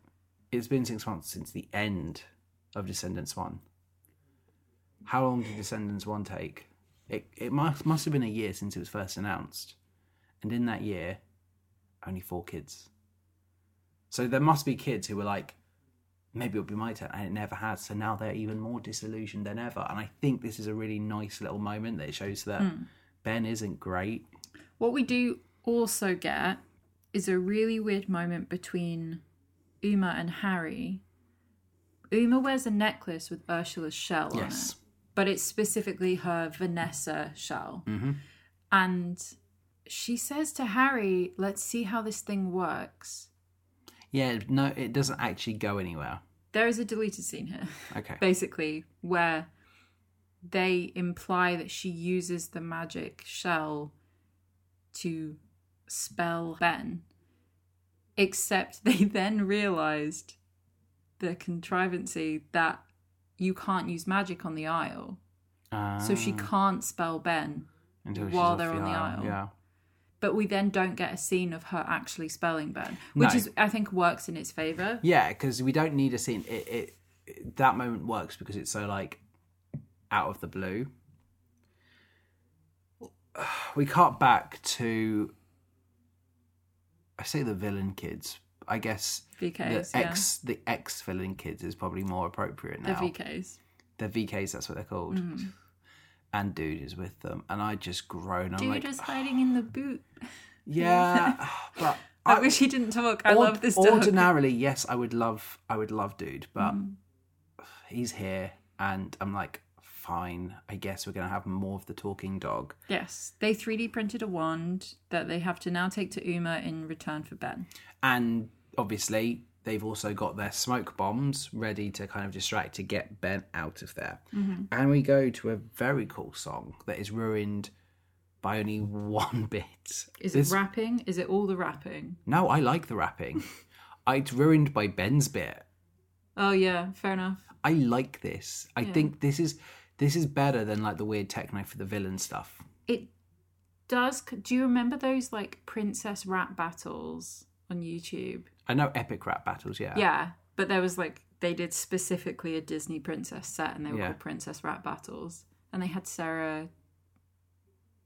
Speaker 2: it's been six months since the end of Descendants One. How long did Descendants One take? It it must must have been a year since it was first announced, and in that year, only four kids. So there must be kids who were like, maybe it'll be my turn, and it never has. So now they're even more disillusioned than ever. And I think this is a really nice little moment that shows that
Speaker 1: Hmm.
Speaker 2: Ben isn't great.
Speaker 1: What we do also get is a really weird moment between Uma and Harry. Uma wears a necklace with Ursula's shell on it,
Speaker 2: Yes,
Speaker 1: but it's specifically her Vanessa shell.
Speaker 2: Mm-hmm.
Speaker 1: And she says to Harry, Let's see how this thing works.
Speaker 2: yeah, no, it doesn't actually go anywhere.
Speaker 1: There is a deleted scene here.
Speaker 2: Okay,
Speaker 1: basically where they imply that she uses the magic shell to spell Ben. Except they then realized the contrivancy that you can't use magic on the Isle,
Speaker 2: uh,
Speaker 1: so she can't spell Ben.
Speaker 2: until
Speaker 1: while
Speaker 2: off
Speaker 1: they're on the aisle.
Speaker 2: Yeah,
Speaker 1: But we then don't get a scene of her actually spelling Ben, which
Speaker 2: No.
Speaker 1: is I think works in its favor.
Speaker 2: yeah, because we don't need a scene. It, it, it that moment works because it's so like out of the blue. We cut back to. I say the villain kids. I guess
Speaker 1: VKs,
Speaker 2: the
Speaker 1: yeah.
Speaker 2: ex the ex villain kids is probably more appropriate
Speaker 1: The Mm-hmm.
Speaker 2: now.
Speaker 1: VKs.
Speaker 2: They're VKs. That's what they're called. And dude is with them, and I just groan. I'm
Speaker 1: Dude
Speaker 2: like,
Speaker 1: is hiding in the boot.
Speaker 2: yeah, but
Speaker 1: I, wish he didn't talk. I
Speaker 2: Ord-
Speaker 1: love this dog.
Speaker 2: Ordinarily, yes, I would love, I would love, dude, but
Speaker 1: Mm.
Speaker 2: he's here, and I'm like, fine. I guess we're gonna have more of the talking dog.
Speaker 1: Yes, they 3D printed a wand that they have to now take to Uma in return for Ben.
Speaker 2: and obviously they've also got their smoke bombs ready to kind of distract to get Ben out of there.
Speaker 1: Mm-hmm.
Speaker 2: And we go to a very cool song that is ruined by only one bit.
Speaker 1: Is
Speaker 2: This-
Speaker 1: it rapping? Is it all the rapping?
Speaker 2: no, I like the rapping. it's ruined by Ben's bit.
Speaker 1: Oh yeah, fair enough.
Speaker 2: I like this. I think this is this is better than like the weird techno for the villain stuff.
Speaker 1: It does. Do you remember those like princess rap battles on YouTube?
Speaker 2: I know epic rap battles, yeah.
Speaker 1: Yeah, but there was like they did specifically a Disney princess set, and they were
Speaker 2: Yeah.
Speaker 1: called Princess Rap Battles, and they had Sarah,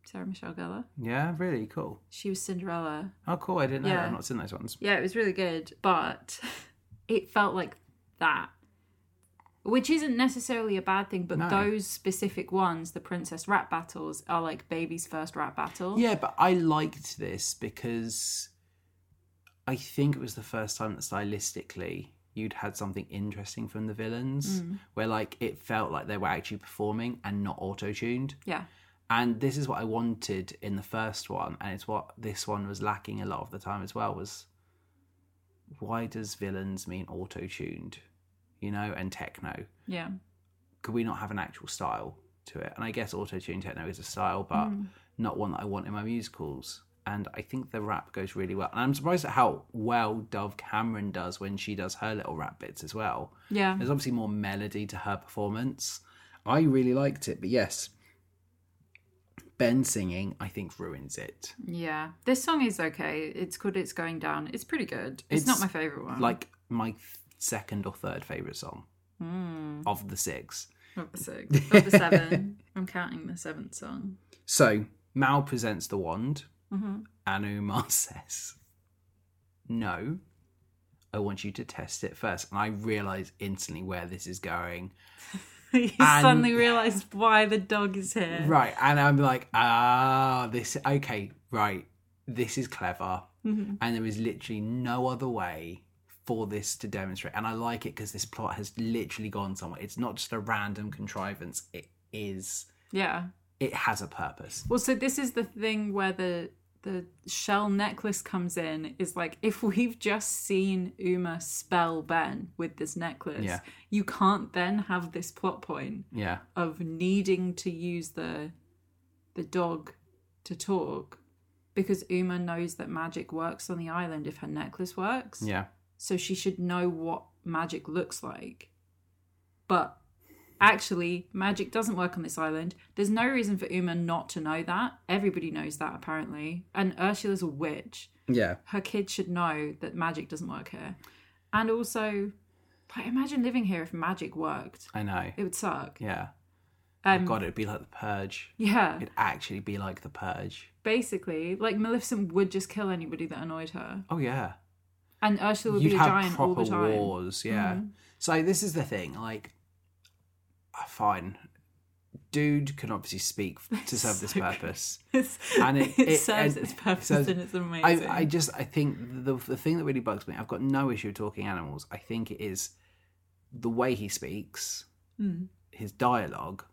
Speaker 1: Sarah Michelle Gellar.
Speaker 2: Yeah, really cool.
Speaker 1: She was Cinderella.
Speaker 2: Oh cool, I didn't know that.
Speaker 1: Yeah.
Speaker 2: I've not seen those ones.
Speaker 1: Yeah, it was really good, but it felt like that. Which isn't necessarily a bad thing, but
Speaker 2: No.
Speaker 1: those specific ones, the princess rap battles, are like baby's first rap battle.
Speaker 2: Yeah, but I liked this because I think it was the first time that stylistically you'd had something interesting from the villains where like it felt like they were actually performing and not auto-tuned.
Speaker 1: Yeah.
Speaker 2: And this is what I wanted in the first one and it's what this one was lacking a lot of the time as well was why does villains mean auto-tuned, you know, and techno?
Speaker 1: Yeah.
Speaker 2: could we not have an actual style to it? And I guess auto tune techno is a style, but not one that I want in my musicals. And I think the rap goes really well. And I'm surprised at how well Dove Cameron does when she does her little rap bits as well.
Speaker 1: Yeah.
Speaker 2: There's obviously more melody to her performance. I really liked it, but yes, Ben singing, I think, ruins it.
Speaker 1: Yeah. This song is okay. It's called It's Going Down. It's pretty good. It's,
Speaker 2: It's
Speaker 1: not my favourite one.
Speaker 2: Like my second or third favourite song
Speaker 1: Hmm.
Speaker 2: of the six.
Speaker 1: of the six. Of the seven. I'm counting the seventh song.
Speaker 2: So Mal presents the wand,
Speaker 1: Mm-hmm.
Speaker 2: and Umar says, "No, I want you to test it first. And I realize instantly where this is going.
Speaker 1: you
Speaker 2: And-
Speaker 1: suddenly realised why the dog is here.
Speaker 2: Right, and I'm like, ah, this okay, right, this is clever,
Speaker 1: Mm-hmm.
Speaker 2: and there is literally no other way." For this to demonstrate, and I like it because this plot has literally gone somewhere. It's not just a random contrivance. It is.
Speaker 1: Yeah.
Speaker 2: It has a purpose.
Speaker 1: Well, so this is the thing where the the shell necklace comes in is like if we've just seen Uma spell Ben with this necklace,
Speaker 2: Yeah.
Speaker 1: you can't then have this plot point
Speaker 2: Yeah.
Speaker 1: of needing to use the the dog to talk because Uma knows that magic works on the island if her necklace works.
Speaker 2: Yeah.
Speaker 1: So she should know what magic looks like. But actually, magic doesn't work on this island. There's no reason for Uma not to know that. Everybody knows that apparently. And Ursula's a witch.
Speaker 2: Yeah.
Speaker 1: Her kids should know that magic doesn't work here. And also, like imagine living here if magic worked.
Speaker 2: I know.
Speaker 1: It would suck.
Speaker 2: Yeah.
Speaker 1: Um,
Speaker 2: God, it'd be like the purge.
Speaker 1: Yeah,
Speaker 2: It'd actually be like the purge.
Speaker 1: basically, like Maleficent would just kill anybody that annoyed her,
Speaker 2: Oh yeah.
Speaker 1: and Ursula would
Speaker 2: You'd
Speaker 1: be a
Speaker 2: have
Speaker 1: giant all
Speaker 2: proper
Speaker 1: the time. Mm-hmm.
Speaker 2: wars, yeah. So this is the thing, like, ah, fine, dude can obviously speak to serve this
Speaker 1: So good.
Speaker 2: purpose,
Speaker 1: It's,
Speaker 2: and it,
Speaker 1: it, serves
Speaker 2: and
Speaker 1: its purpose
Speaker 2: serves-
Speaker 1: and it's amazing.
Speaker 2: I, I just I think the the thing that really bugs me. I've got no issue with talking animals. I think it is the way he speaks,
Speaker 1: Mm.
Speaker 2: his dialogue,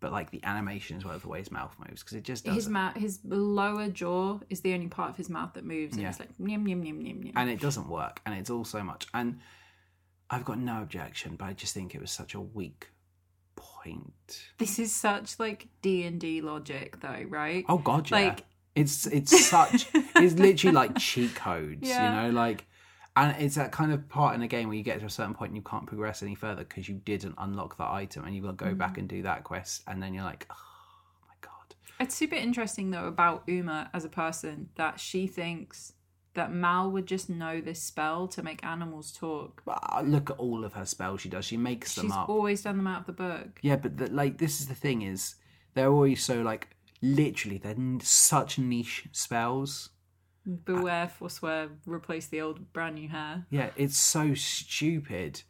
Speaker 2: but like the animation as well of the way his mouth moves because it just doesn't.
Speaker 1: His mouth, his lower jaw is the only part of his mouth that moves, and
Speaker 2: Yeah.
Speaker 1: it's like yum yum yum yum yum.
Speaker 2: and it doesn't work and it's all so much and i've got no objection but i just think it was such a weak point
Speaker 1: This is such like D and D logic, though, right?
Speaker 2: oh god yeah
Speaker 1: Like-
Speaker 2: it's it's such it's literally like cheat codes
Speaker 1: Yeah.
Speaker 2: you know like and it's that kind of part in a game where you get to a certain point and you can't progress any further because you didn't unlock that item and you've got to
Speaker 1: Mm.
Speaker 2: go back and do that quest and then you're like oh my god
Speaker 1: It's super interesting though about Uma as a person that she thinks that Mal would just know this spell to make animals talk.
Speaker 2: but I look at all of her spells she does she makes them
Speaker 1: She's
Speaker 2: up
Speaker 1: always done them out of the book.
Speaker 2: Yeah, but the, like this is the thing is they're always so like literally they're n- such niche spells. Mm.
Speaker 1: Beware, forswear, replace the old brand new hair.
Speaker 2: Yeah, it's so stupid.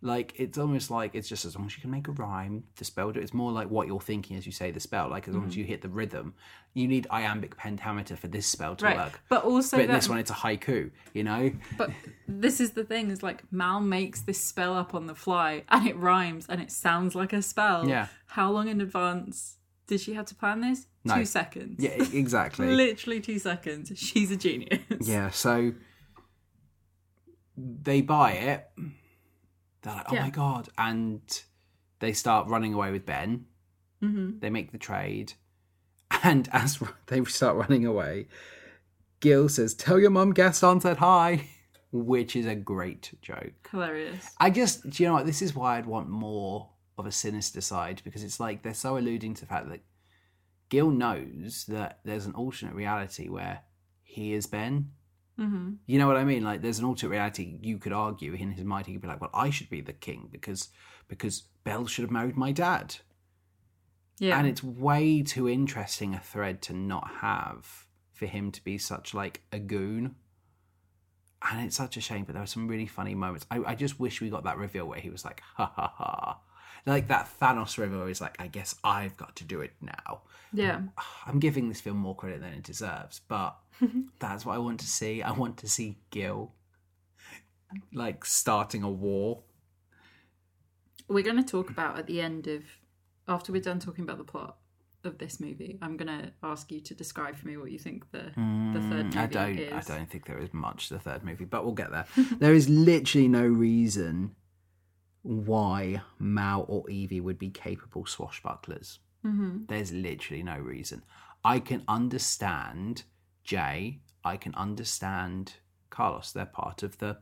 Speaker 2: Like it's almost like it's just as long as you can make a rhyme, the spell. do- It's more like what you're thinking as you say the spell. Like as long
Speaker 1: Mm.
Speaker 2: as you hit the rhythm, you need iambic pentameter for this spell to
Speaker 1: Right.
Speaker 2: work.
Speaker 1: But also
Speaker 2: but in
Speaker 1: that,
Speaker 2: this one, it's a haiku. You know?
Speaker 1: but this is the thing, is like Mal makes this spell up on the fly and it rhymes and it sounds like a spell.
Speaker 2: Yeah.
Speaker 1: How long in advance did she have to plan this?
Speaker 2: No.
Speaker 1: Two seconds.
Speaker 2: Yeah, e- exactly.
Speaker 1: Literally two seconds. She's a genius.
Speaker 2: Yeah, so they buy it. They're like, oh
Speaker 1: Yeah.
Speaker 2: my God. And they start running away with Ben. Mm-hmm. They make the trade. And as they start running away, Gil says, tell your mum Gaston said hi, which is a great joke.
Speaker 1: Hilarious.
Speaker 2: I just, do you know what? This is why I'd want more of a sinister side because it's like they're so alluding to the fact that Gil knows that there's an alternate reality where he is Ben.
Speaker 1: Mm-hmm.
Speaker 2: You know what I mean? Like, there's an alternate reality. You could argue in his mind, he could be like, "Well, I should be the king because because Belle should have married my dad,"
Speaker 1: Yeah.
Speaker 2: and it's way too interesting a thread to not have for him to be such like a goon. And it's such a shame, but there were some really funny moments. I, I just wish we got that reveal where he was like, "Ha ha ha." Like that Thanos reveal where he's like, I guess I've got to do it now.
Speaker 1: yeah.
Speaker 2: I'm giving this film more credit than it deserves, but that's what I want to see. I want to see Gil like starting a war.
Speaker 1: we're going to talk about at the end of after we're done talking about the plot of this movie i'm going to ask you to describe for me what you think the the third movie
Speaker 2: Mm, I don't
Speaker 1: is
Speaker 2: I don't think there is much to the third movie, but we'll get there. there is literally no reason why Mao or Evie would be capable swashbucklers.
Speaker 1: Mhm.
Speaker 2: There's literally no reason. I can understand Jay. I can understand Carlos. They're part of the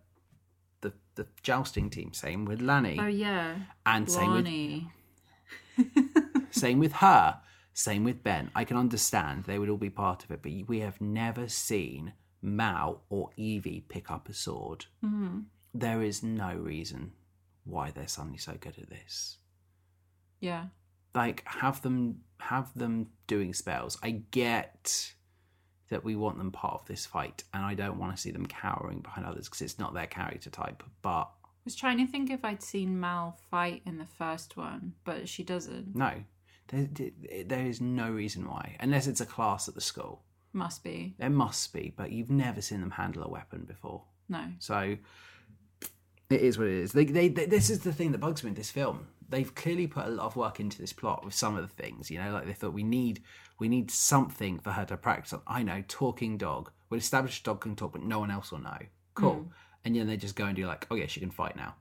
Speaker 2: the, the jousting team. Same with Lanny.
Speaker 1: oh yeah
Speaker 2: and same with
Speaker 1: Lonnie.
Speaker 2: same with her. Same with Ben. I can understand they would all be part of it, but we have never seen Mao or Evie pick up a sword.
Speaker 1: Mhm.
Speaker 2: There is no reason why they're suddenly so good at this.
Speaker 1: yeah
Speaker 2: Like have them have them doing spells. I get that we want them part of this fight, and I don't want to see them cowering behind others because it's not their character type. But
Speaker 1: I was trying to think if I'd seen Mal fight in the first one, but she doesn't.
Speaker 2: no, there, there is no reason why, unless it's a class at the school.
Speaker 1: Must be.
Speaker 2: There must be, but you've never seen them handle a weapon before.
Speaker 1: No.
Speaker 2: So it is what it is. They, they, they, this is the thing that bugs me in this film. they've clearly put a lot of work into this plot with some of the things. You know, like they thought we need we need something for her to practice on. I know talking dog. We'll establish a dog can talk, but no one else will know. Cool. And then they just go and do like, oh yeah, she can fight now.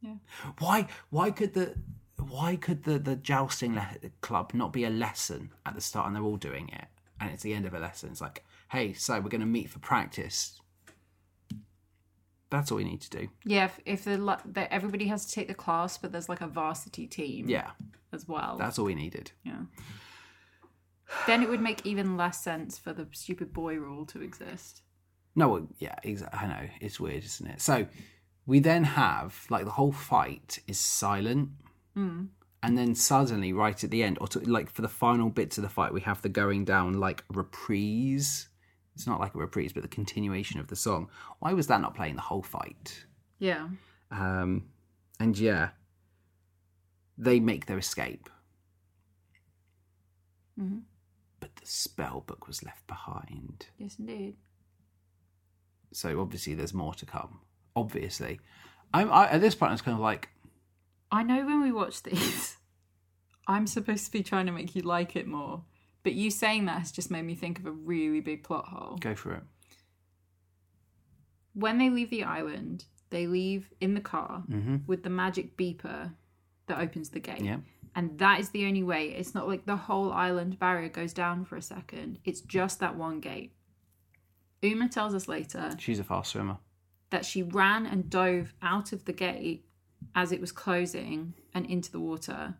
Speaker 1: Yeah.
Speaker 2: Why? Why could the why could the the jousting le- club not be a lesson at the start and they're all doing it and it's the end of a lesson? It's like, hey, so we're going to meet for practice. That's all we need to do.
Speaker 1: Yeah, if, if the, lo- that everybody has to take the class, but there's like a varsity team
Speaker 2: Yeah,
Speaker 1: as well.
Speaker 2: that's all we needed.
Speaker 1: yeah. Then it would make even less sense for the stupid boy rule to exist.
Speaker 2: No, well, yeah, exactly. I know it's weird, isn't it? So we then have like the whole fight is silent, and then suddenly, right at the end, or to, like for the final bits of the fight, we have the going down like reprise. It's not like a reprise, but the continuation of the song. Why was that not playing the whole fight?
Speaker 1: Yeah.
Speaker 2: Um, and yeah, they make their escape,
Speaker 1: hmm
Speaker 2: but the spell book was left behind.
Speaker 1: Yes, indeed.
Speaker 2: So obviously, there's more to come. Obviously, I'm I, at this point. I was kind of like.
Speaker 1: I know when we watch these, I'm supposed to be trying to make you like it more, but you saying that has just made me think of a really big plot hole.
Speaker 2: Go for it.
Speaker 1: When they leave the island, they leave in the car
Speaker 2: Mm-hmm.
Speaker 1: with the magic beeper that opens the gate.
Speaker 2: Yeah.
Speaker 1: And that is the only way. It's not like the whole island barrier goes down for a second, it's just that one gate. Uma tells us later
Speaker 2: She's a fast swimmer.
Speaker 1: that she ran and dove out of the gate as it was closing and into the water.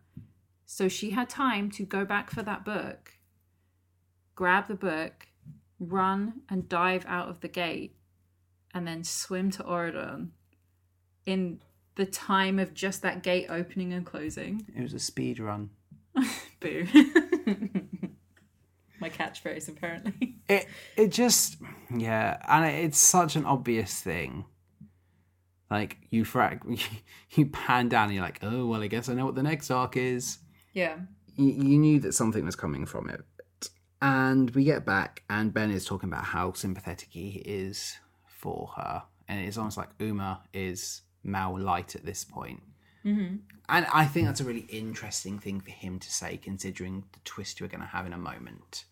Speaker 1: So she had time to go back for that book, grab the book, run and dive out of the gate, and then swim to Oridon in the time of just that gate opening and closing.
Speaker 2: It was a speed run.
Speaker 1: Boo. My catchphrase, apparently.
Speaker 2: It it just yeah, and it, it's such an obvious thing. Like you frag, you pan down, and you're like, oh well, I guess I know what the next arc is.
Speaker 1: Yeah.
Speaker 2: You, you knew that something was coming from it, and we get back, and Ben is talking about how sympathetic he is for her, and it's almost like Uma is Mal light at this point.
Speaker 1: Mm-hmm.
Speaker 2: And I think that's a really interesting thing for him to say, considering the twist we're going to have in a moment,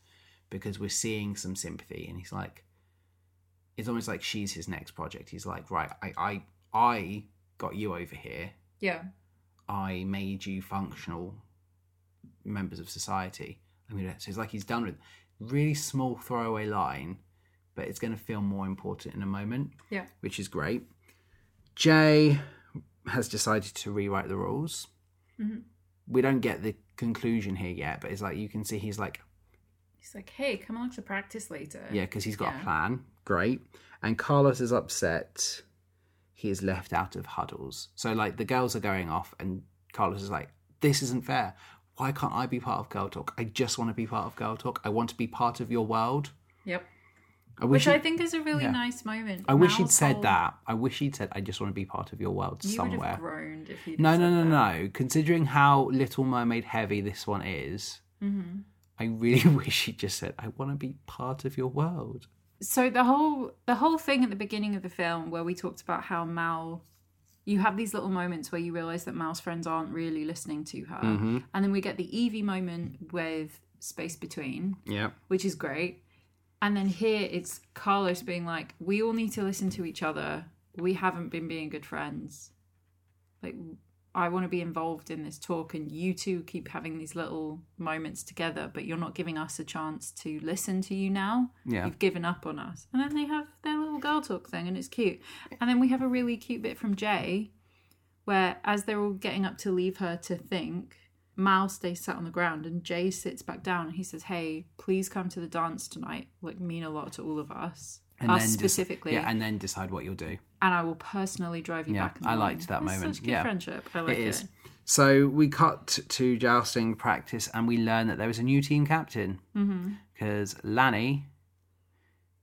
Speaker 2: because we're seeing some sympathy, and he's like, it's almost like she's his next project. He's like, right, I, I, I got you over here.
Speaker 1: Yeah.
Speaker 2: I made you functional members of society. I mean, so it's like he's done with really small throwaway line, but it's going to feel more important in a moment
Speaker 1: Yeah.
Speaker 2: which is great. Jay has decided to rewrite the rules.
Speaker 1: Mhm.
Speaker 2: We don't get the conclusion here yet, but it's like you can see he's like,
Speaker 1: He's like, hey, come along to practice later.
Speaker 2: yeah, because he's got
Speaker 1: Uh, Yeah.
Speaker 2: a plan. Great. And Carlos is upset. He is left out of huddles. So, like, the girls are going off, and Carlos is like, this isn't fair. Why can't I be part of Girl Talk? I just want to be part of Girl Talk. I want to be part of your world.
Speaker 1: Yep.
Speaker 2: I
Speaker 1: Which
Speaker 2: wish,
Speaker 1: I
Speaker 2: he-
Speaker 1: think is a really
Speaker 2: yeah.
Speaker 1: nice moment.
Speaker 2: I wish
Speaker 1: Mal's
Speaker 2: he'd said
Speaker 1: whole-
Speaker 2: that. I wish he'd said, I just want to be part of your world
Speaker 1: You
Speaker 2: somewhere.
Speaker 1: would have groaned if he'd
Speaker 2: No, no, no, no. Considering how Little Mermaid heavy this one is,
Speaker 1: Mm-hmm.
Speaker 2: I really wish he just said, "I want to be part of your world."
Speaker 1: So the whole the whole thing at the beginning of the film where we talked about how Mal, you have these little moments where you realize that Mal's friends aren't really listening to her,
Speaker 2: Mm-hmm.
Speaker 1: and then we get the Evie moment with space between,
Speaker 2: Yeah,
Speaker 1: which is great. And then here it's Carlos being like, "We all need to listen to each other. We haven't been being good friends. Like, I want to be involved in this talk, and you two keep having these little moments together, but you're not giving us a chance to listen to you now.
Speaker 2: Yeah.
Speaker 1: You've given up on us." And then they have their little girl talk thing, and it's cute. And then we have a really cute bit from Jay, where as they're all getting up to leave her to think. Mal stays sat on the ground and Jay sits back down and he says, Hey, please come to the dance tonight. Like, mean a lot to all of us. us
Speaker 2: dec-
Speaker 1: specifically.
Speaker 2: yeah, and then decide what you'll do.
Speaker 1: and I will personally drive you
Speaker 2: Yeah,
Speaker 1: back. In the
Speaker 2: I
Speaker 1: morning."
Speaker 2: liked
Speaker 1: That's
Speaker 2: that moment.
Speaker 1: Such good
Speaker 2: Yeah.
Speaker 1: friendship. I like it.
Speaker 2: it is. So we cut to jousting practice, and we learn that there is a new team captain
Speaker 1: Mm-hmm.
Speaker 2: because Lanny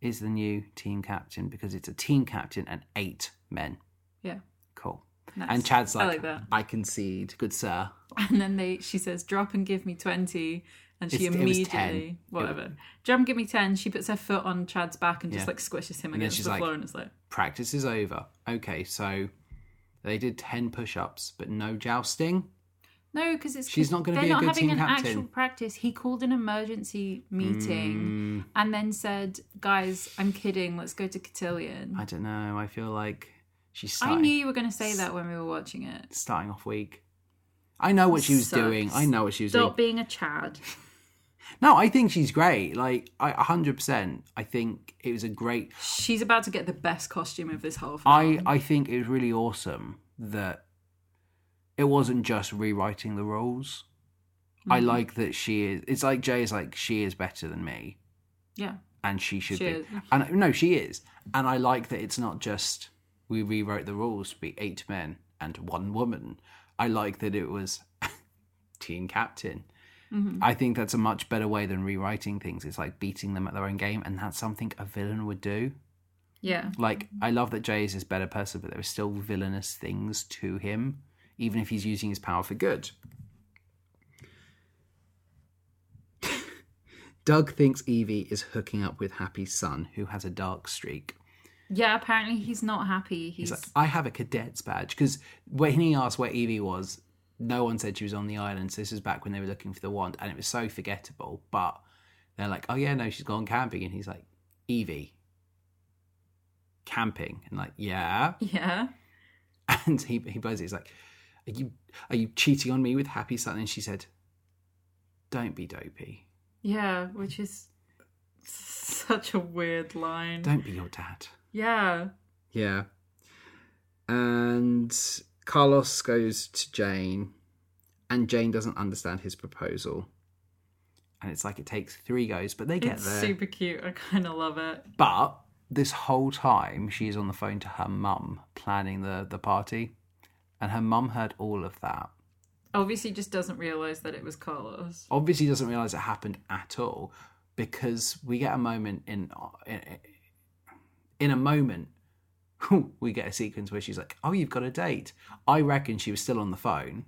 Speaker 2: is the new team captain because it's a team captain and eight men.
Speaker 1: Yeah.
Speaker 2: Cool.
Speaker 1: Nice.
Speaker 2: And Chad's
Speaker 1: I
Speaker 2: like,
Speaker 1: like that.
Speaker 2: I concede, good sir.
Speaker 1: And then they, she says, "Drop and give me 20. And she
Speaker 2: It's- it was 10.
Speaker 1: immediately,
Speaker 2: It-
Speaker 1: whatever, drop and give me ten. She puts her foot on Chad's back and just
Speaker 2: Yeah.
Speaker 1: like squishes him
Speaker 2: And then
Speaker 1: against
Speaker 2: she's
Speaker 1: the
Speaker 2: like-
Speaker 1: floor, and it's like,
Speaker 2: practice is over. Okay, so They did 10 push ups, but no jousting.
Speaker 1: No, because it's
Speaker 2: She's not gonna
Speaker 1: they're
Speaker 2: be a
Speaker 1: not
Speaker 2: good
Speaker 1: having
Speaker 2: team
Speaker 1: an
Speaker 2: captain.
Speaker 1: actual practice. He called an emergency meeting
Speaker 2: Mm.
Speaker 1: and then said, "Guys, I'm kidding. Let's go to Cotillion."
Speaker 2: I don't know. I feel like she's
Speaker 1: I
Speaker 2: starting,
Speaker 1: knew you were going to say that when we were watching it.
Speaker 2: starting off weak. I know what she was
Speaker 1: Sucks.
Speaker 2: doing. I know what she was doing.
Speaker 1: Stop being a Chad.
Speaker 2: No, I think she's great. Like, I 100%. I think it was a great.
Speaker 1: She's about to get the best costume of this whole film.
Speaker 2: I, I think it was really awesome that it wasn't just rewriting the rules.
Speaker 1: Mm-hmm.
Speaker 2: I like that she is. It's like Jay is like, she is better than me.
Speaker 1: yeah.
Speaker 2: and she should
Speaker 1: She
Speaker 2: be.
Speaker 1: is.
Speaker 2: And no, she is. And I like that it's not just we rewrote the rules to be eight men and one woman. I like that it was team captain. I think that's a much better way than rewriting things. It's like beating them at their own game, and that's something a villain would do.
Speaker 1: Yeah.
Speaker 2: Like I love that Jay is this better person, but there are still villainous things to him, even if he's using his power for good. Doug thinks Evie is hooking up with Happy's son, who has a dark streak.
Speaker 1: Yeah, apparently he's not happy. He's,
Speaker 2: He's like, I have a cadet's badge. Because when he asked where Evie was, no one said she was on the island. So this was back when they were looking for the wand, and it was so forgettable. But they're like, oh, yeah, no, she's gone camping. And he's like, Evie, camping. And like, yeah.
Speaker 1: yeah.
Speaker 2: And he he buzzes he's like, "Are you are you cheating on me with Happy Son?" And she said, "Don't be dopey.
Speaker 1: Yeah, which is such a weird line.
Speaker 2: Don't be your dad."
Speaker 1: Yeah.
Speaker 2: Yeah. And Carlos goes to Jane, and Jane doesn't understand his proposal. And it's like it takes three goes, but they get
Speaker 1: It's
Speaker 2: there.
Speaker 1: super cute. I kind of love it.
Speaker 2: But this whole time, she's on the phone to her mum, planning the the party, and her mum heard all of that.
Speaker 1: Obviously, just doesn't realize that it was Carlos.
Speaker 2: obviously doesn't realize it happened at all because we get a moment in in, in a moment we get a sequence where she's like oh you've got a date i reckon she was still on the phone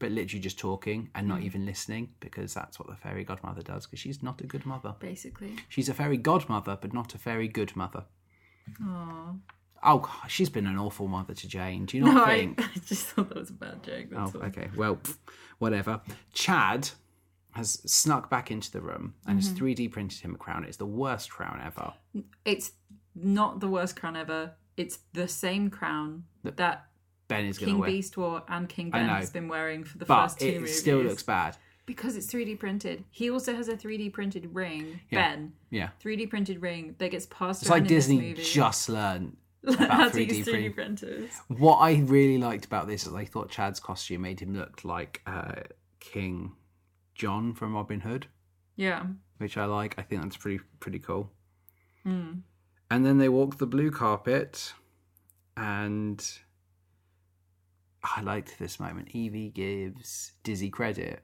Speaker 2: but literally just talking and
Speaker 1: Hmm.
Speaker 2: not even listening because that's what the fairy godmother does because she's not a good mother
Speaker 1: Basically.
Speaker 2: she's a fairy godmother but not a very good mother
Speaker 1: Aww.
Speaker 2: oh God, she's been an awful mother to jane do you not
Speaker 1: No, I,
Speaker 2: think
Speaker 1: I just thought that was a bad joke.
Speaker 2: Oh,
Speaker 1: That's all.
Speaker 2: okay. Well, pff, whatever. Chad has snuck back into the room and
Speaker 1: Mm-hmm.
Speaker 2: has 3D printed him a crown. It's the worst crown ever.
Speaker 1: It's not the worst crown ever. It's the same crown that
Speaker 2: Ben is going to
Speaker 1: King
Speaker 2: wear,
Speaker 1: Beast wore and King
Speaker 2: I
Speaker 1: Ben
Speaker 2: know.
Speaker 1: has been wearing for the
Speaker 2: but
Speaker 1: first two
Speaker 2: it
Speaker 1: movies.
Speaker 2: still looks bad.
Speaker 1: because it's 3D printed. He also has a 3D printed ring.
Speaker 2: Yeah.
Speaker 1: Ben,
Speaker 2: Yeah,
Speaker 1: 3D printed ring that gets passed
Speaker 2: it's
Speaker 1: around
Speaker 2: like
Speaker 1: in this
Speaker 2: Disney
Speaker 1: movie.
Speaker 2: just learned.
Speaker 1: how to
Speaker 2: 3D
Speaker 1: use 3D
Speaker 2: print.
Speaker 1: printers.
Speaker 2: What I really liked about this is I thought Chad's costume made him look like uh, King John from Robin Hood.
Speaker 1: Yeah.
Speaker 2: which I like. I think that's pretty pretty cool.
Speaker 1: Hmm.
Speaker 2: And then they walk the blue carpet, and I liked this moment. Evie gives Dizzy credit,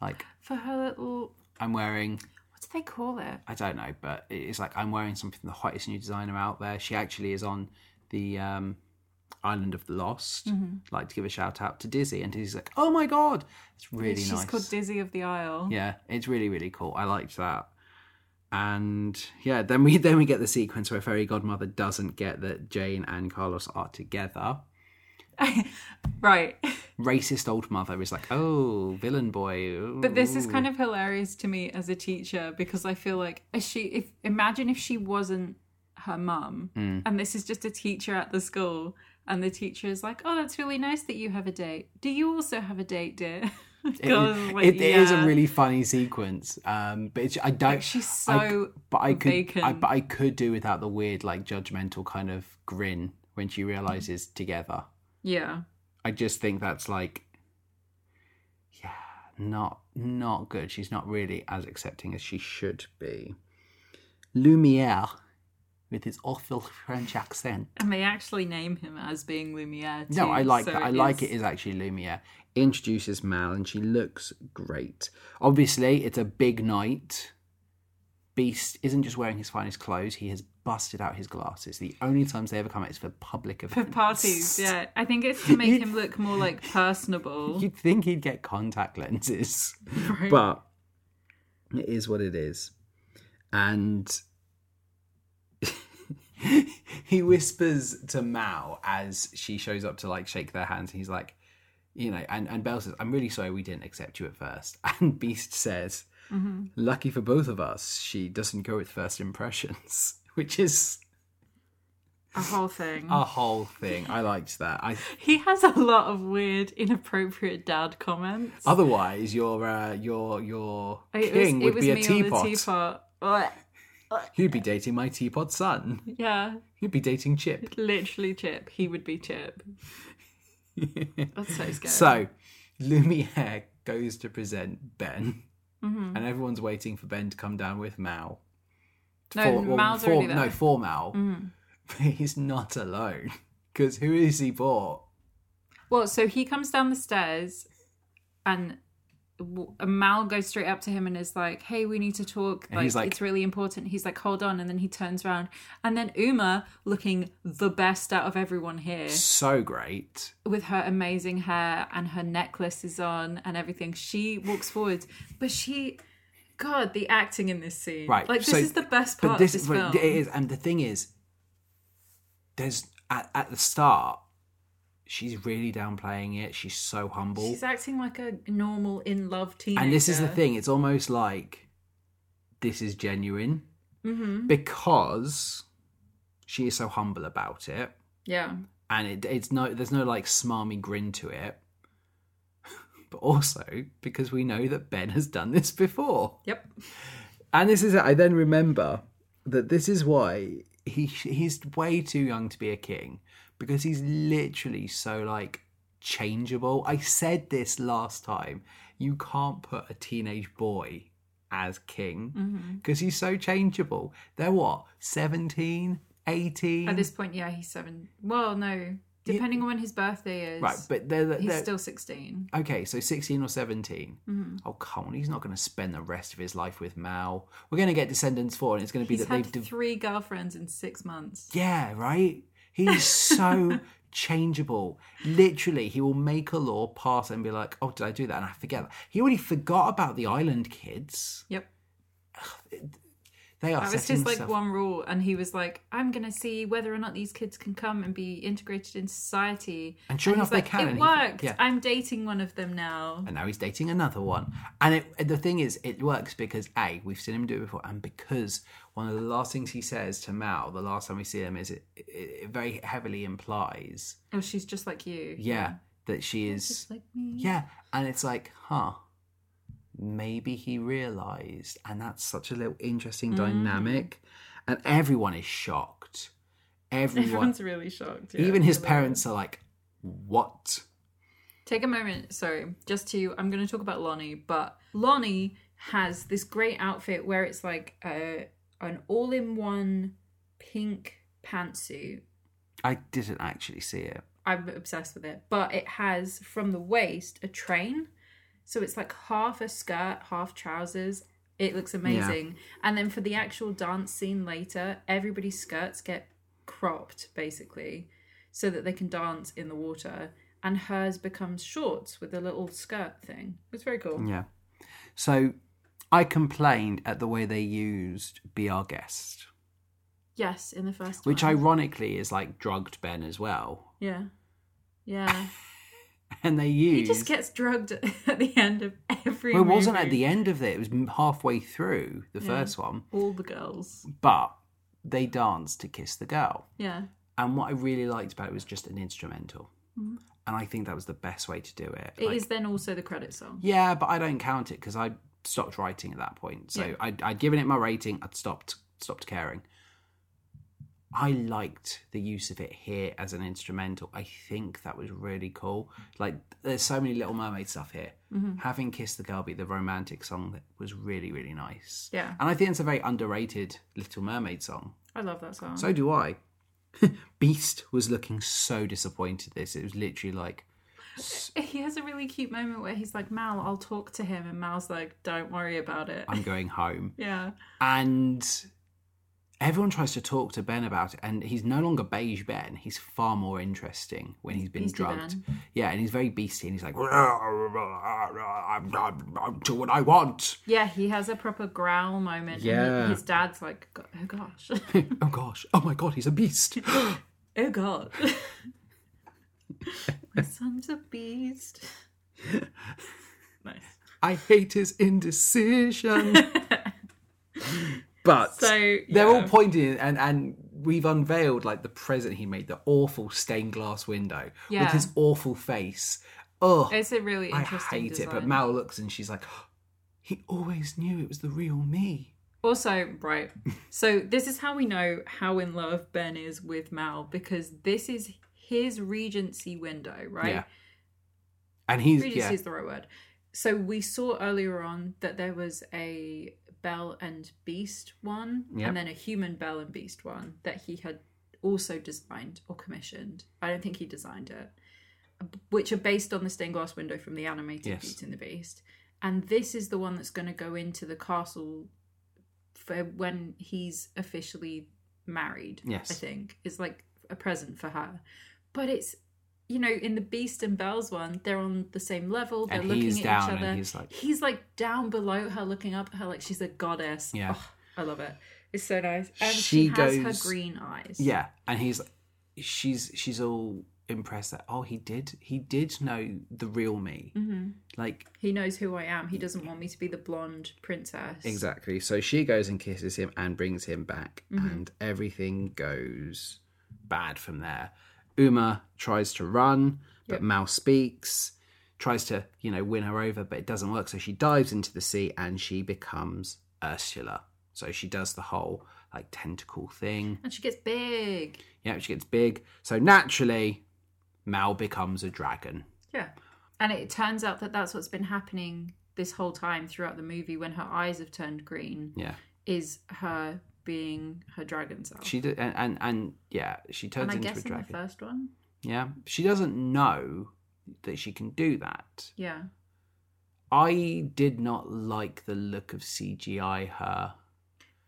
Speaker 2: like
Speaker 1: For her little
Speaker 2: I'm wearing.
Speaker 1: what do they call it?
Speaker 2: I don't know, but it's like I'm wearing something from the hottest new designer out there. She actually is on the um, Island of the Lost.
Speaker 1: Mm-hmm.
Speaker 2: Like to give a shout out to Dizzy, and Dizzy's like, "Oh my god, it's really
Speaker 1: She's
Speaker 2: nice."
Speaker 1: called Dizzy of the Isle.
Speaker 2: Yeah, it's really really cool. I liked that. And yeah, then we then we get the sequence where Fairy Godmother doesn't get that Jane and Carlos are together.
Speaker 1: right.
Speaker 2: Racist old mother is like, oh, villain boy.
Speaker 1: But this is kind of hilarious to me as a teacher because I feel like if she if imagine if she wasn't her mum
Speaker 2: Hmm.
Speaker 1: and this is just a teacher at the school and the teacher is like, Oh, that's really nice that you have a date. Do you also have a date, dear?
Speaker 2: It
Speaker 1: Carlos
Speaker 2: is-
Speaker 1: is
Speaker 2: it- it is
Speaker 1: "Yeah."
Speaker 2: a really funny sequence. Um, but it's, I don't.
Speaker 1: she's
Speaker 2: I c-
Speaker 1: so
Speaker 2: but I could. I,
Speaker 1: vacant.
Speaker 2: but I could do without the weird, like judgmental kind of grin when she realizes together.
Speaker 1: Yeah.
Speaker 2: I just think that's like, yeah, not not good. She's not really as accepting as she should be. Lumiere, with his awful French accent.
Speaker 1: And they actually name him as being Lumiere.
Speaker 2: No,
Speaker 1: too,
Speaker 2: I like
Speaker 1: so
Speaker 2: that. I like
Speaker 1: is-
Speaker 2: it is actually Lumiere. Introduces Mal, and she looks great. Obviously, it's a big night. Beast isn't just wearing his finest clothes; he has busted out his glasses. The only times they ever come out is for public
Speaker 1: For
Speaker 2: events.
Speaker 1: parties, yeah. I think it's to make him look more like personable.
Speaker 2: You'd think he'd get contact lenses. But it is what it is. And he whispers to Mao as she shows up to like shake their hands. And he's like, you know, and, and Belle says, I'm really sorry we didn't accept you at first. And Beast says,
Speaker 1: Mm-hmm.
Speaker 2: lucky for both of us, she doesn't go with first impressions, which is
Speaker 1: A whole thing.
Speaker 2: a whole thing. I liked that. I
Speaker 1: He has a lot of weird, inappropriate dad comments.
Speaker 2: Otherwise, your uh, your your
Speaker 1: It was-
Speaker 2: king
Speaker 1: it
Speaker 2: would
Speaker 1: was
Speaker 2: be a
Speaker 1: me
Speaker 2: teapot.
Speaker 1: on the teapot. Ugh.
Speaker 2: You'd be dating my teapot son.
Speaker 1: Yeah,
Speaker 2: You'd be dating Chip.
Speaker 1: literally Chip. He would be Chip. That's so scary.
Speaker 2: So, Lumiere goes to present Ben,
Speaker 1: Mm-hmm.
Speaker 2: and everyone's waiting for Ben to come down with Mao.
Speaker 1: no,
Speaker 2: For- well,
Speaker 1: Mal's
Speaker 2: for-
Speaker 1: already there. Mm-hmm.
Speaker 2: No, for Mao. But he's not alone. Because who is he for?
Speaker 1: Well, so he comes down the stairs, and w- Mal goes straight up to him and is like, "Hey, we need to talk.
Speaker 2: And he's like-
Speaker 1: it's really important." He's like, "Hold on," and then he turns around, and then Uma, looking the best out of everyone here,
Speaker 2: So great.
Speaker 1: with her amazing hair and her necklace is on and everything, she walks forward, but she. God, the acting in this scene.
Speaker 2: Right,
Speaker 1: Like, this
Speaker 2: so-
Speaker 1: is the best part
Speaker 2: But this,
Speaker 1: of this
Speaker 2: but
Speaker 1: film.
Speaker 2: it is, and the thing is, there's at, at the start, she's really downplaying it. She's so humble.
Speaker 1: She's acting like a normal, in love teenager.
Speaker 2: and this is the thing it's almost like this is genuine
Speaker 1: Mm-hmm.
Speaker 2: because she is so humble about it
Speaker 1: Yeah.
Speaker 2: and it, it's no there's no like smarmy grin to it but also because we know that ben has done this before
Speaker 1: Yep.
Speaker 2: and this is i then remember that this is why he he's way too young to be a king because he's literally so like changeable i said this last time you can't put a teenage boy as
Speaker 1: Mm-hmm.
Speaker 2: king because he's so changeable they're what 17 18
Speaker 1: At this point, yeah, he's seven. Well, no, depending on when his birthday is.
Speaker 2: right but they're, they're
Speaker 1: he's still sixteen. Mm-hmm.
Speaker 2: Okay, so 16 or 17. Oh, come on. He's not going to spend the rest of his life with Mao. We're going to get Descendants 4, and it's going to be
Speaker 1: He's
Speaker 2: that
Speaker 1: had
Speaker 2: they've. De-
Speaker 1: three girlfriends in six months.
Speaker 2: yeah, right? He's so changeable. Literally, he will make a law, pass, it, and be like, oh, did I do that? And I forget. He already forgot about the island kids.
Speaker 1: Yep,
Speaker 2: They are
Speaker 1: that was
Speaker 2: setting
Speaker 1: his like
Speaker 2: stuff-
Speaker 1: one rule, and he was like, "I'm gonna see whether or not these kids can come and be integrated in society."
Speaker 2: And sure enough,
Speaker 1: he's
Speaker 2: they
Speaker 1: like,
Speaker 2: can.
Speaker 1: It
Speaker 2: and he-
Speaker 1: worked.
Speaker 2: yeah.
Speaker 1: I'm dating one of them now.
Speaker 2: and now he's dating another one. And it, and the thing is, it works because a we've seen him do it before, and because one of the last things he says to Mao the last time we see him is it, it, it very heavily implies,
Speaker 1: Oh, she's just like you.
Speaker 2: yeah, that she is,
Speaker 1: Just like me.
Speaker 2: yeah, and it's like, huh, maybe he realized, and that's such a little
Speaker 1: Mm.
Speaker 2: interesting dynamic, and everyone is shocked. Everyone,
Speaker 1: Everyone's really shocked. yeah.
Speaker 2: even his parents are like, what?
Speaker 1: Take a moment, sorry, just to I'm going to talk about Lonnie, but Lonnie has this great outfit where it's like a, an all-in-one pink pantsuit.
Speaker 2: I didn't actually see it.
Speaker 1: I'm obsessed with it, but it has from the waist a train, so it's like half a skirt, half trousers. It looks amazing. And then for the actual dance scene later, everybody's skirts get cropped basically so that they can dance in the water. And hers becomes shorts with a little skirt thing. It's very cool.
Speaker 2: Yeah. So I complained at the way they used Be Our Guest,
Speaker 1: Yes, in the first
Speaker 2: which
Speaker 1: one.
Speaker 2: ironically is like drugged Ben as well.
Speaker 1: Yeah. Yeah.
Speaker 2: And they used.
Speaker 1: he just gets drugged at the end of every
Speaker 2: well, it wasn't
Speaker 1: movie.
Speaker 2: at the end of it, it was m- halfway through the
Speaker 1: Yeah.
Speaker 2: first one.
Speaker 1: all the girls.
Speaker 2: But they danced to Kiss the Girl.
Speaker 1: Yeah.
Speaker 2: And what I really liked about it was just an instrumental. And I think that was the best way to do it.
Speaker 1: Mm-hmm. It is
Speaker 2: Like,
Speaker 1: then also the credit song.
Speaker 2: Yeah, but I don't count it because I stopped writing at that point. So
Speaker 1: Yeah.
Speaker 2: I'd, I'd given it my rating. I'd stopped stopped caring. I liked the use of it here as an instrumental. I think that was really cool. Like, there's so many Little Mermaid stuff here.
Speaker 1: Mm-hmm.
Speaker 2: Having "Kiss the Girl" be the romantic song that was really really nice.
Speaker 1: Yeah.
Speaker 2: and I think it's a very underrated Little Mermaid song.
Speaker 1: I love that song.
Speaker 2: Um, So do I. Beast was looking so disappointed. This it was literally like
Speaker 1: he has a really cute moment where he's like, Mal, I'll talk to him. And Mal's like, don't worry about it.
Speaker 2: I'm going home.
Speaker 1: yeah.
Speaker 2: and Everyone tries to talk to Ben about it, and he's no longer beige Ben. He's far more interesting when he's been
Speaker 1: Beastie
Speaker 2: drugged.
Speaker 1: Ben.
Speaker 2: Yeah, and he's very beastie, and he's like, I'm, I'm, I'm do what I want.
Speaker 1: Yeah, he has a proper growl moment. and he-
Speaker 2: Yeah.
Speaker 1: his dad's like, "Go- oh gosh,
Speaker 2: Oh gosh, oh my god, he's a beast.
Speaker 1: oh god, my son's a beast. nice.
Speaker 2: I hate his indecision. but
Speaker 1: So
Speaker 2: they're all
Speaker 1: yeah.
Speaker 2: pointing and and we've unveiled like the present he made, the awful stained glass window
Speaker 1: Yeah.
Speaker 2: with his awful face. Oh,
Speaker 1: It's a really
Speaker 2: I
Speaker 1: interesting
Speaker 2: hate it. But
Speaker 1: design.
Speaker 2: Mal looks and she's like, he always knew it was the real me.
Speaker 1: Also, right. So this is how we know how in love Ben is with Mal because this is his regency window, right?
Speaker 2: Yeah. And he's
Speaker 1: Regency is the right word. So we saw earlier on that there was a Bell and Beast one,
Speaker 2: Yep.
Speaker 1: and then a human Bell and Beast one that he had also designed or commissioned. I don't think he designed it, which are based on the stained glass window from the animated
Speaker 2: Yes.
Speaker 1: Beauty and the Beast. And this is the one that's going to go into the castle for when he's officially married.
Speaker 2: Yes.
Speaker 1: I think is like a present for her, but it's you know, in the Beast and Belle's one, they're on the same level. They're
Speaker 2: And
Speaker 1: looking
Speaker 2: he's
Speaker 1: at
Speaker 2: down
Speaker 1: each
Speaker 2: and
Speaker 1: other.
Speaker 2: he's like-
Speaker 1: like down below her, looking up at her, like she's a goddess.
Speaker 2: Yeah.
Speaker 1: Oh, I love it. It's so nice. And
Speaker 2: She
Speaker 1: she, has
Speaker 2: goes-
Speaker 1: her green eyes.
Speaker 2: Yeah, and he's she's she's all impressed that oh he did he did know the real me
Speaker 1: hmm
Speaker 2: like
Speaker 1: He knows who I am. He doesn't want me to be the blonde princess.
Speaker 2: exactly so she goes and kisses him and brings him back
Speaker 1: Mhm.
Speaker 2: and everything goes bad from there uma tries to run but
Speaker 1: Yep.
Speaker 2: mal speaks tries to you know win her over but it doesn't work so she dives into the sea and she becomes ursula so she does the whole like tentacle thing
Speaker 1: And she gets big.
Speaker 2: yeah she gets big so naturally mal becomes a dragon
Speaker 1: Yeah. And it turns out that that's what's been happening this whole time throughout the movie when her eyes have turned green
Speaker 2: yeah
Speaker 1: is her being her dragon self.
Speaker 2: She did, and, and and yeah, she
Speaker 1: Oh. and
Speaker 2: turns
Speaker 1: I
Speaker 2: into
Speaker 1: guess
Speaker 2: a
Speaker 1: in the
Speaker 2: dragon.
Speaker 1: first one.
Speaker 2: yeah, she doesn't know that she can do that.
Speaker 1: Yeah.
Speaker 2: I did not like the look of CGI her.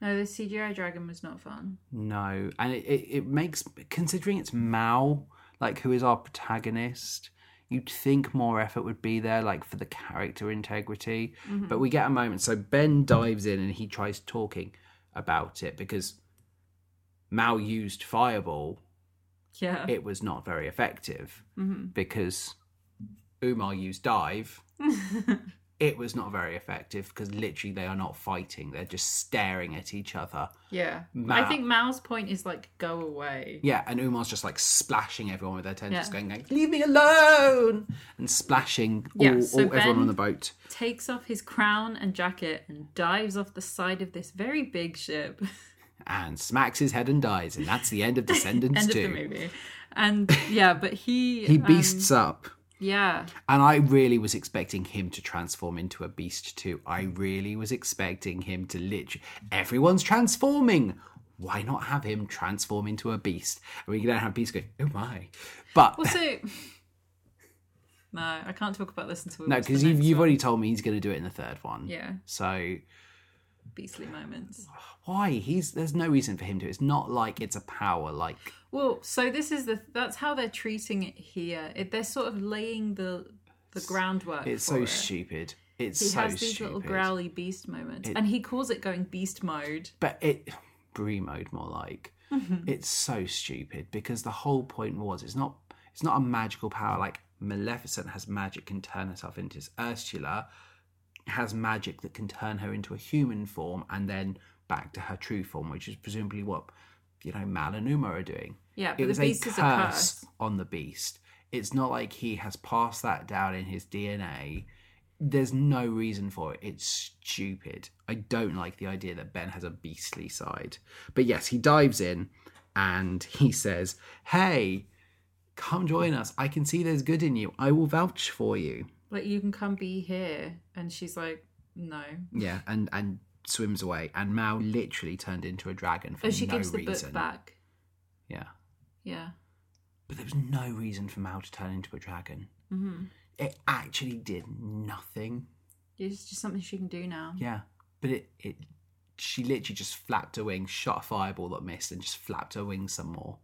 Speaker 1: No, the CGI dragon was not fun.
Speaker 2: No, and it, it, it makes considering it's Mao, like who is our protagonist. You'd think more effort would be there, like for the character integrity.
Speaker 1: Mm-hmm.
Speaker 2: But we get a moment. So Ben dives in and he tries talking about it because Mao used Fireball
Speaker 1: Yeah.
Speaker 2: it was not very effective because Umar used dive.
Speaker 1: Mm-hmm.
Speaker 2: it was not very effective because literally they are not fighting; they're just staring at each other.
Speaker 1: yeah.
Speaker 2: Ma-
Speaker 1: I think Mal's point is like go away.
Speaker 2: Yeah, and Umar's just like splashing everyone with their tentacles,
Speaker 1: Yeah.
Speaker 2: going like, "Leave me alone!" and splashing all,
Speaker 1: Yeah, so
Speaker 2: all everyone
Speaker 1: Ben-
Speaker 2: on the boat.
Speaker 1: Takes off his crown and jacket and dives off the side of this very big ship.
Speaker 2: And smacks his head and dies, and that's the end of Descendants
Speaker 1: End of the
Speaker 2: Two.
Speaker 1: movie. And yeah, but he
Speaker 2: He
Speaker 1: um,
Speaker 2: beasts up.
Speaker 1: yeah.
Speaker 2: And I really was expecting him to transform into a beast too. I really was expecting him to literally. Everyone's transforming. Why not have him transform into a beast? I mean, you don't have beast go, oh my. But
Speaker 1: Also No, I can't talk about this until we
Speaker 2: no,
Speaker 1: watch the
Speaker 2: because you've,
Speaker 1: next
Speaker 2: you've
Speaker 1: one.
Speaker 2: already told me he's going to do it in the third one.
Speaker 1: Yeah,
Speaker 2: So
Speaker 1: beastly moments.
Speaker 2: why? He's there's no reason for him to. It's not like it's a power. Like
Speaker 1: Well, so this is the that's how they're treating it here. It, they're sort of laying the the groundwork.
Speaker 2: it's
Speaker 1: for
Speaker 2: so
Speaker 1: it.
Speaker 2: stupid. It's
Speaker 1: He
Speaker 2: so
Speaker 1: has these
Speaker 2: stupid.
Speaker 1: little growly beast moments, and he calls it going beast mode.
Speaker 2: but it brie mode more like it's so stupid because the whole point was it's not it's not a magical power like maleficent has magic can turn herself into ursula has magic that can turn her into a human form and then back to her true form which is presumably what you know mal and uma are doing
Speaker 1: Yeah,
Speaker 2: it
Speaker 1: but
Speaker 2: was
Speaker 1: the beast
Speaker 2: a,
Speaker 1: is
Speaker 2: curse
Speaker 1: a curse.
Speaker 2: on the beast it's not like he has passed that down in his dna there's no reason for it. It's stupid. I don't like the idea that Ben has a beastly side. But yes, he dives in and he says, Hey, come join us. I can see there's good in you. I will vouch for you.
Speaker 1: Like you can come be here, and she's like, no.
Speaker 2: Yeah, and and swims away. And Mao literally turned into a dragon for
Speaker 1: Oh, she
Speaker 2: no
Speaker 1: gives the
Speaker 2: reason.
Speaker 1: book back.
Speaker 2: Yeah.
Speaker 1: Yeah.
Speaker 2: But there was no reason for Mao to turn into a dragon.
Speaker 1: Mm-hmm.
Speaker 2: It actually did nothing.
Speaker 1: It's just something she can do now.
Speaker 2: Yeah. But it, it she literally just flapped her wings, shot a fireball that missed, and just flapped her wings some more.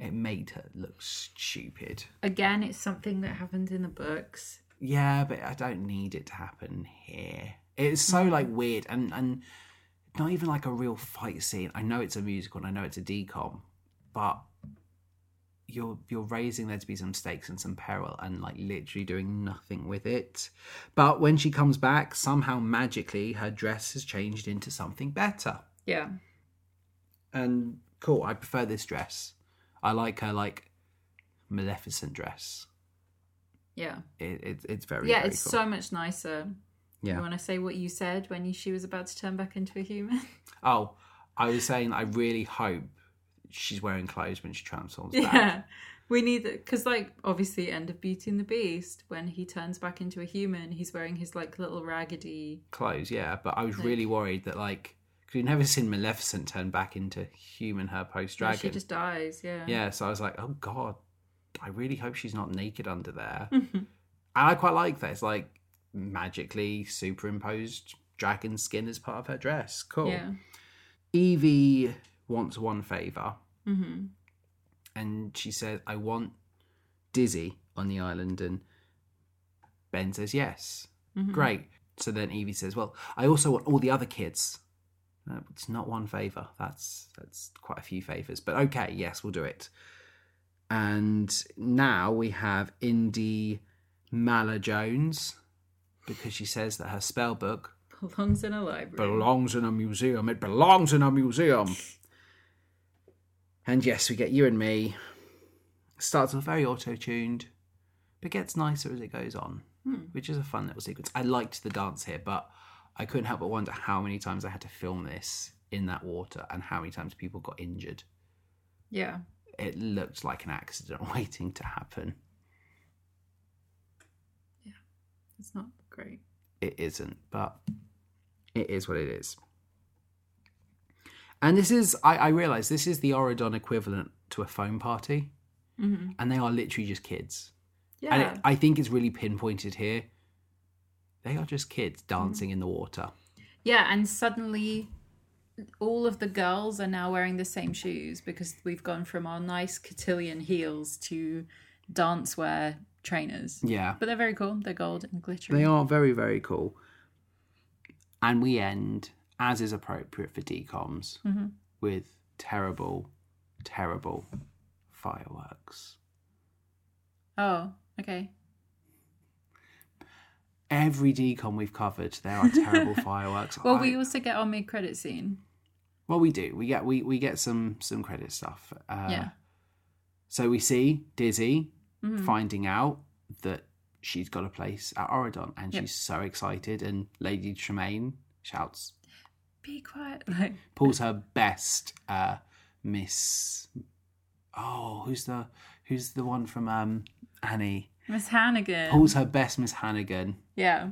Speaker 2: It made her look stupid.
Speaker 1: Mm-hmm. Again, it's something that happens in the books.
Speaker 2: Yeah, but I don't need it to happen here. It's
Speaker 1: Mm.
Speaker 2: so like weird and and not even like a real fight scene. I know it's a musical and I know it's a decom, but you're you're raising there to be some stakes and some peril and like literally doing nothing with it. But when she comes back, somehow magically her dress has changed into something better.
Speaker 1: Yeah.
Speaker 2: And cool, I prefer this dress. I like her like Maleficent dress.
Speaker 1: Yeah.
Speaker 2: It, it it's very
Speaker 1: yeah,
Speaker 2: very
Speaker 1: it's
Speaker 2: cool.
Speaker 1: so much nicer.
Speaker 2: Yeah.
Speaker 1: You want to say what you said when you, she was about to turn back into a human?
Speaker 2: Oh, I was saying I really hope she's wearing clothes when she transforms back.
Speaker 1: yeah. We need that because, like, obviously, end of Beauty and the Beast, when he turns back into a human, he's wearing his like little raggedy.
Speaker 2: Clothes, yeah. But I was really worried that like because you've never seen Maleficent turn back into human her post
Speaker 1: Yeah,
Speaker 2: dragon.
Speaker 1: She just dies. Yeah.
Speaker 2: Yeah, so I was like, oh god, I really hope she's not naked under there.
Speaker 1: Mm.
Speaker 2: and I quite like that. It's like magically superimposed dragon skin as part of her dress. Cool.
Speaker 1: Yeah.
Speaker 2: Evie wants one favor,
Speaker 1: Mm-hmm.
Speaker 2: and she says, "I want Dizzy on the island." And Ben says, "Yes, great." So then Evie says, "Well, I also want all the other kids." Uh, it's not one favor. That's that's quite a few favors, but okay, yes, we'll do it. And now we have Indy Mala Jones because she says that her spell book
Speaker 1: Belongs in a library.
Speaker 2: belongs in a museum. It belongs in a museum. And yes, we get you and me. Starts off very auto tuned, but gets nicer as it goes on,
Speaker 1: Hmm.
Speaker 2: which is a fun little sequence. I liked the dance here, but I couldn't help but wonder how many times I had to film this in that water and how many times people got injured.
Speaker 1: yeah.
Speaker 2: It looked like an accident waiting to happen.
Speaker 1: It's not great.
Speaker 2: it isn't, but it is what it is. And this is, I, I realize this is the Oridon equivalent to a foam party,
Speaker 1: Mm-hmm.
Speaker 2: and they are literally just kids.
Speaker 1: Yeah.
Speaker 2: And it, I think it's really pinpointed here. They are just kids dancing in the water.
Speaker 1: Yeah, and suddenly all of the girls are now wearing the same shoes because we've gone from our nice cotillion heels to dancewear trainers.
Speaker 2: Yeah.
Speaker 1: But they're very cool. They're gold and glittery.
Speaker 2: They are very, very cool. And we end, as is appropriate for DCOMs,
Speaker 1: Mm-hmm.
Speaker 2: with terrible, terrible fireworks.
Speaker 1: Oh, okay.
Speaker 2: Every DCOM we've covered, there are terrible fireworks.
Speaker 1: Well,
Speaker 2: I-
Speaker 1: we also get our mid-credit scene.
Speaker 2: Well, we do. We get we we get some some credit stuff. Uh,
Speaker 1: yeah. Mm-hmm. Hmm.
Speaker 2: So we see Dizzy finding out that she's got a place at Oridon, and
Speaker 1: Yep.
Speaker 2: she's so excited. And Lady Tremaine shouts,
Speaker 1: Be quiet. Like,
Speaker 2: pulls her best uh, Miss. Oh, who's the who's the one from um, Annie?
Speaker 1: Miss Hannigan.
Speaker 2: Pulls her best Miss Hannigan,
Speaker 1: Yeah.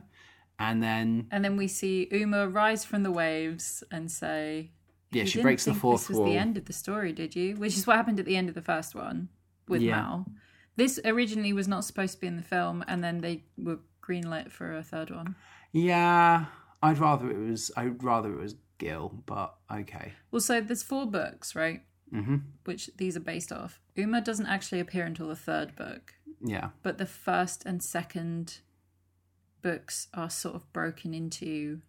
Speaker 2: and then
Speaker 1: And then we see Uma rise from the waves and say,
Speaker 2: yeah,
Speaker 1: "You
Speaker 2: she
Speaker 1: didn't
Speaker 2: breaks the
Speaker 1: think
Speaker 2: fourth
Speaker 1: This was
Speaker 2: wall.
Speaker 1: the end of the story, did you? Which is what happened at the end of the first one with
Speaker 2: Yeah.
Speaker 1: Mal. This originally was not supposed to be in the film, and then they were greenlit for a third one.
Speaker 2: Yeah, I'd rather it was I'd rather it was Gil, but okay.
Speaker 1: Also, there's four books, right?
Speaker 2: hmm
Speaker 1: Which these are based off. Uma doesn't actually appear until the third book,
Speaker 2: Yeah.
Speaker 1: but the first and second books are sort of broken into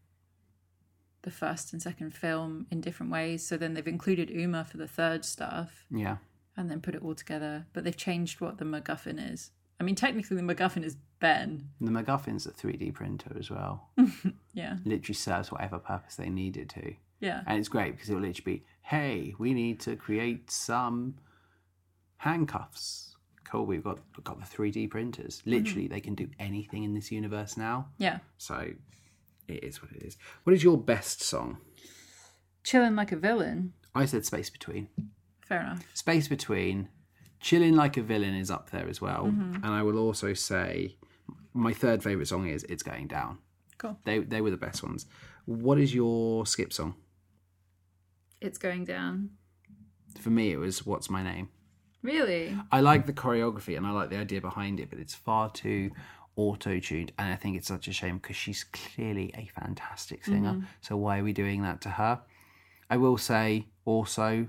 Speaker 1: the first and second film in different ways. So then they've included Uma for the third stuff.
Speaker 2: Yeah.
Speaker 1: and then put it all together. But they've changed what the MacGuffin is. I mean, technically, the MacGuffin is Ben.
Speaker 2: The MacGuffin's a 3D printer as well.
Speaker 1: Yeah,
Speaker 2: literally serves whatever purpose they need it to.
Speaker 1: yeah,
Speaker 2: And it's great because it'll literally be, hey, we need to create some handcuffs. Cool, we've got we've got the 3D printers. Literally, they can do anything in this universe now.
Speaker 1: yeah.
Speaker 2: So it is what it is. What is your best song?
Speaker 1: Chilling like a villain.
Speaker 2: I said Space Between.
Speaker 1: Fair enough.
Speaker 2: Space Between, Chilling Like a Villain is up there as well. And I will also say my third favourite song is It's Going Down.
Speaker 1: Cool.
Speaker 2: They they were the best ones. What is your skip song?
Speaker 1: It's going down.
Speaker 2: For me, it was "What's My Name."
Speaker 1: Really?
Speaker 2: I like the choreography and I like the idea behind it, but it's far too auto-tuned, and I think it's such a shame because she's clearly a fantastic singer. So why are we doing that to her? I will say also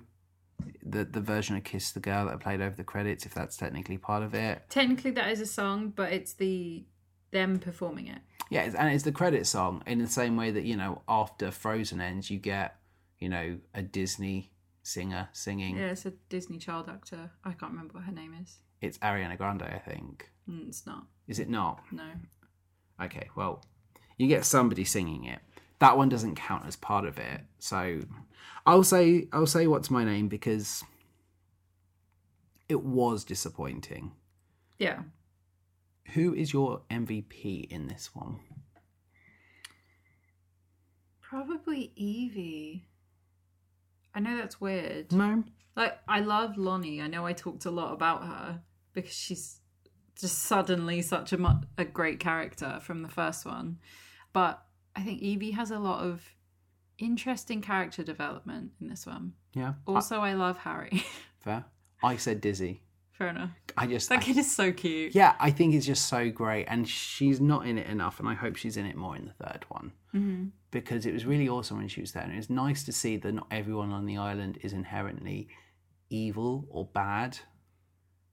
Speaker 2: that the version of Kiss the Girl that I played over the credits, if that's technically part of it.
Speaker 1: Technically, that is a song, but it's the them performing it.
Speaker 2: Yeah, it's, and it's the credit song in the same way that, you know, after Frozen ends, you get, you know, a Disney singer singing.
Speaker 1: Yeah, it's a Disney child actor. I can't remember what her name is.
Speaker 2: It's Ariana Grande, I think.
Speaker 1: Mm, It's not.
Speaker 2: Is it not?
Speaker 1: No.
Speaker 2: Okay, well, you get somebody singing it. That one doesn't count as part of it. So I'll say I'll say what's my name because it was disappointing.
Speaker 1: Yeah.
Speaker 2: Who is your MVP in this one?
Speaker 1: Probably Evie. I know that's weird.
Speaker 2: No.
Speaker 1: Like, I love Lonnie. I know I talked a lot about her because she's just suddenly such a, mu- a great character from the first one. But I think Evie has a lot of interesting character development in this one.
Speaker 2: Yeah.
Speaker 1: Also, I love Harry.
Speaker 2: Fair. I said Dizzy.
Speaker 1: Fair enough.
Speaker 2: I just
Speaker 1: That
Speaker 2: I-
Speaker 1: kid is so cute.
Speaker 2: yeah, I think it's just so great, and she's not in it enough, and I hope she's in it more in the third one
Speaker 1: hmm
Speaker 2: because it was really awesome when she was there, and it's nice to see that not everyone on the island is inherently evil or bad,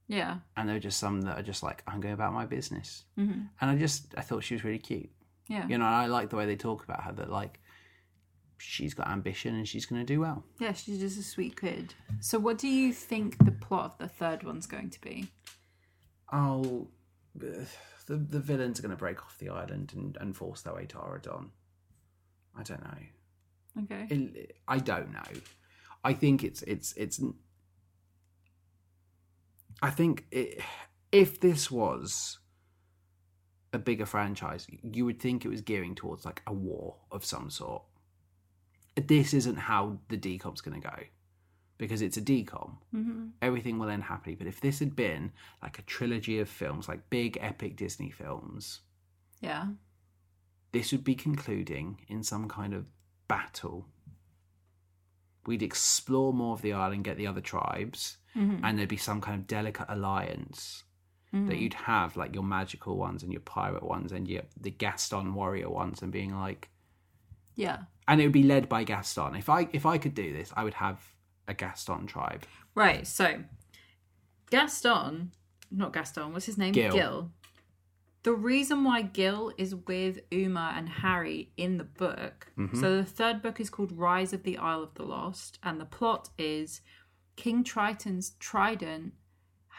Speaker 1: Yeah.
Speaker 2: and there are just some that are just like I'm going about my business,
Speaker 1: hmm
Speaker 2: and I just I thought she was really cute,
Speaker 1: Yeah.
Speaker 2: you know, and I like the way they talk about her that like she's got ambition and she's going to do well.
Speaker 1: Yeah, she's just a sweet kid. So, what do you think the plot of the third one's going to be?
Speaker 2: Oh, ugh, the the villains are going to break off the island and, and force their way to Oridon. I don't know.
Speaker 1: Okay.
Speaker 2: It- I don't know. I think it's it's it's. I think it, if this was a bigger franchise, you would think it was gearing towards like a war of some sort. This isn't how the decom's going to go, because it's a decom.
Speaker 1: hmm
Speaker 2: Everything will end happily. But if this had been like a trilogy of films, like big epic Disney films,
Speaker 1: Yeah.
Speaker 2: this would be concluding in some kind of battle. We'd explore more of the island, get the other tribes,
Speaker 1: Mhm.
Speaker 2: and there'd be some kind of delicate alliance that you'd have, like your magical ones and your pirate ones and your the Gaston warrior ones, and being like,
Speaker 1: Yeah.
Speaker 2: and it would be led by Gaston. If I if I could do this, I would have a Gaston tribe.
Speaker 1: Right. So, Gaston, not Gaston, what's his name?
Speaker 2: Gil.
Speaker 1: The reason why Gil is with Uma and Harry in the book.
Speaker 2: Mm-hmm.
Speaker 1: So, the third book is called Rise of the Isle of the Lost, and the plot is King Triton's trident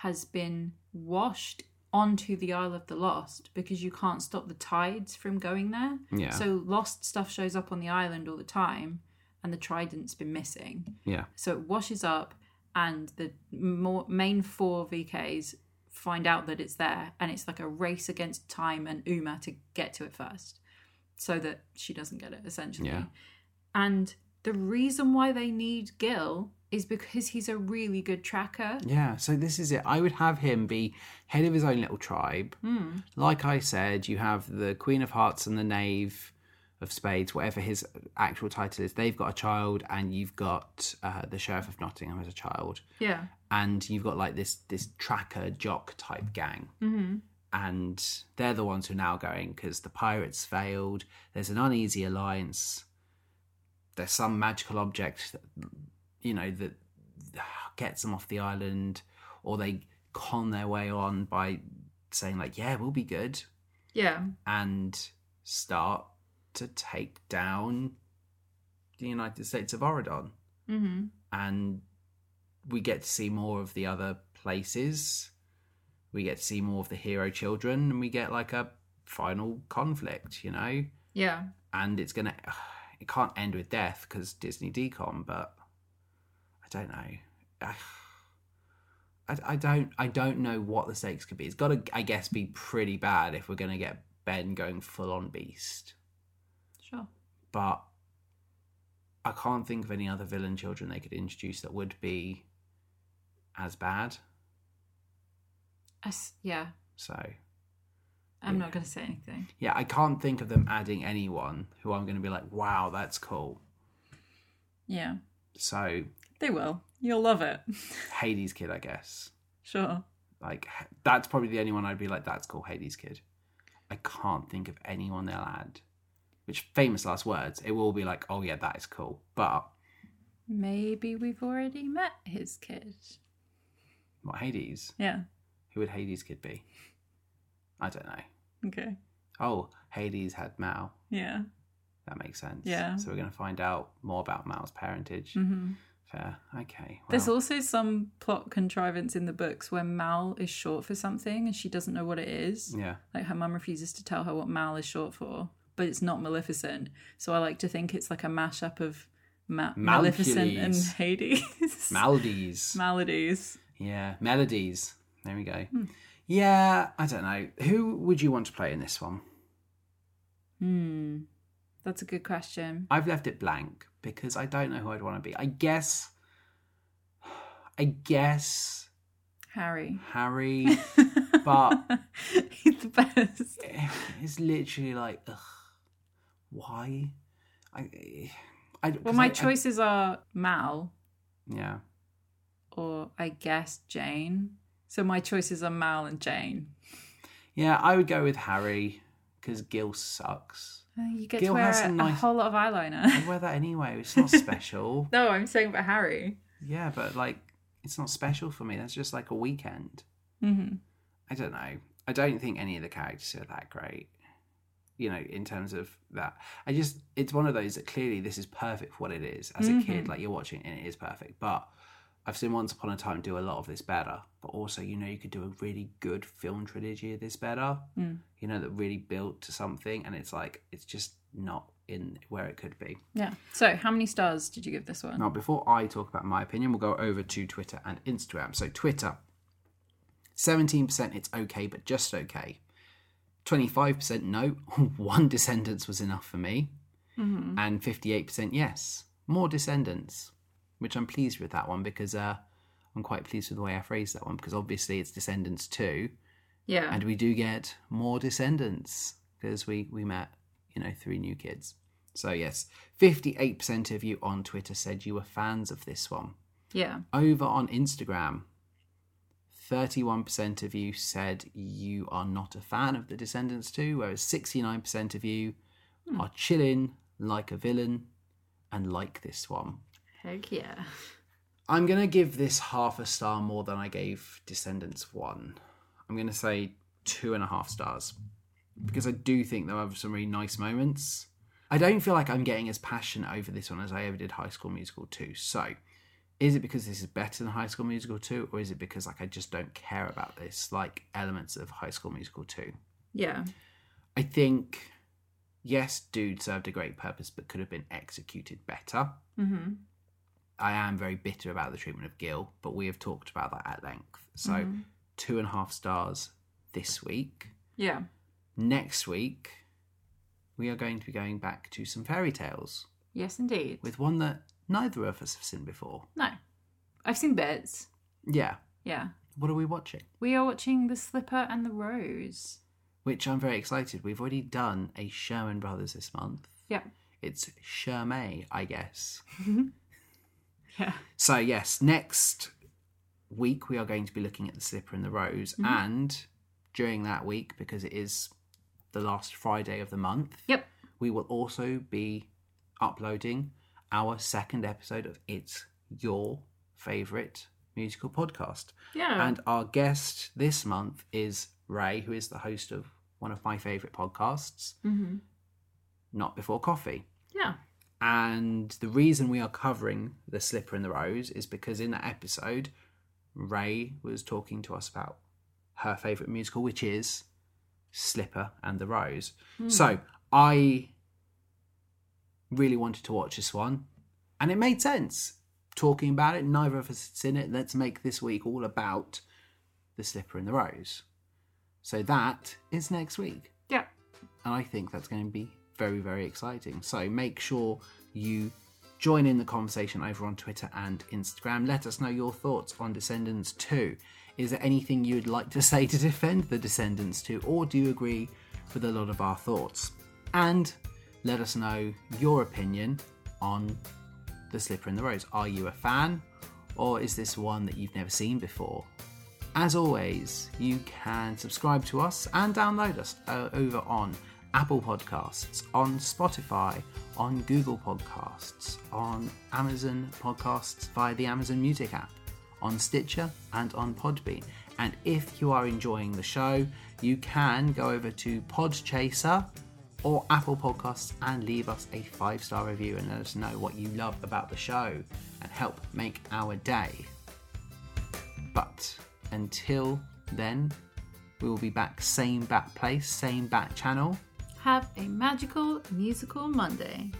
Speaker 1: has been washed onto the Isle of the Lost because you can't stop the tides from going there.
Speaker 2: Yeah.
Speaker 1: So, lost stuff shows up on the island all the time, and the trident's been missing.
Speaker 2: Yeah,
Speaker 1: So it washes up, and the more, main four VKs find out that it's there, and it's like a race against time and Uma to get to it first, so that she doesn't get it essentially.
Speaker 2: Yeah.
Speaker 1: And the reason why they need Gil is because he's a really good tracker.
Speaker 2: yeah. So this is it. I would have him be head of his own little tribe.
Speaker 1: Mm.
Speaker 2: like I said, you have the Queen of Hearts and the Knave of Spades, whatever his actual title is. They've got a child, and you've got uh, the Sheriff of Nottingham as a child,
Speaker 1: Yeah.
Speaker 2: and you've got like this this tracker jock type gang,
Speaker 1: Mm-hmm.
Speaker 2: and they're the ones who are now going because the pirates failed. There's an uneasy alliance. There's some magical object, that, you know, that gets them off the island, or they con their way on by saying like, "Yeah, we'll be good."
Speaker 1: Yeah.
Speaker 2: and start to take down the United States of Oridon.
Speaker 1: Mm-hmm.
Speaker 2: And we get to see more of the other places. We get to see more of the hero children, and we get like a final conflict, you know?
Speaker 1: Yeah.
Speaker 2: And it's going to, it can't end with death because Disney decom, but I don't know. I, I don't I don't know what the stakes could be. It's got to I guess be pretty bad if we're going to get Ben going full on beast
Speaker 1: Sure.
Speaker 2: but I can't think of any other villain children they could introduce that would be as bad.
Speaker 1: I s- yeah.
Speaker 2: So
Speaker 1: I'm not going to say anything.
Speaker 2: yeah, I can't think of them adding anyone who I'm going to be like, wow, that's cool.
Speaker 1: Yeah.
Speaker 2: So
Speaker 1: They will. You'll love it.
Speaker 2: Hades Kid, I guess.
Speaker 1: sure.
Speaker 2: Like that's probably the only one I'd be like, that's cool, Hades Kid. I can't think of anyone they'll add. Which famous last words, it will be like, oh yeah, that is cool. But
Speaker 1: Maybe we've already met his kid.
Speaker 2: What Hades?
Speaker 1: Yeah.
Speaker 2: Who would Hades kid be? I don't know.
Speaker 1: Okay.
Speaker 2: Oh, Hades had Mal.
Speaker 1: Yeah.
Speaker 2: That makes sense.
Speaker 1: Yeah.
Speaker 2: So we're going to find out more about Mal's parentage.
Speaker 1: Mm-hmm.
Speaker 2: Fair. Okay.
Speaker 1: There's
Speaker 2: well,
Speaker 1: also some plot contrivance in the books where Mal is short for something and she doesn't know what it is.
Speaker 2: Yeah.
Speaker 1: Like her mum refuses to tell her what Mal is short for, but it's not Maleficent. So I like to think it's like a mashup of Ma- Maleficent and
Speaker 2: Malcules.
Speaker 1: Hades.
Speaker 2: Maldies.
Speaker 1: Maladies.
Speaker 2: yeah. Melodies. There we go.
Speaker 1: Hmm.
Speaker 2: Yeah. I don't know. Who would you want to play in this one?
Speaker 1: Hmm. That's a good question.
Speaker 2: I've left it blank because I don't know who I'd want to be. I guess. I guess
Speaker 1: Harry.
Speaker 2: Harry, but
Speaker 1: He's the best.
Speaker 2: it's literally like, ugh, why? I. I
Speaker 1: Well,
Speaker 2: 'cause
Speaker 1: my
Speaker 2: I- I-
Speaker 1: choices are Mal
Speaker 2: yeah.
Speaker 1: or I guess Jane. So my choices are Mal and Jane.
Speaker 2: Yeah, I would go with Harry because Gil sucks.
Speaker 1: Uh, You get
Speaker 2: Gil
Speaker 1: to wear
Speaker 2: has
Speaker 1: a,
Speaker 2: some
Speaker 1: a
Speaker 2: nice-
Speaker 1: whole lot of eyeliner.
Speaker 2: I wear that anyway. It's not special.
Speaker 1: no, I'm saying about Harry.
Speaker 2: yeah, but like, it's not special for me. That's just like a weekend.
Speaker 1: Mm-hmm.
Speaker 2: I don't know. I don't think any of the characters are that great. You know, in terms of that, I just it's one of those that clearly this is perfect for what it is as a kid. Like you're watching, it and it is perfect. But I've seen Once Upon a Time do a lot of this better. But also, you know, you could do a really good film trilogy of this better.
Speaker 1: Mm.
Speaker 2: You know, that really built to something, and it's like it's just not in where it could be.
Speaker 1: Yeah. So how many stars did you give this one?
Speaker 2: Now, before I talk about my opinion, we'll go over to Twitter and Instagram. So, Twitter, 17% it's okay, but just okay. 25% no, one descendants was enough for me.
Speaker 1: Mm-hmm.
Speaker 2: And 58% yes, more descendants, which I'm pleased with that one because uh, I'm quite pleased with the way I phrased that one because obviously it's descendants too.
Speaker 1: Yeah.
Speaker 2: And we do get more descendants because we, we met, you know, three new kids. So, yes, 58% of you on Twitter said you were fans of this one.
Speaker 1: yeah.
Speaker 2: Over on Instagram, 31% of you said you are not a fan of The Descendants 2, whereas 69% of you are chilling like a villain and like this one.
Speaker 1: Heck yeah.
Speaker 2: I'm going to give this half a star more than I gave Descendants 1. I'm going to say two and a half stars because I do think there are some really nice moments. I don't feel like I'm getting as passionate over this one as I ever did High School Musical 2. So, is it because this is better than High School Musical 2 or is it because like I just don't care about this like elements of High School Musical 2?
Speaker 1: Yeah.
Speaker 2: I think yes, dude served a great purpose but could have been executed better.
Speaker 1: Mm-hmm.
Speaker 2: I am very bitter about the treatment of Gil, but we have talked about that at length. So, two and a half stars this week.
Speaker 1: Yeah.
Speaker 2: Next week, we are going to be going back to some fairy tales
Speaker 1: Yes, indeed.
Speaker 2: with one that neither of us have seen before.
Speaker 1: no, I've seen bits.
Speaker 2: Yeah.
Speaker 1: Yeah.
Speaker 2: What are we watching?
Speaker 1: We are watching The Slipper and the Rose.
Speaker 2: Which I'm very excited. We've already done a Sherman Brothers this month.
Speaker 1: Yeah.
Speaker 2: It's Shermay, I guess.
Speaker 1: Yeah.
Speaker 2: So, yes, next week we are going to be looking at The Slipper and the Rose. And during that week, because it is the last Friday of the month,
Speaker 1: Yep.
Speaker 2: we will also be uploading our second episode of It's Your Favourite Musical Podcast.
Speaker 1: Yeah.
Speaker 2: And our guest this month is Ray, who is the host of one of my favourite podcasts,
Speaker 1: mm-hmm.
Speaker 2: Not Before Coffee.
Speaker 1: Yeah.
Speaker 2: And the reason we are covering the slipper and the rose is because in that episode, Ray was talking to us about her favourite musical, which is Slipper and the Rose.
Speaker 1: Hmm. Mm-hmm.
Speaker 2: So I really wanted to watch this one, and it made sense talking about it. Neither of us had seen it. Let's make this week all about the Slipper and the Rose. So that is next week
Speaker 1: Yeah.
Speaker 2: and I think that's going to be very, very exciting. So make sure you join in the conversation over on Twitter and Instagram. Let us know your thoughts on Descendants 2. Is there anything you would like to say to defend the Descendants 2, or do you agree with a lot of our thoughts? And let us know your opinion on The Slipper and the Rose. Are you a fan, or is this one that you've never seen before? As always, you can subscribe to us and download us uh, over on Apple Podcasts, on Spotify, on Google Podcasts, on Amazon Podcasts via the Amazon Music app, on Stitcher, and on Podbean. And if you are enjoying the show, you can go over to Podchaser or Apple Podcasts and leave us a five star review and let us know what you love about the show and help make our day. But until then, we will be back same bat place, same bat channel.
Speaker 1: Have a magical musical Monday.